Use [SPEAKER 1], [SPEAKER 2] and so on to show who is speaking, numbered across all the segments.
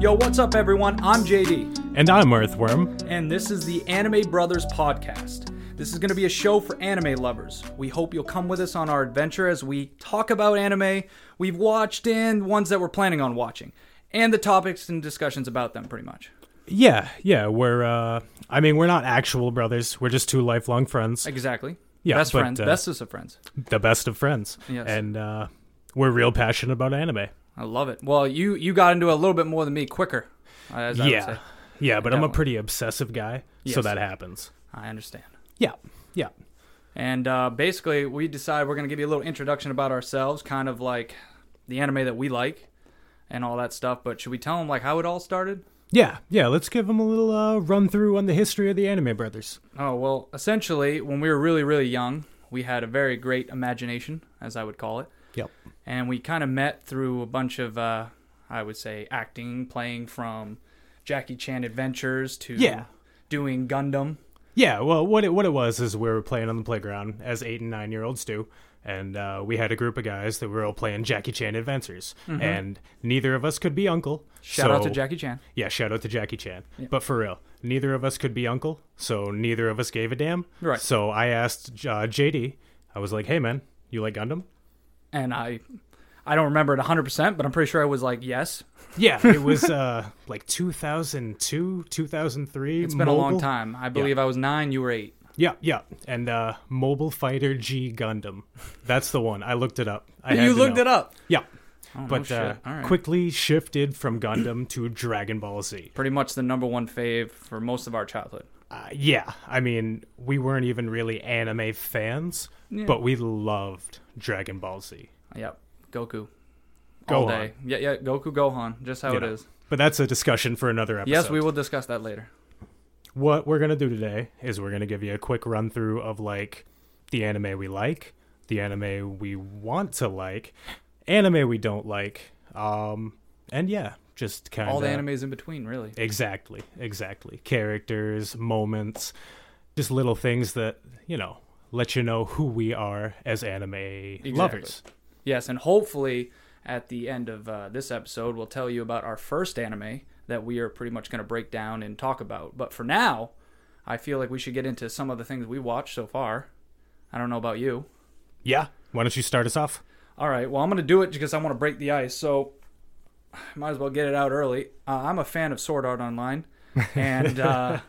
[SPEAKER 1] Yo, what's up, everyone? I'm JD,
[SPEAKER 2] And I'm Earthworm.
[SPEAKER 1] and this is the Anime Brothers Podcast. This is going to be a show for anime lovers. We hope you'll come with us on our adventure as we talk about anime we've watched and ones that we're planning on watching, and the topics and discussions about them, pretty much.
[SPEAKER 2] Yeah, yeah, we're uh I mean, we're not actual brothers. We're just two lifelong friends,
[SPEAKER 1] Exactly.
[SPEAKER 2] Yeah,
[SPEAKER 1] Best
[SPEAKER 2] but,
[SPEAKER 1] friends,
[SPEAKER 2] uh,
[SPEAKER 1] bestest of friends.
[SPEAKER 2] the best of friends.
[SPEAKER 1] Yes.
[SPEAKER 2] And uh we're real passionate about anime.
[SPEAKER 1] I love it. Well, you you got into it a little bit more than me, quicker. uh, As I would
[SPEAKER 2] yeah.
[SPEAKER 1] say.
[SPEAKER 2] Yeah, but I'm a
[SPEAKER 1] Definitely.
[SPEAKER 2] pretty obsessive guy, so
[SPEAKER 1] Yes.
[SPEAKER 2] that happens.
[SPEAKER 1] I understand.
[SPEAKER 2] Yeah. Yeah.
[SPEAKER 1] And uh, basically, we decide we're going to give you a little introduction about ourselves, kind of like the anime that we like and all that stuff. But should we tell them like how it all started?
[SPEAKER 2] Yeah. Yeah, let's give them a little uh run through on the history of the anime brothers.
[SPEAKER 1] Oh well, essentially, when we were really really young, we had a very great imagination, as I would call it,
[SPEAKER 2] Yep.
[SPEAKER 1] and we kind of met through a bunch of, uh, I would say, acting, playing from Jackie Chan adventures to
[SPEAKER 2] Yeah.
[SPEAKER 1] doing Gundam.
[SPEAKER 2] Yeah, well, what it what it was is we were playing on the playground as eight and nine year olds do, and uh, we had a group of guys that were all playing Jackie Chan Adventures, and neither of us could be uncle.
[SPEAKER 1] Mm-hmm. Shout out to
[SPEAKER 2] so-
[SPEAKER 1] Jackie Chan.
[SPEAKER 2] Yeah, shout out to Jackie Chan. But for real, neither of us could be uncle, so neither of us gave a damn.
[SPEAKER 1] Right.
[SPEAKER 2] So I asked uh, JD. I was like, "Hey, man, you like Gundam?"
[SPEAKER 1] and I I don't remember it 100%, but I'm pretty sure I was like, yes.
[SPEAKER 2] Yeah, it was uh, like 2002, 2003.
[SPEAKER 1] It's been a long time. I believe I was 9, you were 8.
[SPEAKER 2] Yeah, yeah, and uh, Mobile Fighter G Gundam. That's the one. I looked it up. I had
[SPEAKER 1] you
[SPEAKER 2] to
[SPEAKER 1] looked
[SPEAKER 2] know.
[SPEAKER 1] it up.
[SPEAKER 2] Yeah.
[SPEAKER 1] Oh, no
[SPEAKER 2] but
[SPEAKER 1] shit.
[SPEAKER 2] uh,
[SPEAKER 1] All right.
[SPEAKER 2] quickly shifted from Gundam to Dragon Ball Z.
[SPEAKER 1] Pretty much the number one fave for most of our childhood.
[SPEAKER 2] Uh, yeah, I mean, we weren't even really anime fans, but we loved Dragon Ball Z.
[SPEAKER 1] Yep. Goku. All
[SPEAKER 2] Gohan.
[SPEAKER 1] day. Yeah, yeah, Goku Gohan, just how
[SPEAKER 2] you
[SPEAKER 1] it
[SPEAKER 2] know.
[SPEAKER 1] is.
[SPEAKER 2] But that's a discussion for another episode.
[SPEAKER 1] Yes, we will discuss that later.
[SPEAKER 2] What we're going to do today is we're going to give you a quick run through of like the anime we like, the anime we want to like, anime we don't like, um, and uh, yeah, just kind of
[SPEAKER 1] All the animes in between, really.
[SPEAKER 2] Exactly, exactly. Characters, moments, just little things that, you know, let you know who we are as anime lovers.
[SPEAKER 1] Yes, and hopefully at the end of uh, this episode, we'll tell you about our first anime that we are pretty much going to break down and talk about. But for now, I feel like we should get into some of the things we watched so far. I don't know about you.
[SPEAKER 2] Yeah. Why don't you start us off?
[SPEAKER 1] All right, well, I'm going to do it because I want to break the ice, so might as well get it out early. Uh, I'm a fan of Sword Art Online, and uh,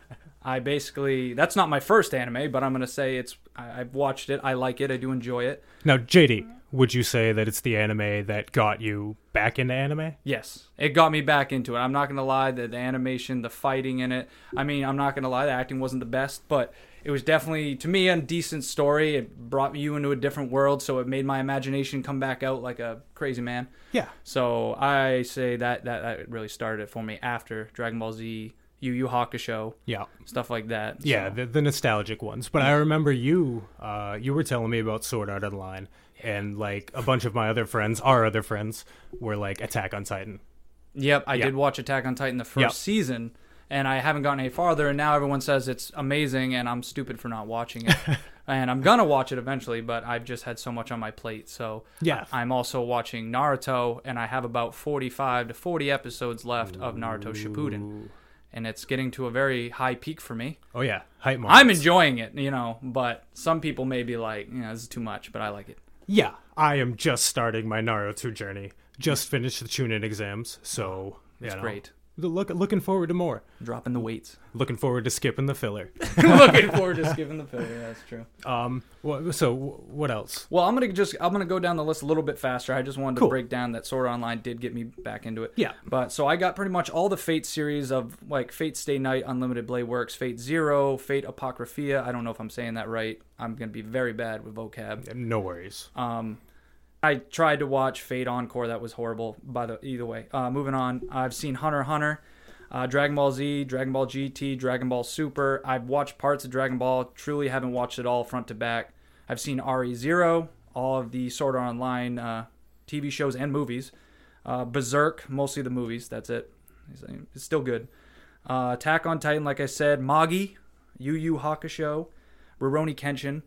[SPEAKER 1] I basically, that's not my first anime, but I'm going to say it's, I, I've watched it, I like it, I do enjoy it.
[SPEAKER 2] Now, JD, would you say that it's the anime that got you back into anime?
[SPEAKER 1] Yes, it got me back into it. I'm not gonna lie, the, the animation, the fighting in it. I mean, I'm not gonna lie, the acting wasn't the best, but it was definitely to me a decent story. It brought you into a different world, so it made my imagination come back out like a crazy man.
[SPEAKER 2] Yeah.
[SPEAKER 1] So I say that that, that really started it for me after Dragon Ball Z, Yu Yu Hakusho,
[SPEAKER 2] Yeah.
[SPEAKER 1] stuff like that.
[SPEAKER 2] Yeah, the, the nostalgic ones. But I remember you, uh, you were telling me about Sword Art Online, and like a bunch of my other friends, our other friends, were like Attack on Titan.
[SPEAKER 1] Yep, I
[SPEAKER 2] Yeah.
[SPEAKER 1] did watch Attack on Titan the first
[SPEAKER 2] Yep.
[SPEAKER 1] season, and I haven't gotten any farther. And now everyone says it's amazing, and I'm stupid for not watching it. and I'm gonna watch it eventually, but I've just had so much on my plate. So
[SPEAKER 2] Yeah.
[SPEAKER 1] I- am also watching Naruto, and I have about 45 to 40 episodes left of Naruto Shippuden, and it's getting to a very high peak for me.
[SPEAKER 2] Oh, yeah. Hype moments.
[SPEAKER 1] I'm enjoying it, you know, but some people may be like, you know, this is too much, but I like it.
[SPEAKER 2] Yeah, I am just starting my Naruto journey. Just finished the Chunin exams, so that's
[SPEAKER 1] great.
[SPEAKER 2] Look, looking forward to more.
[SPEAKER 1] Dropping the weights.
[SPEAKER 2] Looking forward to skipping the filler.
[SPEAKER 1] Looking forward to skipping the pillar. That's true.
[SPEAKER 2] Um, wha- so wh- what else?
[SPEAKER 1] Well, I'm gonna just I'm gonna go down the list a little bit faster. I just wanted
[SPEAKER 2] Cool.
[SPEAKER 1] to break down that Sword Art Online did get me back into it.
[SPEAKER 2] Yeah.
[SPEAKER 1] But so I got pretty much all the Fate series of like Fate Stay Night, Unlimited Blade Works, Fate Zero, Fate Apocryphia. I don't know if I'm saying that right. I'm gonna be very bad with vocab.
[SPEAKER 2] No worries.
[SPEAKER 1] Um, I tried to watch Fate Encore. That was horrible. By the either way, uh, moving on. I've seen Hunter x Hunter, uh, Dragon Ball Z, Dragon Ball GT, Dragon Ball Super. I've watched parts of Dragon Ball. Truly haven't watched it all front to back. I've seen RE Zero, all of the Sword Art Online uh, TV shows and movies. Uh, Berserk, mostly the Uh, movies. That's it. It's- It's still good. Uh, Attack on Titan, like I said, Magi. Yu Yu Hakusho, Rurouni Kenshin,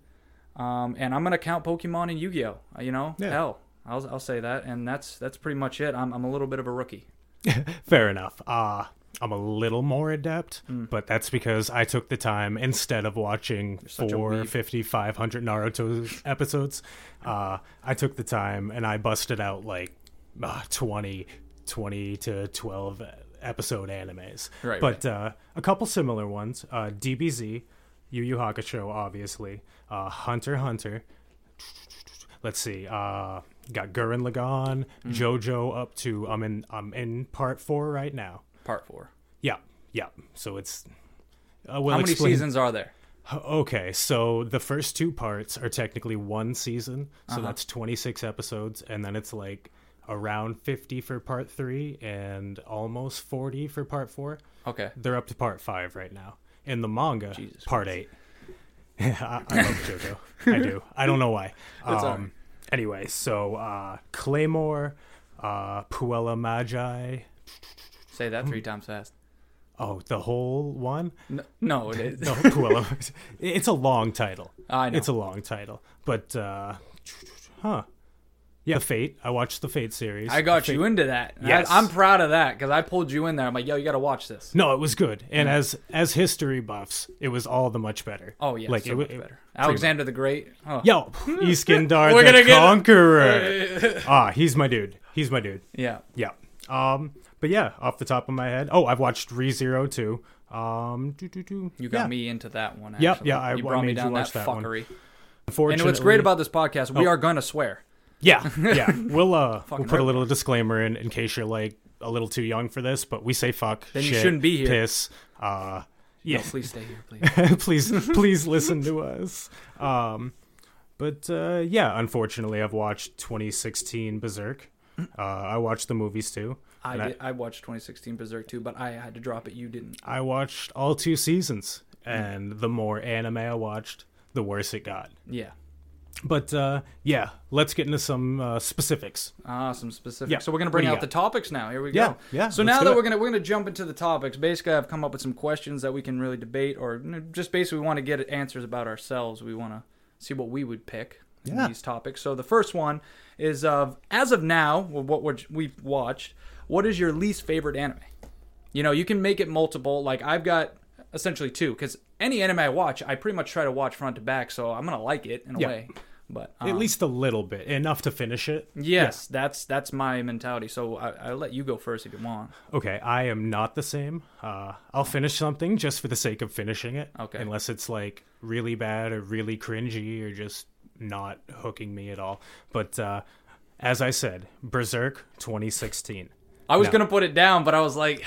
[SPEAKER 1] um, and I'm gonna count Pokemon and Yu-Gi-Oh. Uh, You know,
[SPEAKER 2] Yeah.
[SPEAKER 1] hell, I'll, I'll say that, and that's that's pretty much it. I'm I'm a little bit of a rookie.
[SPEAKER 2] Fair enough. Uh, I'm a little more adept,
[SPEAKER 1] Hmm.
[SPEAKER 2] but that's because I took the time instead of watching
[SPEAKER 1] such a
[SPEAKER 2] four
[SPEAKER 1] weeb.
[SPEAKER 2] 5,500 Naruto episodes. Uh, I took the time and I busted out like uh, 20, 20 to 12 episode animes.
[SPEAKER 1] Right,
[SPEAKER 2] But Uh, a couple similar ones uh, DBZ, Yu Yu Hakusho, obviously, uh, Hunter x Hunter. Let's see. Uh, got Gurren Lagann,
[SPEAKER 1] Mm.
[SPEAKER 2] JoJo up to I'm in I'm in part four right now.
[SPEAKER 1] Part four.
[SPEAKER 2] Yeah, yeah. So it's uh, well,
[SPEAKER 1] How many
[SPEAKER 2] explain-
[SPEAKER 1] seasons are there?
[SPEAKER 2] Okay, so the first two parts are technically one season,
[SPEAKER 1] Uh-huh.
[SPEAKER 2] so that's 26 episodes, and then it's like around 50 for part three and almost 40 for part four.
[SPEAKER 1] Okay.
[SPEAKER 2] They're up to part five right now in the manga,
[SPEAKER 1] Jesus
[SPEAKER 2] part eight. I, I love JoJo. I do. I don't know why.
[SPEAKER 1] That's all right.
[SPEAKER 2] um, anyway, so uh, Claymore, uh, Puella Magi.
[SPEAKER 1] Say that three times fast.
[SPEAKER 2] Oh, the whole one?
[SPEAKER 1] No, no it is.
[SPEAKER 2] No, Puella. it's a long title.
[SPEAKER 1] I know.
[SPEAKER 2] It's a long title, but uh, huh? Yeah, The Fate. I watched the Fate series.
[SPEAKER 1] I got you into that.
[SPEAKER 2] Yes.
[SPEAKER 1] I, am proud of that because I pulled you in there. I'm like, yo, you got to watch this.
[SPEAKER 2] No, it was good, and as as history buffs, it was all the much better.
[SPEAKER 1] Oh yeah,
[SPEAKER 2] like
[SPEAKER 1] so
[SPEAKER 2] it,
[SPEAKER 1] much
[SPEAKER 2] it-
[SPEAKER 1] better. Alexander the Great. Oh.
[SPEAKER 2] Yo, Iskandar
[SPEAKER 1] We're
[SPEAKER 2] the
[SPEAKER 1] gonna get-
[SPEAKER 2] Conqueror. ah, he's my dude. He's my dude.
[SPEAKER 1] Yeah.
[SPEAKER 2] Yeah. Um, but yeah, off the top of my head. Oh, I've watched ReZero too. Um, doo, doo, doo.
[SPEAKER 1] You got
[SPEAKER 2] Yeah.
[SPEAKER 1] me into that one.
[SPEAKER 2] Yep,
[SPEAKER 1] actually.
[SPEAKER 2] yeah, I-
[SPEAKER 1] you
[SPEAKER 2] I
[SPEAKER 1] brought me
[SPEAKER 2] made you
[SPEAKER 1] down
[SPEAKER 2] watch that one. Oh.
[SPEAKER 1] fuckery. And
[SPEAKER 2] Unfortunately,
[SPEAKER 1] what's great about this podcast, we are gonna swear.
[SPEAKER 2] Yeah, yeah. We'll uh, we'll put
[SPEAKER 1] right.
[SPEAKER 2] a little disclaimer in in case you're like a little too young for this, but we say fuck.
[SPEAKER 1] Then you
[SPEAKER 2] shit,
[SPEAKER 1] shouldn't be here.
[SPEAKER 2] Piss.
[SPEAKER 1] No,
[SPEAKER 2] Uh, yeah.
[SPEAKER 1] please stay here, please.
[SPEAKER 2] please, please listen to us. Um, but uh, yeah, unfortunately, I've watched 2016 Berserk. Uh, I watched the movies too.
[SPEAKER 1] I
[SPEAKER 2] And I-
[SPEAKER 1] did, I watched 2016 Berserk too, but I had to drop it. You didn't.
[SPEAKER 2] I watched all two seasons, and the more anime I watched, the worse it got.
[SPEAKER 1] Yeah.
[SPEAKER 2] But uh, yeah, let's get into some uh, specifics.
[SPEAKER 1] Ah, some specific.
[SPEAKER 2] Yeah.
[SPEAKER 1] So we're gonna
[SPEAKER 2] What do
[SPEAKER 1] bring
[SPEAKER 2] you
[SPEAKER 1] out
[SPEAKER 2] got?
[SPEAKER 1] the topics now. Here we
[SPEAKER 2] Yeah,
[SPEAKER 1] go.
[SPEAKER 2] yeah,
[SPEAKER 1] So
[SPEAKER 2] let's
[SPEAKER 1] now
[SPEAKER 2] do
[SPEAKER 1] that
[SPEAKER 2] it.
[SPEAKER 1] we're gonna we're gonna jump into the topics. Basically, I've come up with some questions that we can really debate, or you know, just basically want to get answers about ourselves. We want to see what we would pick in
[SPEAKER 2] Yeah.
[SPEAKER 1] these topics. So the first one is of as of now, well, what we're- we've watched. What is your least favorite anime? You know, you can make it multiple. Like I've got essentially two, because any anime I watch, I pretty much try to watch front to back, so I'm gonna like it in a
[SPEAKER 2] Yeah.
[SPEAKER 1] way. But
[SPEAKER 2] At
[SPEAKER 1] um,
[SPEAKER 2] least a little bit, enough to finish it.
[SPEAKER 1] Yes, that's that's my mentality. So I, I'll let you go first if you want.
[SPEAKER 2] Okay, I am not the same. Uh, I'll finish something just for the sake of finishing it.
[SPEAKER 1] Okay.
[SPEAKER 2] Unless it's like really bad or really cringy or just not hooking me at all. But uh, as I said, Berserk 2016.
[SPEAKER 1] I was
[SPEAKER 2] No.
[SPEAKER 1] gonna put it down, but I was like,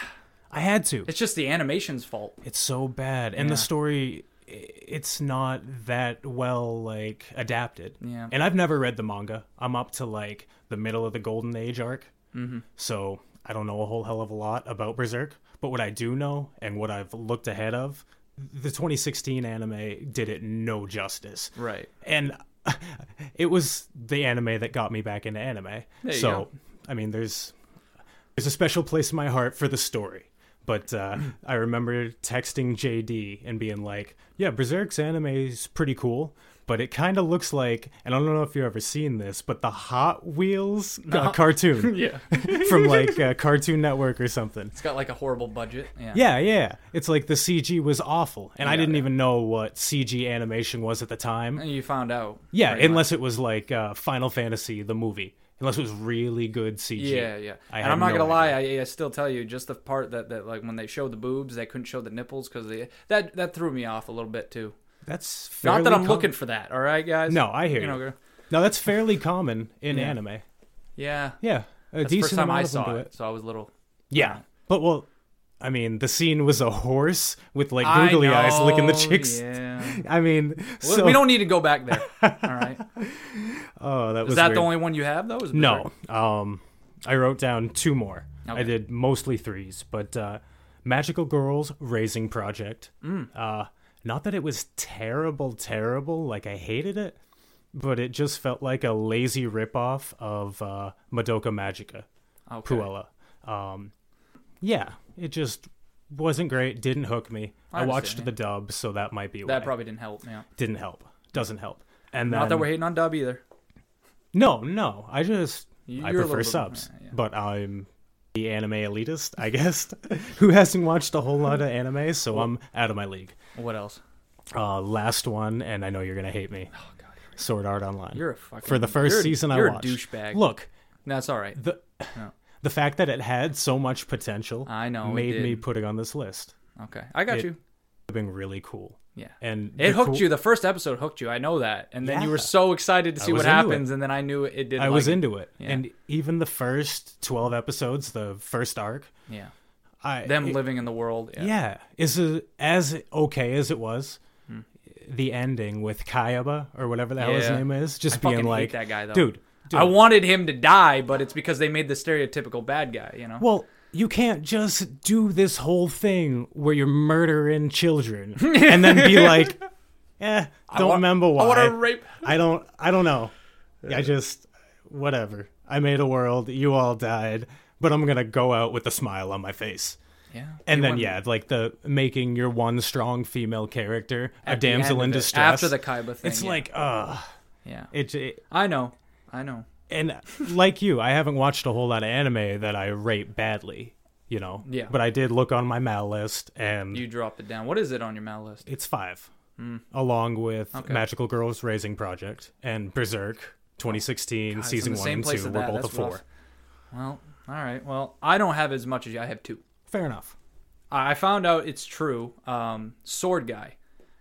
[SPEAKER 2] I had to.
[SPEAKER 1] it's just the animation's fault.
[SPEAKER 2] It's so bad, and
[SPEAKER 1] Yeah.
[SPEAKER 2] the story i- it's not that well like adapted.
[SPEAKER 1] Yeah.
[SPEAKER 2] And I've never read the manga. I'm up to like the middle of the Golden Age arc. Mm-hmm. So I don't know a whole hell of a lot about Berserk, but what I do know and what I've looked ahead of, the 2016 anime did it no justice.
[SPEAKER 1] Right.
[SPEAKER 2] And it was the anime that got me back into anime.
[SPEAKER 1] you
[SPEAKER 2] so
[SPEAKER 1] go.
[SPEAKER 2] I mean, there's there's a special place in my heart for the story. But uh, I remember texting JD and being like, "Yeah, Berserk's anime is pretty cool." But it kind of looks like, and I don't know if you've ever seen this, but the Hot Wheels uh, cartoon
[SPEAKER 1] Yeah.
[SPEAKER 2] from like uh, Cartoon Network or something.
[SPEAKER 1] It's got like a horrible budget. Yeah.
[SPEAKER 2] Yeah, yeah. It's like the CG was awful, and I
[SPEAKER 1] Yeah,
[SPEAKER 2] didn't
[SPEAKER 1] yeah.
[SPEAKER 2] even know what CG animation was at the time.
[SPEAKER 1] And you found out.
[SPEAKER 2] Yeah,
[SPEAKER 1] pretty
[SPEAKER 2] unless it was like uh, Final Fantasy the movie. Unless it was really good CG.
[SPEAKER 1] much. Yeah, yeah.
[SPEAKER 2] I
[SPEAKER 1] and
[SPEAKER 2] had
[SPEAKER 1] I'm not
[SPEAKER 2] no
[SPEAKER 1] gonna lie, I, I still tell you just the part that, that like when they showed the boobs, they couldn't show the nipples because they that that threw me off a little bit too.
[SPEAKER 2] That's
[SPEAKER 1] Not that
[SPEAKER 2] fairly
[SPEAKER 1] I'm
[SPEAKER 2] com-
[SPEAKER 1] looking for that. All right, guys.
[SPEAKER 2] No, I hear
[SPEAKER 1] You
[SPEAKER 2] you.
[SPEAKER 1] know,
[SPEAKER 2] No, that's fairly common in
[SPEAKER 1] Yeah.
[SPEAKER 2] anime.
[SPEAKER 1] yeah.
[SPEAKER 2] Yeah, a
[SPEAKER 1] That's the
[SPEAKER 2] decent
[SPEAKER 1] first time
[SPEAKER 2] amount
[SPEAKER 1] I
[SPEAKER 2] of them
[SPEAKER 1] saw
[SPEAKER 2] do
[SPEAKER 1] it, so I was a little.
[SPEAKER 2] Yeah, but well, I mean, the scene was a horse with like
[SPEAKER 1] I
[SPEAKER 2] googly eyes licking the
[SPEAKER 1] know,
[SPEAKER 2] chicks.
[SPEAKER 1] Yeah.
[SPEAKER 2] I mean,
[SPEAKER 1] We-
[SPEAKER 2] so-
[SPEAKER 1] we don't need to go back there. All right.
[SPEAKER 2] Oh, that was
[SPEAKER 1] Is that
[SPEAKER 2] weird.
[SPEAKER 1] the only one you have though? Is
[SPEAKER 2] No, um, I wrote down two more. I
[SPEAKER 1] Okay.
[SPEAKER 2] did mostly threes, but uh, Magical Girls Raising Project.
[SPEAKER 1] Mm.
[SPEAKER 2] Uh, not that it was terrible, terrible. Like I hated it, but it just felt like a lazy ripoff of uh, Madoka Magica,
[SPEAKER 1] Okay.
[SPEAKER 2] Puella. Um, yeah, it just wasn't great. Didn't hook me.
[SPEAKER 1] I
[SPEAKER 2] I, watched
[SPEAKER 1] understand,
[SPEAKER 2] the dub, so that might be
[SPEAKER 1] That
[SPEAKER 2] why.
[SPEAKER 1] probably didn't help. Yeah.
[SPEAKER 2] didn't help. Doesn't help. And then,
[SPEAKER 1] Not that we're hating on Dub either.
[SPEAKER 2] no, no. I just
[SPEAKER 1] You-
[SPEAKER 2] I
[SPEAKER 1] you're a little
[SPEAKER 2] prefer
[SPEAKER 1] bit-
[SPEAKER 2] subs,
[SPEAKER 1] yeah, yeah.
[SPEAKER 2] but I'm the anime elitist, I guess, who hasn't watched a whole lot of anime, so I'm out of my league.
[SPEAKER 1] What else?
[SPEAKER 2] Uh, last one, and I know you're gonna hate me.
[SPEAKER 1] Oh God,
[SPEAKER 2] Sword Art Online.
[SPEAKER 1] you're a fucking.
[SPEAKER 2] For the first
[SPEAKER 1] you're a-
[SPEAKER 2] season,
[SPEAKER 1] you're
[SPEAKER 2] I watched.
[SPEAKER 1] a douchebag.
[SPEAKER 2] Look,
[SPEAKER 1] that's all right.
[SPEAKER 2] the
[SPEAKER 1] No.
[SPEAKER 2] the fact that it had so much potential,
[SPEAKER 1] I know, it
[SPEAKER 2] made me
[SPEAKER 1] did.
[SPEAKER 2] put it on this list.
[SPEAKER 1] Okay, I got
[SPEAKER 2] It-
[SPEAKER 1] you.
[SPEAKER 2] It's been really cool,
[SPEAKER 1] Yeah.
[SPEAKER 2] and
[SPEAKER 1] It
[SPEAKER 2] the
[SPEAKER 1] hooked
[SPEAKER 2] cool-
[SPEAKER 1] you. The first episode hooked you. I know that. And then you were
[SPEAKER 2] Yeah.
[SPEAKER 1] so excited to see
[SPEAKER 2] was
[SPEAKER 1] what
[SPEAKER 2] into it.
[SPEAKER 1] happens, and then I knew it didn't.
[SPEAKER 2] I was
[SPEAKER 1] like it.
[SPEAKER 2] into it,
[SPEAKER 1] Yeah.
[SPEAKER 2] and even the first twelve episodes, the first arc,
[SPEAKER 1] Yeah.
[SPEAKER 2] I
[SPEAKER 1] Them
[SPEAKER 2] it-
[SPEAKER 1] living in the world. Yeah.
[SPEAKER 2] Yeah, is it as okay as it was? The ending with Kaiba or whatever the hell his
[SPEAKER 1] Hmm. Yeah.
[SPEAKER 2] name is,
[SPEAKER 1] I
[SPEAKER 2] just
[SPEAKER 1] fucking
[SPEAKER 2] being
[SPEAKER 1] hate
[SPEAKER 2] like,
[SPEAKER 1] that guy though.
[SPEAKER 2] dude, dude,
[SPEAKER 1] I wanted him to die, but it's because they made the stereotypical bad guy. You know.
[SPEAKER 2] well, you can't just do this whole thing where you're murdering children and then be like, eh, don't
[SPEAKER 1] wa-
[SPEAKER 2] remember why.
[SPEAKER 1] I want to rape.
[SPEAKER 2] I don't I don't know. I just whatever. I made a world, you all died, but I'm going to go out with a smile on my face.
[SPEAKER 1] Yeah.
[SPEAKER 2] And
[SPEAKER 1] You
[SPEAKER 2] then
[SPEAKER 1] want-
[SPEAKER 2] yeah, like the making your one strong female character a
[SPEAKER 1] at the end
[SPEAKER 2] damsel
[SPEAKER 1] of
[SPEAKER 2] in
[SPEAKER 1] it,
[SPEAKER 2] distress.
[SPEAKER 1] after the Kaiba thing.
[SPEAKER 2] it's
[SPEAKER 1] yeah.
[SPEAKER 2] like uh
[SPEAKER 1] yeah.
[SPEAKER 2] it, it
[SPEAKER 1] I know. I know.
[SPEAKER 2] and like you, I haven't watched a whole lot of anime that I rate badly, you know.
[SPEAKER 1] Yeah.
[SPEAKER 2] But I did look on my mal list and
[SPEAKER 1] You dropped it down. What is it on your mal list?
[SPEAKER 2] it's 5 along with
[SPEAKER 1] Okay.
[SPEAKER 2] Magical Girls Raising Project and Berserk
[SPEAKER 1] It's
[SPEAKER 2] 2016
[SPEAKER 1] in
[SPEAKER 2] season
[SPEAKER 1] the
[SPEAKER 2] 1
[SPEAKER 1] same
[SPEAKER 2] and
[SPEAKER 1] place
[SPEAKER 2] 2
[SPEAKER 1] as
[SPEAKER 2] were
[SPEAKER 1] that.
[SPEAKER 2] both a
[SPEAKER 1] That's
[SPEAKER 2] 4.
[SPEAKER 1] rough. Well, all right. Well, I don't have as much as you. I have two.
[SPEAKER 2] Fair enough.
[SPEAKER 1] I I found out it's true. Um, Sword Guy.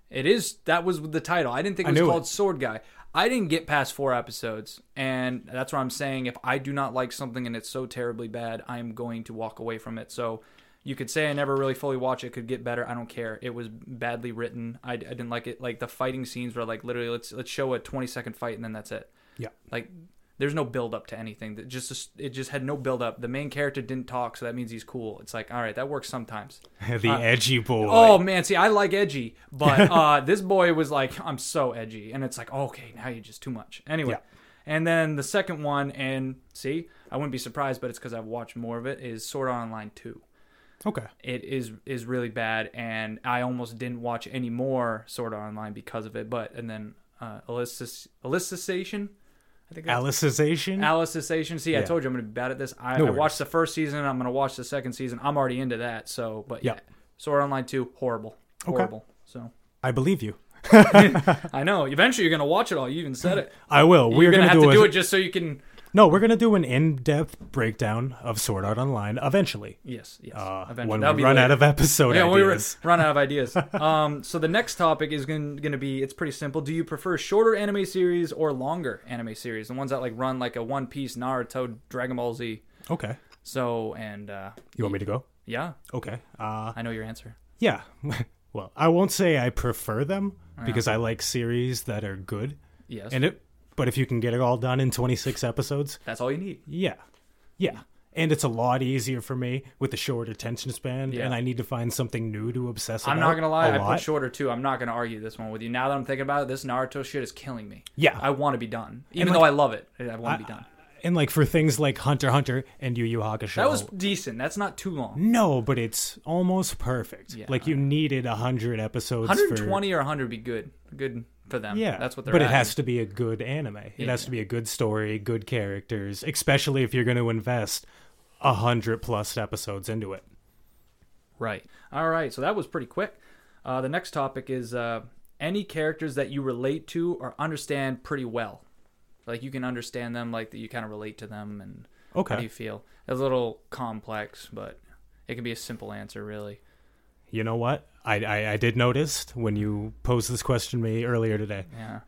[SPEAKER 1] It is. That was the title. I didn't think
[SPEAKER 2] I
[SPEAKER 1] it was
[SPEAKER 2] knew
[SPEAKER 1] called
[SPEAKER 2] it.
[SPEAKER 1] Sword Guy. I didn't get past four episodes, and that's why I'm saying if I do not like something and it's so terribly bad, I am going to walk away from it. So you could say I never really fully watched it. Could get better. I don't care. It was badly written. I, I didn't like it. Like the fighting scenes were like literally let's let's show a 20 second fight and then that's it.
[SPEAKER 2] Yeah.
[SPEAKER 1] Like there's no build up to anything. That just it just had no build up. The main character didn't talk, so that means he's cool. It's like all right, that works sometimes.
[SPEAKER 2] the edgy boy.
[SPEAKER 1] Uh, Oh man, see, I like edgy, but uh, this boy was like, I'm so edgy, and it's like, okay, now you're just too much. Anyway,
[SPEAKER 2] Yeah.
[SPEAKER 1] and then the second one, and see, I wouldn't be surprised, but it's because I've watched more of it. Is Sword Art Online two?
[SPEAKER 2] Okay.
[SPEAKER 1] It is is really bad, and I almost didn't watch any more Sword Art Online because of it. But and then uh, Elicis- Alicization, I think that's
[SPEAKER 2] Alicization?
[SPEAKER 1] Alice Cessation. See, I
[SPEAKER 2] Mm-hmm. Yeah.
[SPEAKER 1] told you I'm going to be bad at this. I,
[SPEAKER 2] No
[SPEAKER 1] I
[SPEAKER 2] worries.
[SPEAKER 1] watched the first season. I'm going to watch the second season. I'm already into that. So, but
[SPEAKER 2] Yep.
[SPEAKER 1] yeah, Sword Art Online two horrible, horrible. So
[SPEAKER 2] I believe you.
[SPEAKER 1] I know. Eventually, you're going to watch it all. You even said it.
[SPEAKER 2] I will.
[SPEAKER 1] you're
[SPEAKER 2] We're
[SPEAKER 1] going to have
[SPEAKER 2] do,
[SPEAKER 1] to do
[SPEAKER 2] a,
[SPEAKER 1] it just so you can.
[SPEAKER 2] No, we're going to do an in-depth breakdown of Sword Art Online eventually.
[SPEAKER 1] Yes, yes.
[SPEAKER 2] Uh,
[SPEAKER 1] eventually,
[SPEAKER 2] when
[SPEAKER 1] That'll
[SPEAKER 2] we
[SPEAKER 1] be
[SPEAKER 2] run
[SPEAKER 1] later.
[SPEAKER 2] out of episode
[SPEAKER 1] yeah, when we run,
[SPEAKER 2] ideas.
[SPEAKER 1] run out of ideas. Um, so the next topic is going to be it's pretty simple. Do you prefer shorter anime series or longer anime series? The ones that like run like a One Piece, Naruto, Dragon Ball Z.
[SPEAKER 2] Okay.
[SPEAKER 1] So and uh,
[SPEAKER 2] You want me to go?
[SPEAKER 1] yeah,
[SPEAKER 2] Okay. Uh,
[SPEAKER 1] I know your answer.
[SPEAKER 2] yeah. well, I won't say I prefer them because I like series that are good.
[SPEAKER 1] Yes,
[SPEAKER 2] And it but if you can get it all done in 26 episodes,
[SPEAKER 1] that's all you need.
[SPEAKER 2] yeah. Yeah. And it's a lot easier for me with a short attention span
[SPEAKER 1] Yeah.
[SPEAKER 2] and I need to find something new to obsess
[SPEAKER 1] I'm
[SPEAKER 2] about.
[SPEAKER 1] not gonna lie,
[SPEAKER 2] a
[SPEAKER 1] I
[SPEAKER 2] lot.
[SPEAKER 1] put shorter too. I'm not gonna argue this one with you. Now that I'm thinking about it, this Naruto shit is killing me.
[SPEAKER 2] Yeah.
[SPEAKER 1] I want to be done, even though I love it. I want to be done.
[SPEAKER 2] and like for things like Hunter x Hunter and Yu Yu Hakusho.
[SPEAKER 1] That was decent. That's not too long.
[SPEAKER 2] no, but it's almost perfect.
[SPEAKER 1] Yeah,
[SPEAKER 2] like you needed a hundred episodes. For,
[SPEAKER 1] 120 or 100 would be good. Good for them.
[SPEAKER 2] yeah,
[SPEAKER 1] that's what they're.
[SPEAKER 2] But it
[SPEAKER 1] at.
[SPEAKER 2] has to be a good anime. It has to be a good story, good characters, especially if you're going to invest a hundred plus episodes into it.
[SPEAKER 1] Right. All right. So that was pretty quick. Uh, the next topic is uh, any characters that you relate to or understand pretty well. Like you can understand them, like that you kind of relate to them, and
[SPEAKER 2] Okay.
[SPEAKER 1] how do you feel? A little complex, but it can be a simple answer, really.
[SPEAKER 2] You know what? I, I, I did notice when you posed this question to me earlier today.
[SPEAKER 1] Yeah.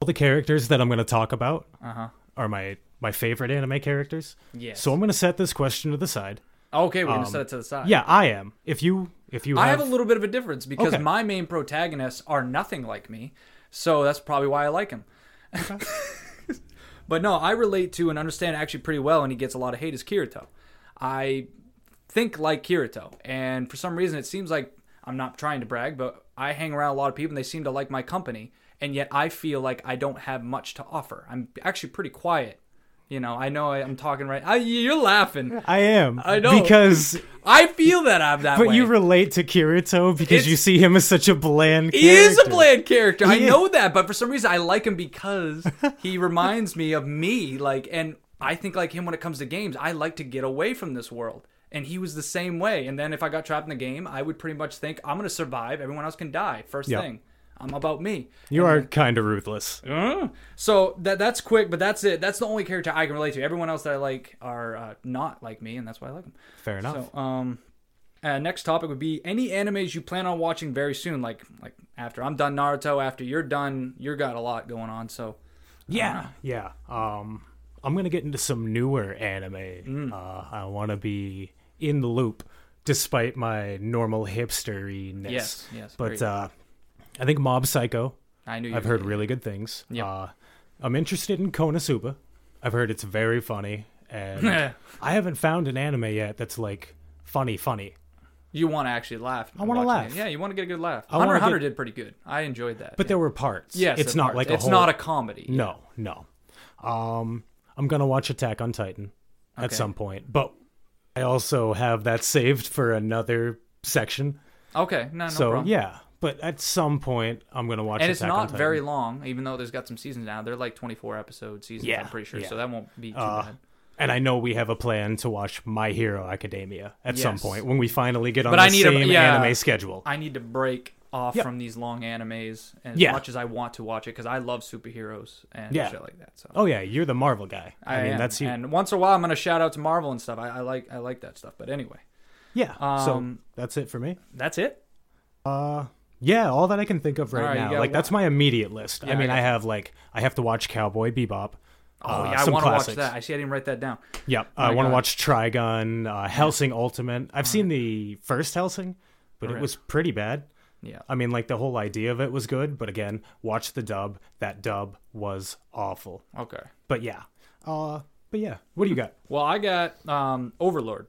[SPEAKER 2] All the characters that I'm going to talk about
[SPEAKER 1] Uh huh.
[SPEAKER 2] are my my favorite anime characters.
[SPEAKER 1] Yes.
[SPEAKER 2] So I'm going to set this question to the side.
[SPEAKER 1] Okay, we're gonna
[SPEAKER 2] Um,
[SPEAKER 1] set it to the side.
[SPEAKER 2] Yeah, I am. If you if you
[SPEAKER 1] Uh, I have a little bit of a difference because
[SPEAKER 2] Okay.
[SPEAKER 1] my main protagonists are nothing like me, so that's probably why I like him. but no, I relate to and understand actually pretty well, and he gets a lot of hate as Kirito. I think like Kirito, and for some reason, it seems like I'm not trying to brag, but I hang around a lot of people, and they seem to like my company, and yet I feel like I don't have much to offer. I'm actually pretty quiet You know, I know I, I'm talking right. I, you're laughing.
[SPEAKER 2] I am.
[SPEAKER 1] I know.
[SPEAKER 2] because,
[SPEAKER 1] I feel that I'm that
[SPEAKER 2] but
[SPEAKER 1] way.
[SPEAKER 2] you relate to Kirito because you
[SPEAKER 1] It's-
[SPEAKER 2] see him as such a bland.
[SPEAKER 1] He is a
[SPEAKER 2] character.
[SPEAKER 1] bland character. I
[SPEAKER 2] He is.
[SPEAKER 1] know that, but for some reason I like him because he reminds me of me. Like, and I think like him when it comes to games. I like to get away from this world, and he was the same way. And then if I got trapped in the game, I would pretty much think I'm gonna survive. Everyone else can die. First
[SPEAKER 2] Yep.
[SPEAKER 1] thing, I'm about me.
[SPEAKER 2] You are kind of ruthless.
[SPEAKER 1] Uh, So that that's quick, but that's it. That's the only character I can relate to. Everyone else that I like are uh, not like me, and that's why I like them.
[SPEAKER 2] Fair enough.
[SPEAKER 1] So, um, uh, next topic would be any animes you plan on watching very soon, like like after I'm done Naruto, after you're done, you're got a lot going on. So,
[SPEAKER 2] Yeah, yeah. Um, I'm gonna get into some newer anime.
[SPEAKER 1] Mm.
[SPEAKER 2] Uh, I want to be in the loop, despite my normal hipsteriness.
[SPEAKER 1] Yes, yes,
[SPEAKER 2] But
[SPEAKER 1] agreed.
[SPEAKER 2] uh, I think Mob Psycho.
[SPEAKER 1] I knew you
[SPEAKER 2] I've
[SPEAKER 1] were
[SPEAKER 2] heard
[SPEAKER 1] gonna-
[SPEAKER 2] really good things.
[SPEAKER 1] Yep.
[SPEAKER 2] Uh, I'm interested in Konosuba. I've heard it's very funny, and I haven't found an anime yet that's like funny, funny.
[SPEAKER 1] you want to actually laugh. I
[SPEAKER 2] wanna laugh.
[SPEAKER 1] Yeah, you want to get a good laugh.
[SPEAKER 2] wanna
[SPEAKER 1] Hunter x Hunter
[SPEAKER 2] get-
[SPEAKER 1] did pretty good. I enjoyed that.
[SPEAKER 2] But
[SPEAKER 1] yeah.
[SPEAKER 2] there were parts.
[SPEAKER 1] yes,
[SPEAKER 2] it's
[SPEAKER 1] there
[SPEAKER 2] not
[SPEAKER 1] are.
[SPEAKER 2] like a
[SPEAKER 1] it's
[SPEAKER 2] whole.
[SPEAKER 1] not a comedy.
[SPEAKER 2] No, no. Um, I'm gonna watch Attack on Titan at
[SPEAKER 1] Okay.
[SPEAKER 2] some point, but I also have that saved for another section.
[SPEAKER 1] Okay, no, no
[SPEAKER 2] so
[SPEAKER 1] problem.
[SPEAKER 2] yeah, but at some point I'm gonna watch.
[SPEAKER 1] And it's
[SPEAKER 2] Attack on
[SPEAKER 1] not
[SPEAKER 2] Titan.
[SPEAKER 1] very long, even though there's got some seasons now. They're like 24 episode seasons,
[SPEAKER 2] Yeah,
[SPEAKER 1] I'm pretty sure.
[SPEAKER 2] yeah.
[SPEAKER 1] So that won't be too
[SPEAKER 2] Uh,
[SPEAKER 1] bad.
[SPEAKER 2] And I know we have a plan to watch My Hero Academia at some
[SPEAKER 1] Yes.
[SPEAKER 2] point when we finally get on
[SPEAKER 1] But
[SPEAKER 2] the
[SPEAKER 1] I need a-
[SPEAKER 2] same
[SPEAKER 1] yeah.
[SPEAKER 2] anime schedule.
[SPEAKER 1] I need to break off
[SPEAKER 2] Yeah.
[SPEAKER 1] from these long animes as
[SPEAKER 2] Yeah.
[SPEAKER 1] much as I want to watch it because I love superheroes and
[SPEAKER 2] Yeah.
[SPEAKER 1] shit like that. So
[SPEAKER 2] Oh yeah, you're the Marvel guy. I, mean,
[SPEAKER 1] am.
[SPEAKER 2] that's you.
[SPEAKER 1] And once in a while, I'm gonna shout out to Marvel and stuff. I, I like I like that stuff. But anyway,
[SPEAKER 2] yeah. so
[SPEAKER 1] um,
[SPEAKER 2] that's it for me.
[SPEAKER 1] that's it.
[SPEAKER 2] Uh, yeah, all that I can think of right,
[SPEAKER 1] All right, you
[SPEAKER 2] now.
[SPEAKER 1] got
[SPEAKER 2] Like
[SPEAKER 1] one-
[SPEAKER 2] that's my immediate list.
[SPEAKER 1] Yeah,
[SPEAKER 2] I
[SPEAKER 1] I
[SPEAKER 2] mean,
[SPEAKER 1] got
[SPEAKER 2] I, have like I have to watch Cowboy Bebop.
[SPEAKER 1] Oh
[SPEAKER 2] uh,
[SPEAKER 1] yeah, I
[SPEAKER 2] some
[SPEAKER 1] want to watch
[SPEAKER 2] classics.
[SPEAKER 1] that. I see. I didn't write that down.
[SPEAKER 2] Yep,
[SPEAKER 1] my
[SPEAKER 2] I want to
[SPEAKER 1] God.
[SPEAKER 2] watch Trigun, uh, Helsing Ultimate. I've seen the first Helsing, but it
[SPEAKER 1] Right.
[SPEAKER 2] was pretty bad.
[SPEAKER 1] Yeah.
[SPEAKER 2] I mean, like the whole idea of it was good, but again, watch the dub. That dub was awful.
[SPEAKER 1] Okay.
[SPEAKER 2] But yeah, uh, but yeah, what do you got?
[SPEAKER 1] Well, I got um, Overlord.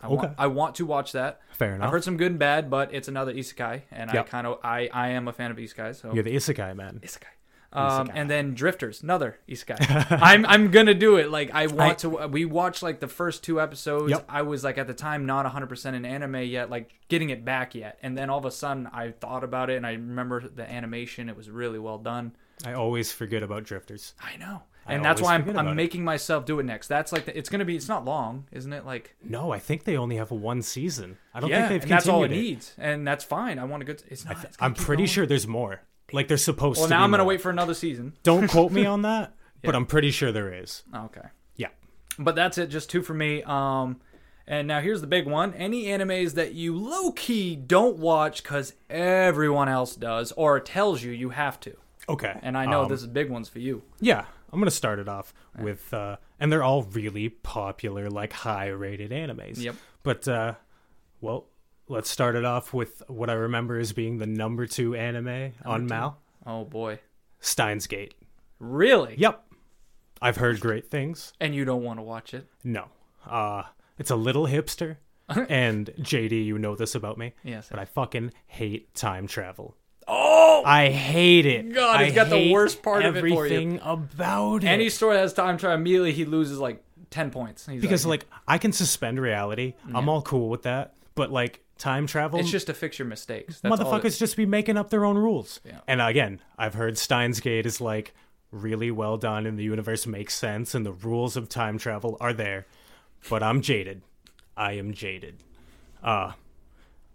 [SPEAKER 1] I
[SPEAKER 2] Okay.
[SPEAKER 1] Want, I want to watch that.
[SPEAKER 2] Fair
[SPEAKER 1] I've
[SPEAKER 2] enough.
[SPEAKER 1] heard some good and bad, but it's another isekai, and I
[SPEAKER 2] Yep.
[SPEAKER 1] kind of I I am a fan of isekai. So
[SPEAKER 2] You're the isekai man.
[SPEAKER 1] isekai. Um, and then drifters, another isekai. I'm I'm gonna do it. Like I want
[SPEAKER 2] I-
[SPEAKER 1] to. uh, We watched like the first two episodes.
[SPEAKER 2] Yep.
[SPEAKER 1] I was like at the time not 100 percent in anime yet, like getting it back yet. And then all of a sudden I thought about it and I remember the animation. It was really well done.
[SPEAKER 2] I always forget about drifters.
[SPEAKER 1] I know,
[SPEAKER 2] I
[SPEAKER 1] and that's
[SPEAKER 2] always
[SPEAKER 1] why I'm
[SPEAKER 2] forget
[SPEAKER 1] I'm
[SPEAKER 2] about it.
[SPEAKER 1] making myself do it next. That's like the, it's gonna be. It's not long, isn't it? Like
[SPEAKER 2] No, I think they only have one season. I don't
[SPEAKER 1] yeah,
[SPEAKER 2] think
[SPEAKER 1] and
[SPEAKER 2] they've
[SPEAKER 1] that's all it
[SPEAKER 2] continued it.
[SPEAKER 1] needs, and that's fine. I want a good. It's not. it's gonna
[SPEAKER 2] I'm
[SPEAKER 1] keep
[SPEAKER 2] pretty
[SPEAKER 1] going.
[SPEAKER 2] sure there's more. Like they're supposed
[SPEAKER 1] Well,
[SPEAKER 2] to.
[SPEAKER 1] now
[SPEAKER 2] be
[SPEAKER 1] I'm gonna
[SPEAKER 2] more.
[SPEAKER 1] wait for another season. Oh,
[SPEAKER 2] Don't quote me on that, but I'm pretty sure there is.
[SPEAKER 1] Okay.
[SPEAKER 2] Yeah.
[SPEAKER 1] but that's it just two for me um and now here's the big one any animes that you low-key don't watch because everyone else does or tells you you have to
[SPEAKER 2] Okay.
[SPEAKER 1] and i know
[SPEAKER 2] Um,
[SPEAKER 1] this is big ones for you
[SPEAKER 2] Yeah, I'm gonna start it off with, uh, and they're all really popular, like high-rated animes.
[SPEAKER 1] Yep.
[SPEAKER 2] But uh, well, let's start it off with what I remember as being the number two anime on Mal,
[SPEAKER 1] oh boy
[SPEAKER 2] Steins Gate.
[SPEAKER 1] really
[SPEAKER 2] Yep. I've heard great things.
[SPEAKER 1] and you don't want to watch it
[SPEAKER 2] No. Uh, it's a little hipster, and JD, you know this about me.
[SPEAKER 1] Yes,
[SPEAKER 2] But I
[SPEAKER 1] yes.
[SPEAKER 2] fucking hate time travel.
[SPEAKER 1] oh
[SPEAKER 2] I hate it.
[SPEAKER 1] God,
[SPEAKER 2] I
[SPEAKER 1] it's got the
[SPEAKER 2] hate
[SPEAKER 1] worst part of it for you.
[SPEAKER 2] Everything about it.
[SPEAKER 1] any story that has time travel immediately he loses like 10 points He's
[SPEAKER 2] because like I can suspend reality. I'm all cool with that. But like time travel,
[SPEAKER 1] it's just to fix your mistakes That's all it-
[SPEAKER 2] motherfuckers just be making up their own rules.
[SPEAKER 1] Yeah.
[SPEAKER 2] And again, I've heard Steins Gate is like really well done, and the universe makes sense, and the rules of time travel are there. But I'm jaded. I am jaded. Uh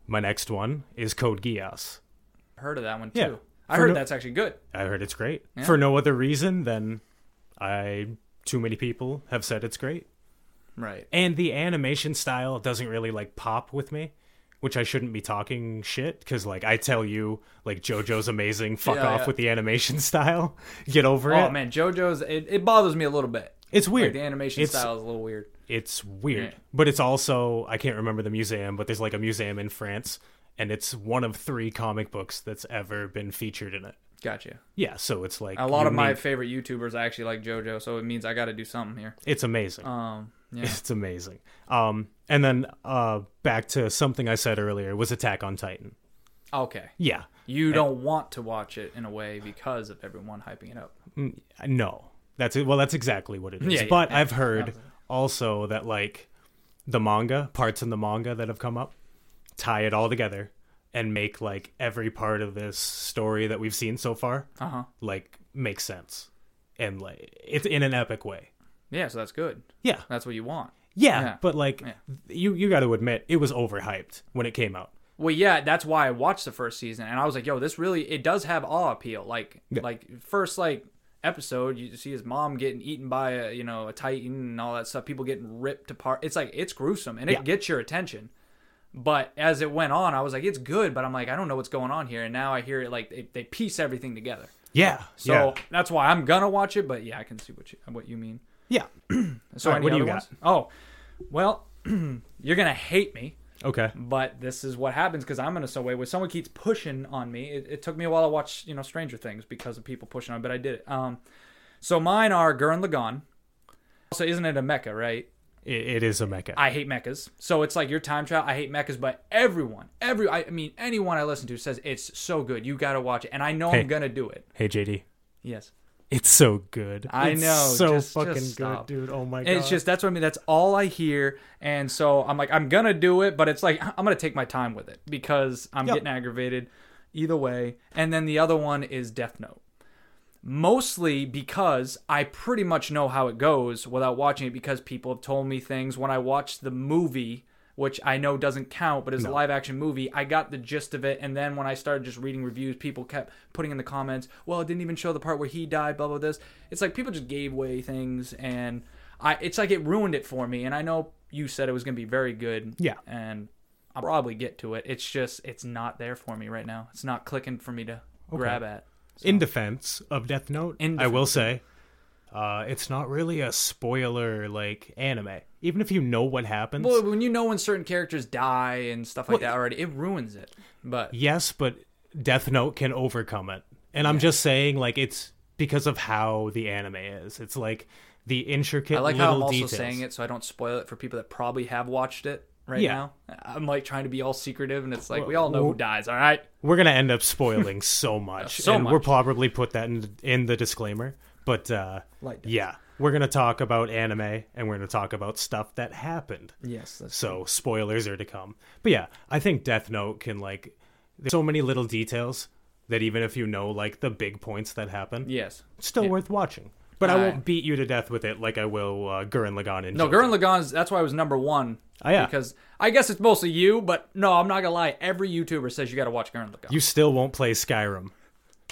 [SPEAKER 2] my next one is Code Geass.
[SPEAKER 1] heard of that one too
[SPEAKER 2] Yeah.
[SPEAKER 1] i
[SPEAKER 2] For
[SPEAKER 1] heard
[SPEAKER 2] no-
[SPEAKER 1] that's actually good
[SPEAKER 2] I heard it's great for no other reason than I too many people have said it's great.
[SPEAKER 1] right
[SPEAKER 2] and the animation style doesn't really like pop with me which i shouldn't be talking shit because like i tell you like jojo's amazing fuck
[SPEAKER 1] Yeah,
[SPEAKER 2] off
[SPEAKER 1] yeah.
[SPEAKER 2] with the animation style get over
[SPEAKER 1] oh
[SPEAKER 2] it
[SPEAKER 1] man jojo's it, it bothers me a little bit
[SPEAKER 2] it's weird
[SPEAKER 1] like the animation
[SPEAKER 2] it's,
[SPEAKER 1] style is a little weird
[SPEAKER 2] it's weird
[SPEAKER 1] Yeah.
[SPEAKER 2] but it's also i can't remember the museum but there's like a museum in france and it's one of three comic books that's ever been featured in it
[SPEAKER 1] gotcha
[SPEAKER 2] yeah so it's like
[SPEAKER 1] A lot of my
[SPEAKER 2] unique.
[SPEAKER 1] favorite YouTubers actually like JoJo, so it means I got to do something here.
[SPEAKER 2] it's amazing
[SPEAKER 1] Um, yeah,
[SPEAKER 2] it's amazing um and then uh back to something i said earlier was attack on titan
[SPEAKER 1] okay.
[SPEAKER 2] yeah
[SPEAKER 1] You don't want to watch it in a way because of everyone hyping it up.
[SPEAKER 2] Mm, No, That's it. Well, that's exactly what it is.
[SPEAKER 1] Yeah, yeah,
[SPEAKER 2] but
[SPEAKER 1] yeah.
[SPEAKER 2] I've heard
[SPEAKER 1] Absolutely.
[SPEAKER 2] also that like the manga parts in the manga that have come up tie it all together and make like every part of this story that we've seen so far
[SPEAKER 1] Uh huh.
[SPEAKER 2] like make sense and like it's in an epic way.
[SPEAKER 1] Yeah, so that's good.
[SPEAKER 2] Yeah.
[SPEAKER 1] That's what you want.
[SPEAKER 2] Yeah,
[SPEAKER 1] Yeah.
[SPEAKER 2] but like
[SPEAKER 1] Yeah.
[SPEAKER 2] you you got to admit it was overhyped when it came out.
[SPEAKER 1] Well, yeah, that's why I watched the first season, and I was like, "Yo, this really it does have awe appeal." Like, like first like episode, you see his mom getting eaten by a you know a titan and all that stuff. People getting ripped apart. It's like it's gruesome and it
[SPEAKER 2] Yeah.
[SPEAKER 1] gets your attention. But as it went on, I was like, "It's good," but I'm like, "I don't know what's going on here." And now I hear it like they, they piece everything together.
[SPEAKER 2] Yeah.
[SPEAKER 1] So
[SPEAKER 2] yeah.
[SPEAKER 1] that's why I'm gonna watch it. But yeah, I can see what you what you mean.
[SPEAKER 2] yeah.
[SPEAKER 1] So
[SPEAKER 2] All right,
[SPEAKER 1] any
[SPEAKER 2] what do you
[SPEAKER 1] other ones? Oh, well, you're gonna hate me
[SPEAKER 2] Okay.
[SPEAKER 1] but this is what happens because I'm in a so way where someone keeps pushing on me. It, it took me a while to watch, you know, Stranger Things because of people pushing on, but I did it. Um, so mine are Gurren Lagann. Also, isn't it a mecha, right?
[SPEAKER 2] It, it is a mecha.
[SPEAKER 1] I hate mechas, so it's like your time travel. I hate mechas, but everyone, every, I mean, anyone I listen to says it's so good. You got to watch it, and I know
[SPEAKER 2] Hey.
[SPEAKER 1] I'm gonna do it.
[SPEAKER 2] hey JD.
[SPEAKER 1] Yes,
[SPEAKER 2] It's so good.
[SPEAKER 1] I
[SPEAKER 2] It's
[SPEAKER 1] know,
[SPEAKER 2] So
[SPEAKER 1] just-
[SPEAKER 2] fucking
[SPEAKER 1] just stop.
[SPEAKER 2] good, dude. Oh my god.
[SPEAKER 1] And it's just that's what I mean. That's all I hear, and so I'm like, I'm gonna do it, but it's like I'm gonna take my time with it because I'm
[SPEAKER 2] Yep.
[SPEAKER 1] getting aggravated either way. And then the other one is Death Note, mostly because I pretty much know how it goes without watching it because people have told me things when I watched the movie. Which I know doesn't count, but it's a live action movie. I got the gist of it, and then when I started just reading reviews, people kept putting in the comments, "Well, it didn't even show the part where he died." Blah blah. This. It's like people just gave away things, and I it's like it ruined it for me. And I know you said it was gonna be very good.
[SPEAKER 2] Yeah.
[SPEAKER 1] And I'll probably get to it. It's just it's not there for me right now. It's not clicking for me to grab at.
[SPEAKER 2] in defense of Death Note,
[SPEAKER 1] In
[SPEAKER 2] I will say, uh, it's not really a spoiler like anime. Even if you know what happens,
[SPEAKER 1] Well, when you know when certain characters die and stuff like that already, it ruins it. But
[SPEAKER 2] yes, but Death Note can overcome it. And I'm just saying, like it's because of how the anime is. It's like the intricate
[SPEAKER 1] I like
[SPEAKER 2] little
[SPEAKER 1] how I'm also
[SPEAKER 2] details.
[SPEAKER 1] saying it so I don't spoil it for people that probably have watched it right
[SPEAKER 2] Yeah.
[SPEAKER 1] now. I'm like trying to be all secretive, and it's like we all know who dies. All right.
[SPEAKER 2] We're gonna end up spoiling so much,
[SPEAKER 1] So
[SPEAKER 2] and we'll
[SPEAKER 1] much.
[SPEAKER 2] probably put that in in the disclaimer. But uh,
[SPEAKER 1] Light does.
[SPEAKER 2] yeah, we're gonna talk about anime, and we're gonna talk about stuff that happened.
[SPEAKER 1] Yes. That's,
[SPEAKER 2] so spoilers are to come but yeah i think death note can like there's so many little details that even if you know like the big points that happen
[SPEAKER 1] yes.
[SPEAKER 2] it's still worth watching but i
[SPEAKER 1] Alright.
[SPEAKER 2] won't beat you to death with it like i will uh, gurren lagann and
[SPEAKER 1] No,
[SPEAKER 2] JoJo.
[SPEAKER 1] Gurren Lagann's. That's why I was number one.
[SPEAKER 2] Oh, yeah.
[SPEAKER 1] Because I guess it's mostly you, but no, I'm not gonna lie. Every YouTuber says you got to watch Gurren Lagann. You,
[SPEAKER 2] you still won't play skyrim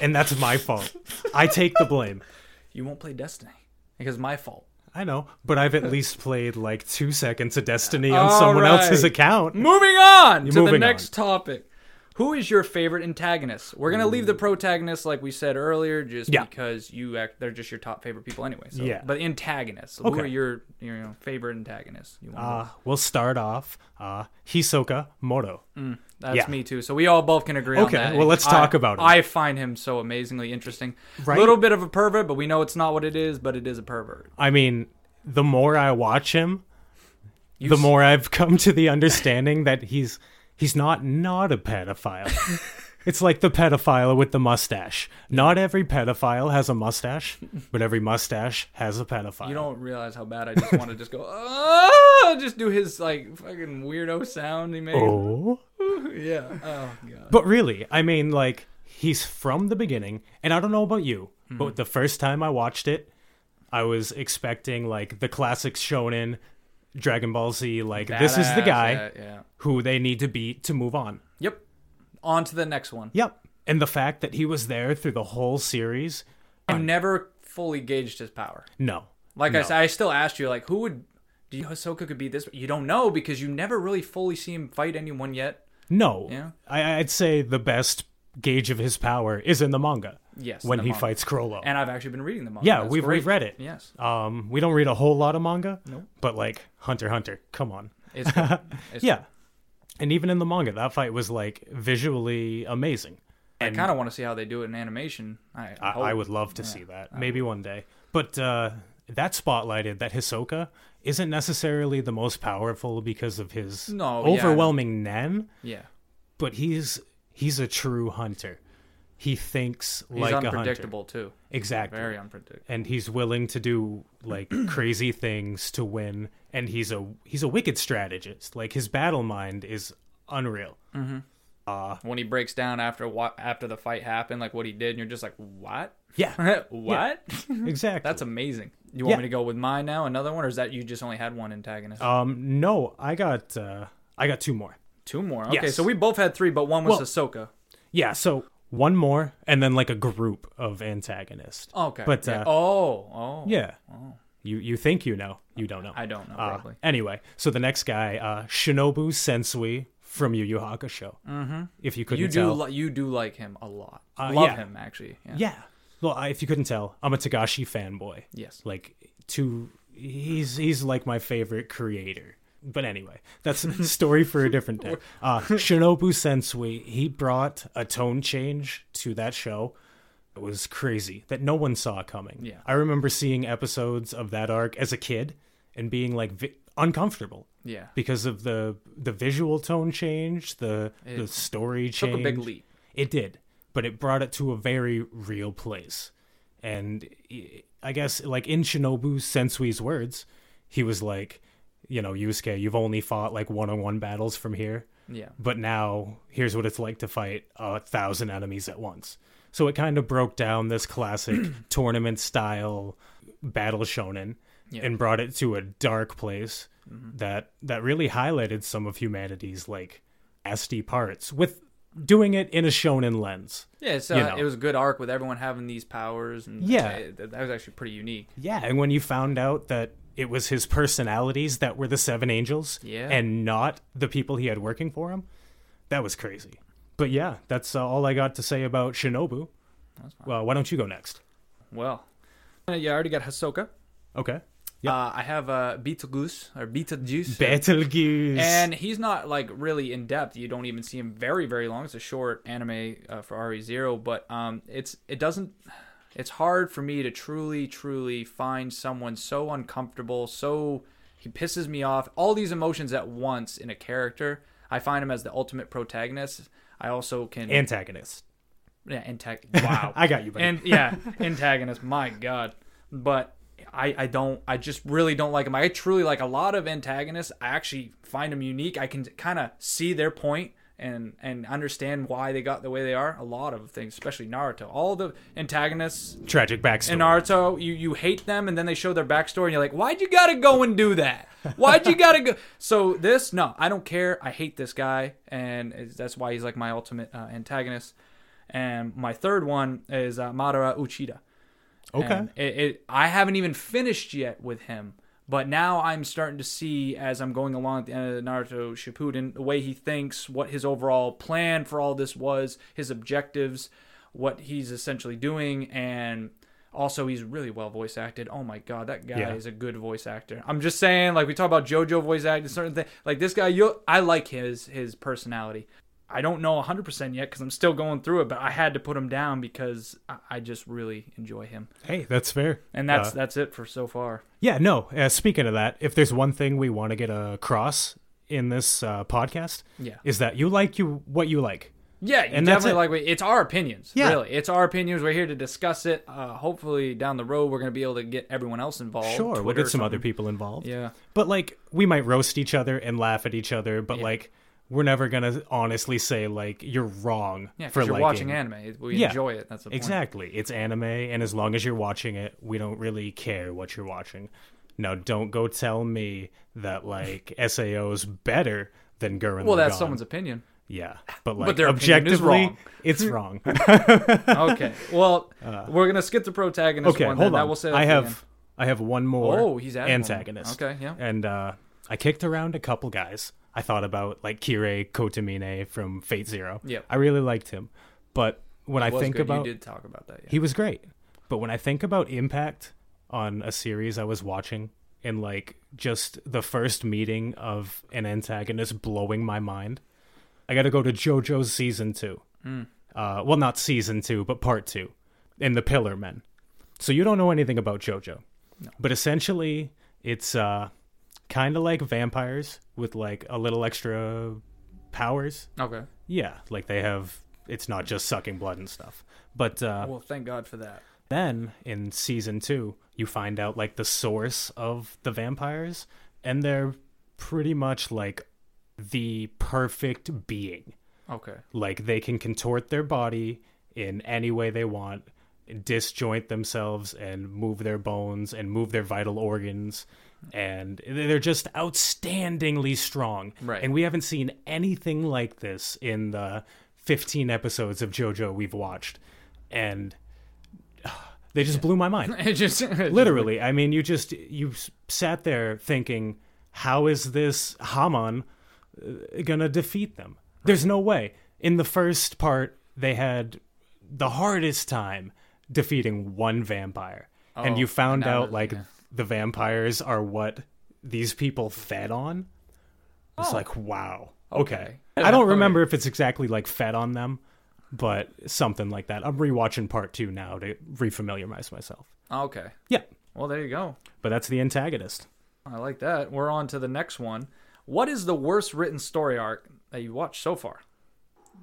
[SPEAKER 2] and that's my fault i take the blame
[SPEAKER 1] won't play Destiny because it's my fault.
[SPEAKER 2] i know but i've at least played like two seconds of destiny on
[SPEAKER 1] All
[SPEAKER 2] someone else's
[SPEAKER 1] right.
[SPEAKER 2] account
[SPEAKER 1] Moving on to the
[SPEAKER 2] moving
[SPEAKER 1] next topic. Who is your favorite antagonist? We're gonna leave the protagonists, like we said earlier, just
[SPEAKER 2] Yeah.
[SPEAKER 1] because you act, they're just your top favorite people anyway. So.
[SPEAKER 2] Yeah.
[SPEAKER 1] But antagonists. Who are your your you know, favorite antagonists? You want
[SPEAKER 2] uh, we'll start off uh, hisoka moro
[SPEAKER 1] That's
[SPEAKER 2] yeah.
[SPEAKER 1] me too. So we all both can agree on
[SPEAKER 2] Okay,
[SPEAKER 1] that.
[SPEAKER 2] well, let's
[SPEAKER 1] I-
[SPEAKER 2] talk about him.
[SPEAKER 1] I find him so amazingly interesting.
[SPEAKER 2] Right?
[SPEAKER 1] little bit of a pervert, but we know it's not what it is, but it is a pervert.
[SPEAKER 2] i mean the more i watch him
[SPEAKER 1] You
[SPEAKER 2] the
[SPEAKER 1] s-
[SPEAKER 2] more I've come to the understanding that he's he's not not a pedophile. it's like the pedophile with the mustache. Not every pedophile has a mustache, but every mustache has a pedophile.
[SPEAKER 1] You don't realize how bad I just want to just go, oh, just do his like fucking weirdo sound he made.
[SPEAKER 2] oh,
[SPEAKER 1] Yeah. Oh god.
[SPEAKER 2] but really, I mean, like he's from the beginning, and I don't know about you,
[SPEAKER 1] Hmm.
[SPEAKER 2] but the first time I watched it, I was expecting like the classics shonen, Dragon Ball Z. Like this is the
[SPEAKER 1] Badass,
[SPEAKER 2] guy
[SPEAKER 1] Yeah, yeah.
[SPEAKER 2] who they need to beat to move on.
[SPEAKER 1] Yep. On to the next one.
[SPEAKER 2] Yep. And the fact that he was there through the whole series,
[SPEAKER 1] I've never fully gauged his power.
[SPEAKER 2] no.
[SPEAKER 1] Like I
[SPEAKER 2] No.
[SPEAKER 1] said, I still asked you, like, who would do you know Ahsoka could be this? You don't know because you never really fully see him fight anyone yet.
[SPEAKER 2] No.
[SPEAKER 1] Yeah.
[SPEAKER 2] I, I'd say the best gauge of his power is in the manga.
[SPEAKER 1] Yes,
[SPEAKER 2] When
[SPEAKER 1] the
[SPEAKER 2] he
[SPEAKER 1] manga.
[SPEAKER 2] fights Krollo.
[SPEAKER 1] And I've actually been reading them. All.
[SPEAKER 2] yeah,
[SPEAKER 1] That's
[SPEAKER 2] we've,
[SPEAKER 1] great.
[SPEAKER 2] we've read it.
[SPEAKER 1] Yes,
[SPEAKER 2] Um, we don't read a whole lot of manga, but like Hunter x Hunter, come on.
[SPEAKER 1] it's good. It's
[SPEAKER 2] Yeah. And even in the manga, that fight was like visually amazing.
[SPEAKER 1] I kind of want to see how they do it in animation. I,
[SPEAKER 2] I,
[SPEAKER 1] hope.
[SPEAKER 2] I would love to see that. Maybe one day. But uh, that spotlighted that Hisoka isn't necessarily the most powerful because of his
[SPEAKER 1] No, yeah, I know.
[SPEAKER 2] overwhelming Nen,
[SPEAKER 1] Yeah.
[SPEAKER 2] but he's he's a true hunter. he thinks
[SPEAKER 1] He's
[SPEAKER 2] like a hunter.
[SPEAKER 1] unpredictable too.
[SPEAKER 2] Exactly.
[SPEAKER 1] Very unpredictable.
[SPEAKER 2] and he's willing to do like crazy things to win and he's a he's a wicked strategist like his battle mind is unreal
[SPEAKER 1] When he breaks down after what after the fight happened, like what he did, and you're just like, what?
[SPEAKER 2] yeah
[SPEAKER 1] what?
[SPEAKER 2] exactly
[SPEAKER 1] That's amazing. You want
[SPEAKER 2] Yeah.
[SPEAKER 1] me to go with mine now, another one, or is that you just only had one antagonist?
[SPEAKER 2] um no i got uh i got two more
[SPEAKER 1] Two more. Okay,
[SPEAKER 2] yes.
[SPEAKER 1] so we both had three, but one was
[SPEAKER 2] Well-
[SPEAKER 1] Ahsoka.
[SPEAKER 2] yeah so one more and then like a group of antagonists
[SPEAKER 1] Okay.
[SPEAKER 2] but
[SPEAKER 1] yeah.
[SPEAKER 2] uh,
[SPEAKER 1] oh, oh,
[SPEAKER 2] yeah you you think you know you don't know
[SPEAKER 1] I don't know.
[SPEAKER 2] Uh,
[SPEAKER 1] Probably.
[SPEAKER 2] anyway so the next guy uh shinobu sensui from yu yu hakusho mm-hmm. if you couldn't
[SPEAKER 1] you do
[SPEAKER 2] tell
[SPEAKER 1] li- you do like him a lot.
[SPEAKER 2] Uh,
[SPEAKER 1] Love
[SPEAKER 2] yeah.
[SPEAKER 1] him actually. Yeah.
[SPEAKER 2] Yeah. Well, I, if you couldn't tell, I'm a Tagashi fanboy.
[SPEAKER 1] Yes.
[SPEAKER 2] Like to he's he's like my favorite creator. But anyway, that's a story for a different day. Uh, Shinobu Sensui, he brought a tone change to that show. It was crazy that no one saw coming.
[SPEAKER 1] Yeah.
[SPEAKER 2] I remember seeing episodes of that arc as a kid and being like vi- uncomfortable
[SPEAKER 1] Yeah.
[SPEAKER 2] because of the the visual tone change, the the story
[SPEAKER 1] took a
[SPEAKER 2] change.
[SPEAKER 1] big leap.
[SPEAKER 2] It did, but it brought it to a very real place. And i- I guess, like in Shinobu Sensui's words, he was like, you know, Yusuke, you've only fought like one-on-one battles from here,
[SPEAKER 1] Yeah.
[SPEAKER 2] but now here's what it's like to fight a thousand enemies at once. So it kind of broke down this classic tournament style battle shonen and brought it to a dark place that that really highlighted some of humanity's like nasty parts with doing it in a shonen lens.
[SPEAKER 1] Yeah, so uh,
[SPEAKER 2] You know.
[SPEAKER 1] it was a good arc with everyone having these powers, and
[SPEAKER 2] Yeah.
[SPEAKER 1] it- that was actually pretty unique.
[SPEAKER 2] Yeah, and when you found out that it was his personalities that were the seven angels
[SPEAKER 1] Yeah.
[SPEAKER 2] and not the people he had working for him, that was crazy. But yeah, that's uh, all I got to say about Shinobu. Well, why don't you go next?
[SPEAKER 1] Well, Uh, yeah, I already got Hasoka.
[SPEAKER 2] Okay.
[SPEAKER 1] Uh, I have uh, Beetlejuice or Beetlejuice,
[SPEAKER 2] Betelgeuse.
[SPEAKER 1] and he's not like really in depth. You don't even see him very very long. It's a short anime uh, for RE Zero, but um, it's it doesn't. It's hard for me to truly truly find someone so uncomfortable, so he pisses me off. All these emotions at once in a character. I find him as the ultimate protagonist. I also can
[SPEAKER 2] antagonist.
[SPEAKER 1] yeah, antag- Wow,
[SPEAKER 2] I got you, buddy.
[SPEAKER 1] and yeah, antagonist. My God, but I I don't I just really don't like him. I truly like a lot of antagonists. I actually find them unique. I can kind of see their point and and understand why they got the way they are. A lot of things, especially Naruto. All the antagonists
[SPEAKER 2] Tragic backstory.
[SPEAKER 1] in Naruto, you you hate them, and then they show their backstory, and you're like, why'd you gotta go and do that? Why'd you gotta go? So this, no, I don't care. I hate this guy, and it's- that's why he's like my ultimate uh, antagonist. And my third one is uh, Madara Uchida.
[SPEAKER 2] okay.
[SPEAKER 1] And It, it, I haven't even finished yet with him, but now I'm starting to see as I'm going along at the end of Naruto Shippuden the way he thinks, what his overall plan for all this was, his objectives, what he's essentially doing, and also he's really well voice acted. Oh my god, that guy
[SPEAKER 2] Yeah.
[SPEAKER 1] is a good voice actor. I'm just saying, like we talk about JoJo voice acting, certain thing. Like this guy, you, I like his his personality. I don't know 100% yet because I'm still going through it, but I had to put him down because I, I just really enjoy him.
[SPEAKER 2] hey, that's fair.
[SPEAKER 1] And that's
[SPEAKER 2] Uh,
[SPEAKER 1] that's it for so far.
[SPEAKER 2] Yeah, no. Uh, speaking of that, if there's one thing we want to get across in this uh, podcast,
[SPEAKER 1] Yeah.
[SPEAKER 2] is that you like you what you like.
[SPEAKER 1] Yeah, you
[SPEAKER 2] and that's
[SPEAKER 1] definitely like
[SPEAKER 2] it.
[SPEAKER 1] we- it's our opinions.
[SPEAKER 2] Yeah.
[SPEAKER 1] Really. It's our opinions. We're here to discuss it. Uh, hopefully down the road we're going to be able to get everyone else involved.
[SPEAKER 2] Sure,
[SPEAKER 1] Twitter
[SPEAKER 2] we'll
[SPEAKER 1] or
[SPEAKER 2] get some other
[SPEAKER 1] something.
[SPEAKER 2] people involved.
[SPEAKER 1] Yeah.
[SPEAKER 2] But like we might roast each other and laugh at each other, but like we're never gonna honestly say like you're wrong
[SPEAKER 1] Yeah,
[SPEAKER 2] for
[SPEAKER 1] cuz you're
[SPEAKER 2] liking-
[SPEAKER 1] watching anime. It- We
[SPEAKER 2] Yeah.
[SPEAKER 1] enjoy it. That's the point.
[SPEAKER 2] Exactly. It's anime, and as long as you're watching it, we don't really care what you're watching. Now, don't go tell me that like SAO's better than Gurren.
[SPEAKER 1] Well, that's
[SPEAKER 2] Lagann.
[SPEAKER 1] someone's opinion.
[SPEAKER 2] Yeah, but like
[SPEAKER 1] their opinion is
[SPEAKER 2] objectively,
[SPEAKER 1] wrong.
[SPEAKER 2] it's wrong.
[SPEAKER 1] Okay. Well, we're going to skip the protagonist
[SPEAKER 2] Uh, okay,
[SPEAKER 1] one.
[SPEAKER 2] hold
[SPEAKER 1] then.
[SPEAKER 2] on.
[SPEAKER 1] That will say that's
[SPEAKER 2] I
[SPEAKER 1] the
[SPEAKER 2] have
[SPEAKER 1] end.
[SPEAKER 2] I have one more.
[SPEAKER 1] Oh, he's added one.
[SPEAKER 2] antagonist.
[SPEAKER 1] Okay, yeah.
[SPEAKER 2] And uh, I kicked around a couple guys. I thought about like Kirei Kotamine from Fate Zero.
[SPEAKER 1] Yep.
[SPEAKER 2] I really liked him, but when I
[SPEAKER 1] Was
[SPEAKER 2] think
[SPEAKER 1] good.
[SPEAKER 2] about
[SPEAKER 1] You did talk about that. Yeah.
[SPEAKER 2] he was great. But when I think about impact on a series I was watching and like just the first meeting of an antagonist blowing my mind, I got to go to JoJo's season two. Uh, well, not season two, but part two, in the Pillar Men. So you don't know anything about JoJo, but essentially it's uh, kind of like vampires with like a little extra powers.
[SPEAKER 1] Okay.
[SPEAKER 2] Yeah, like they have it's not just sucking blood and stuff. But uh,
[SPEAKER 1] Well, thank God for that.
[SPEAKER 2] then in season two, you find out like the source of the vampires, and they're pretty much like the perfect being.
[SPEAKER 1] Okay.
[SPEAKER 2] Like they can contort their body in any way they want, disjoint themselves and move their bones and move their vital organs. And they're just outstandingly strong.
[SPEAKER 1] Right.
[SPEAKER 2] And we haven't seen anything like this in the 15 episodes of JoJo we've watched. And ah, they just blew my mind.
[SPEAKER 1] It just it just-
[SPEAKER 2] Literally. I mean, you just, you s- sat there thinking, how is this Haman uh, gonna defeat them? There's no way. In the first part, they had the hardest time defeating one vampire. and
[SPEAKER 1] Oh,
[SPEAKER 2] you found
[SPEAKER 1] now
[SPEAKER 2] out,
[SPEAKER 1] that-
[SPEAKER 2] like,
[SPEAKER 1] yeah.
[SPEAKER 2] the vampires are what these people fed on. It's
[SPEAKER 1] Oh.
[SPEAKER 2] like, wow. Okay.
[SPEAKER 1] Okay.
[SPEAKER 2] I don't
[SPEAKER 1] Okay.
[SPEAKER 2] remember if it's exactly like fed on them, but something like that. I'm rewatching part two now to refamiliarize myself.
[SPEAKER 1] Okay.
[SPEAKER 2] Yeah.
[SPEAKER 1] Well, there you go.
[SPEAKER 2] But that's the antagonist.
[SPEAKER 1] I like that. We're on to the next one. What is the worst written story arc that you watched so far?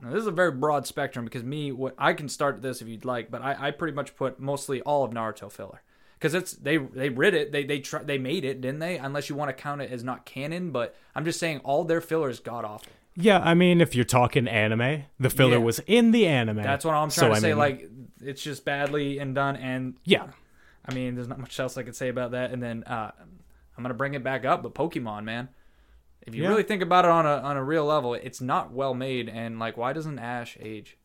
[SPEAKER 1] Now, this is a very broad spectrum because me, what I can start this if you'd like, but I, I pretty much put mostly all of Naruto filler because it's they they writ it they they try, they made it didn't they? Unless you want to count it as not canon, but I'm just saying all their fillers got off.
[SPEAKER 2] Yeah, I mean, if you're talking anime, the filler
[SPEAKER 1] Yeah.
[SPEAKER 2] was in the anime.
[SPEAKER 1] That's what I'm
[SPEAKER 2] So,
[SPEAKER 1] trying to
[SPEAKER 2] I
[SPEAKER 1] say.
[SPEAKER 2] mean,
[SPEAKER 1] like it's just badly and done, and
[SPEAKER 2] yeah,
[SPEAKER 1] I mean, there's not much else I could say about that. And then uh, I'm gonna bring it back up, but Pokemon, man, if you
[SPEAKER 2] Yeah.
[SPEAKER 1] really think about it on a on a real level, it's not well made. And like, why doesn't Ash age?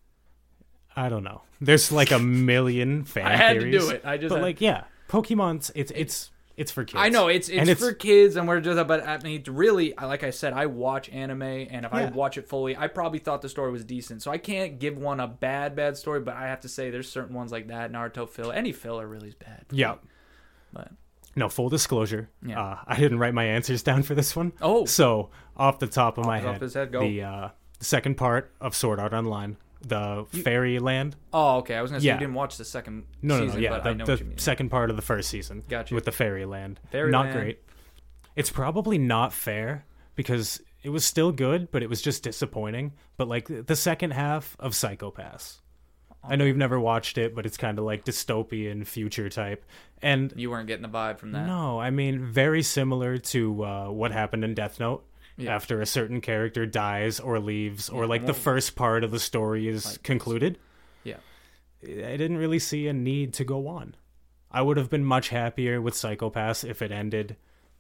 [SPEAKER 2] I don't know. There's like a million fan
[SPEAKER 1] I had to
[SPEAKER 2] theories.
[SPEAKER 1] do it. I just
[SPEAKER 2] but
[SPEAKER 1] had-
[SPEAKER 2] like, yeah, Pokemon's it's it's it's for kids.
[SPEAKER 1] I know it's it's,
[SPEAKER 2] and it's
[SPEAKER 1] for kids, and we're just but I mean, it's really, like I said, I watch anime, and if I
[SPEAKER 2] Yeah.
[SPEAKER 1] watch it fully, I probably thought the story was decent. So I can't give one a bad bad story, but I have to say there's certain ones like that. Naruto filler, any filler really is bad.
[SPEAKER 2] yeah.
[SPEAKER 1] But-
[SPEAKER 2] No, full disclosure.
[SPEAKER 1] Yeah.
[SPEAKER 2] Uh, I didn't write my answers down for this one.
[SPEAKER 1] Oh.
[SPEAKER 2] So, off the top of my
[SPEAKER 1] the
[SPEAKER 2] head,
[SPEAKER 1] top of his head, go.
[SPEAKER 2] the uh, second part of Sword Art Online, the Fairyland.
[SPEAKER 1] Oh, okay. I was gonna say
[SPEAKER 2] Yeah.
[SPEAKER 1] you didn't watch the second
[SPEAKER 2] No,
[SPEAKER 1] season,
[SPEAKER 2] no, no. Yeah,
[SPEAKER 1] but I know
[SPEAKER 2] the,
[SPEAKER 1] what you mean.
[SPEAKER 2] the second part of the first season.
[SPEAKER 1] Gotcha.
[SPEAKER 2] With the fairyland.
[SPEAKER 1] Fairyland.
[SPEAKER 2] Not great. It's probably not fair because it was still good, but it was just disappointing. But like the second half of Psychopaths. I know you've never watched it, but it's kind of like dystopian future type. And
[SPEAKER 1] you weren't getting a vibe from that.
[SPEAKER 2] no, I mean very similar to uh, what happened in Death Note.
[SPEAKER 1] Yeah.
[SPEAKER 2] After a certain character dies or leaves, or like the
[SPEAKER 1] well-
[SPEAKER 2] first part of the story is concluded,
[SPEAKER 1] Yeah.
[SPEAKER 2] I didn't really see a need to go on. I would have been much happier with Psychopaths if it ended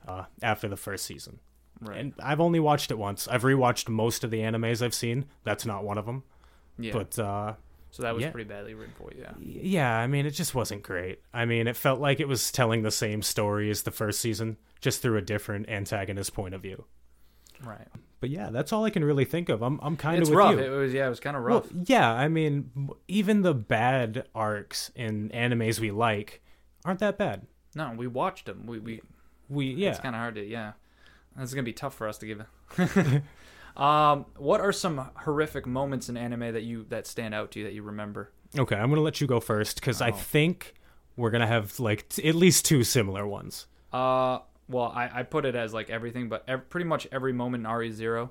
[SPEAKER 2] uh, after the first season.
[SPEAKER 1] Right.
[SPEAKER 2] And I've only watched it once. I've rewatched most of the animes I've seen. That's not one of them.
[SPEAKER 1] Yeah.
[SPEAKER 2] But uh,
[SPEAKER 1] so that was
[SPEAKER 2] yeah.
[SPEAKER 1] pretty badly written for you. Yeah.
[SPEAKER 2] yeah, I mean, it just wasn't great. I mean, it felt like it was telling the same story as the first season, just through a different antagonist point of view.
[SPEAKER 1] Right.
[SPEAKER 2] But yeah, that's all I can really think of. I'm, I'm kind
[SPEAKER 1] It's
[SPEAKER 2] of with
[SPEAKER 1] rough.
[SPEAKER 2] you.
[SPEAKER 1] It was yeah, it was kind of
[SPEAKER 2] Well,
[SPEAKER 1] rough.
[SPEAKER 2] yeah, I mean, m- even the bad arcs in animes we like aren't that bad.
[SPEAKER 1] no, we watched them. We we
[SPEAKER 2] We yeah,
[SPEAKER 1] it's kind of hard to yeah. It's going to be tough for us to give it. um what are some horrific moments in anime that you that stand out to you that you remember?
[SPEAKER 2] okay. I'm gonna let you go first because I think we're gonna have like t- at least two similar ones.
[SPEAKER 1] Uh well, I, I put it as like everything, but ev- pretty much every moment in RE0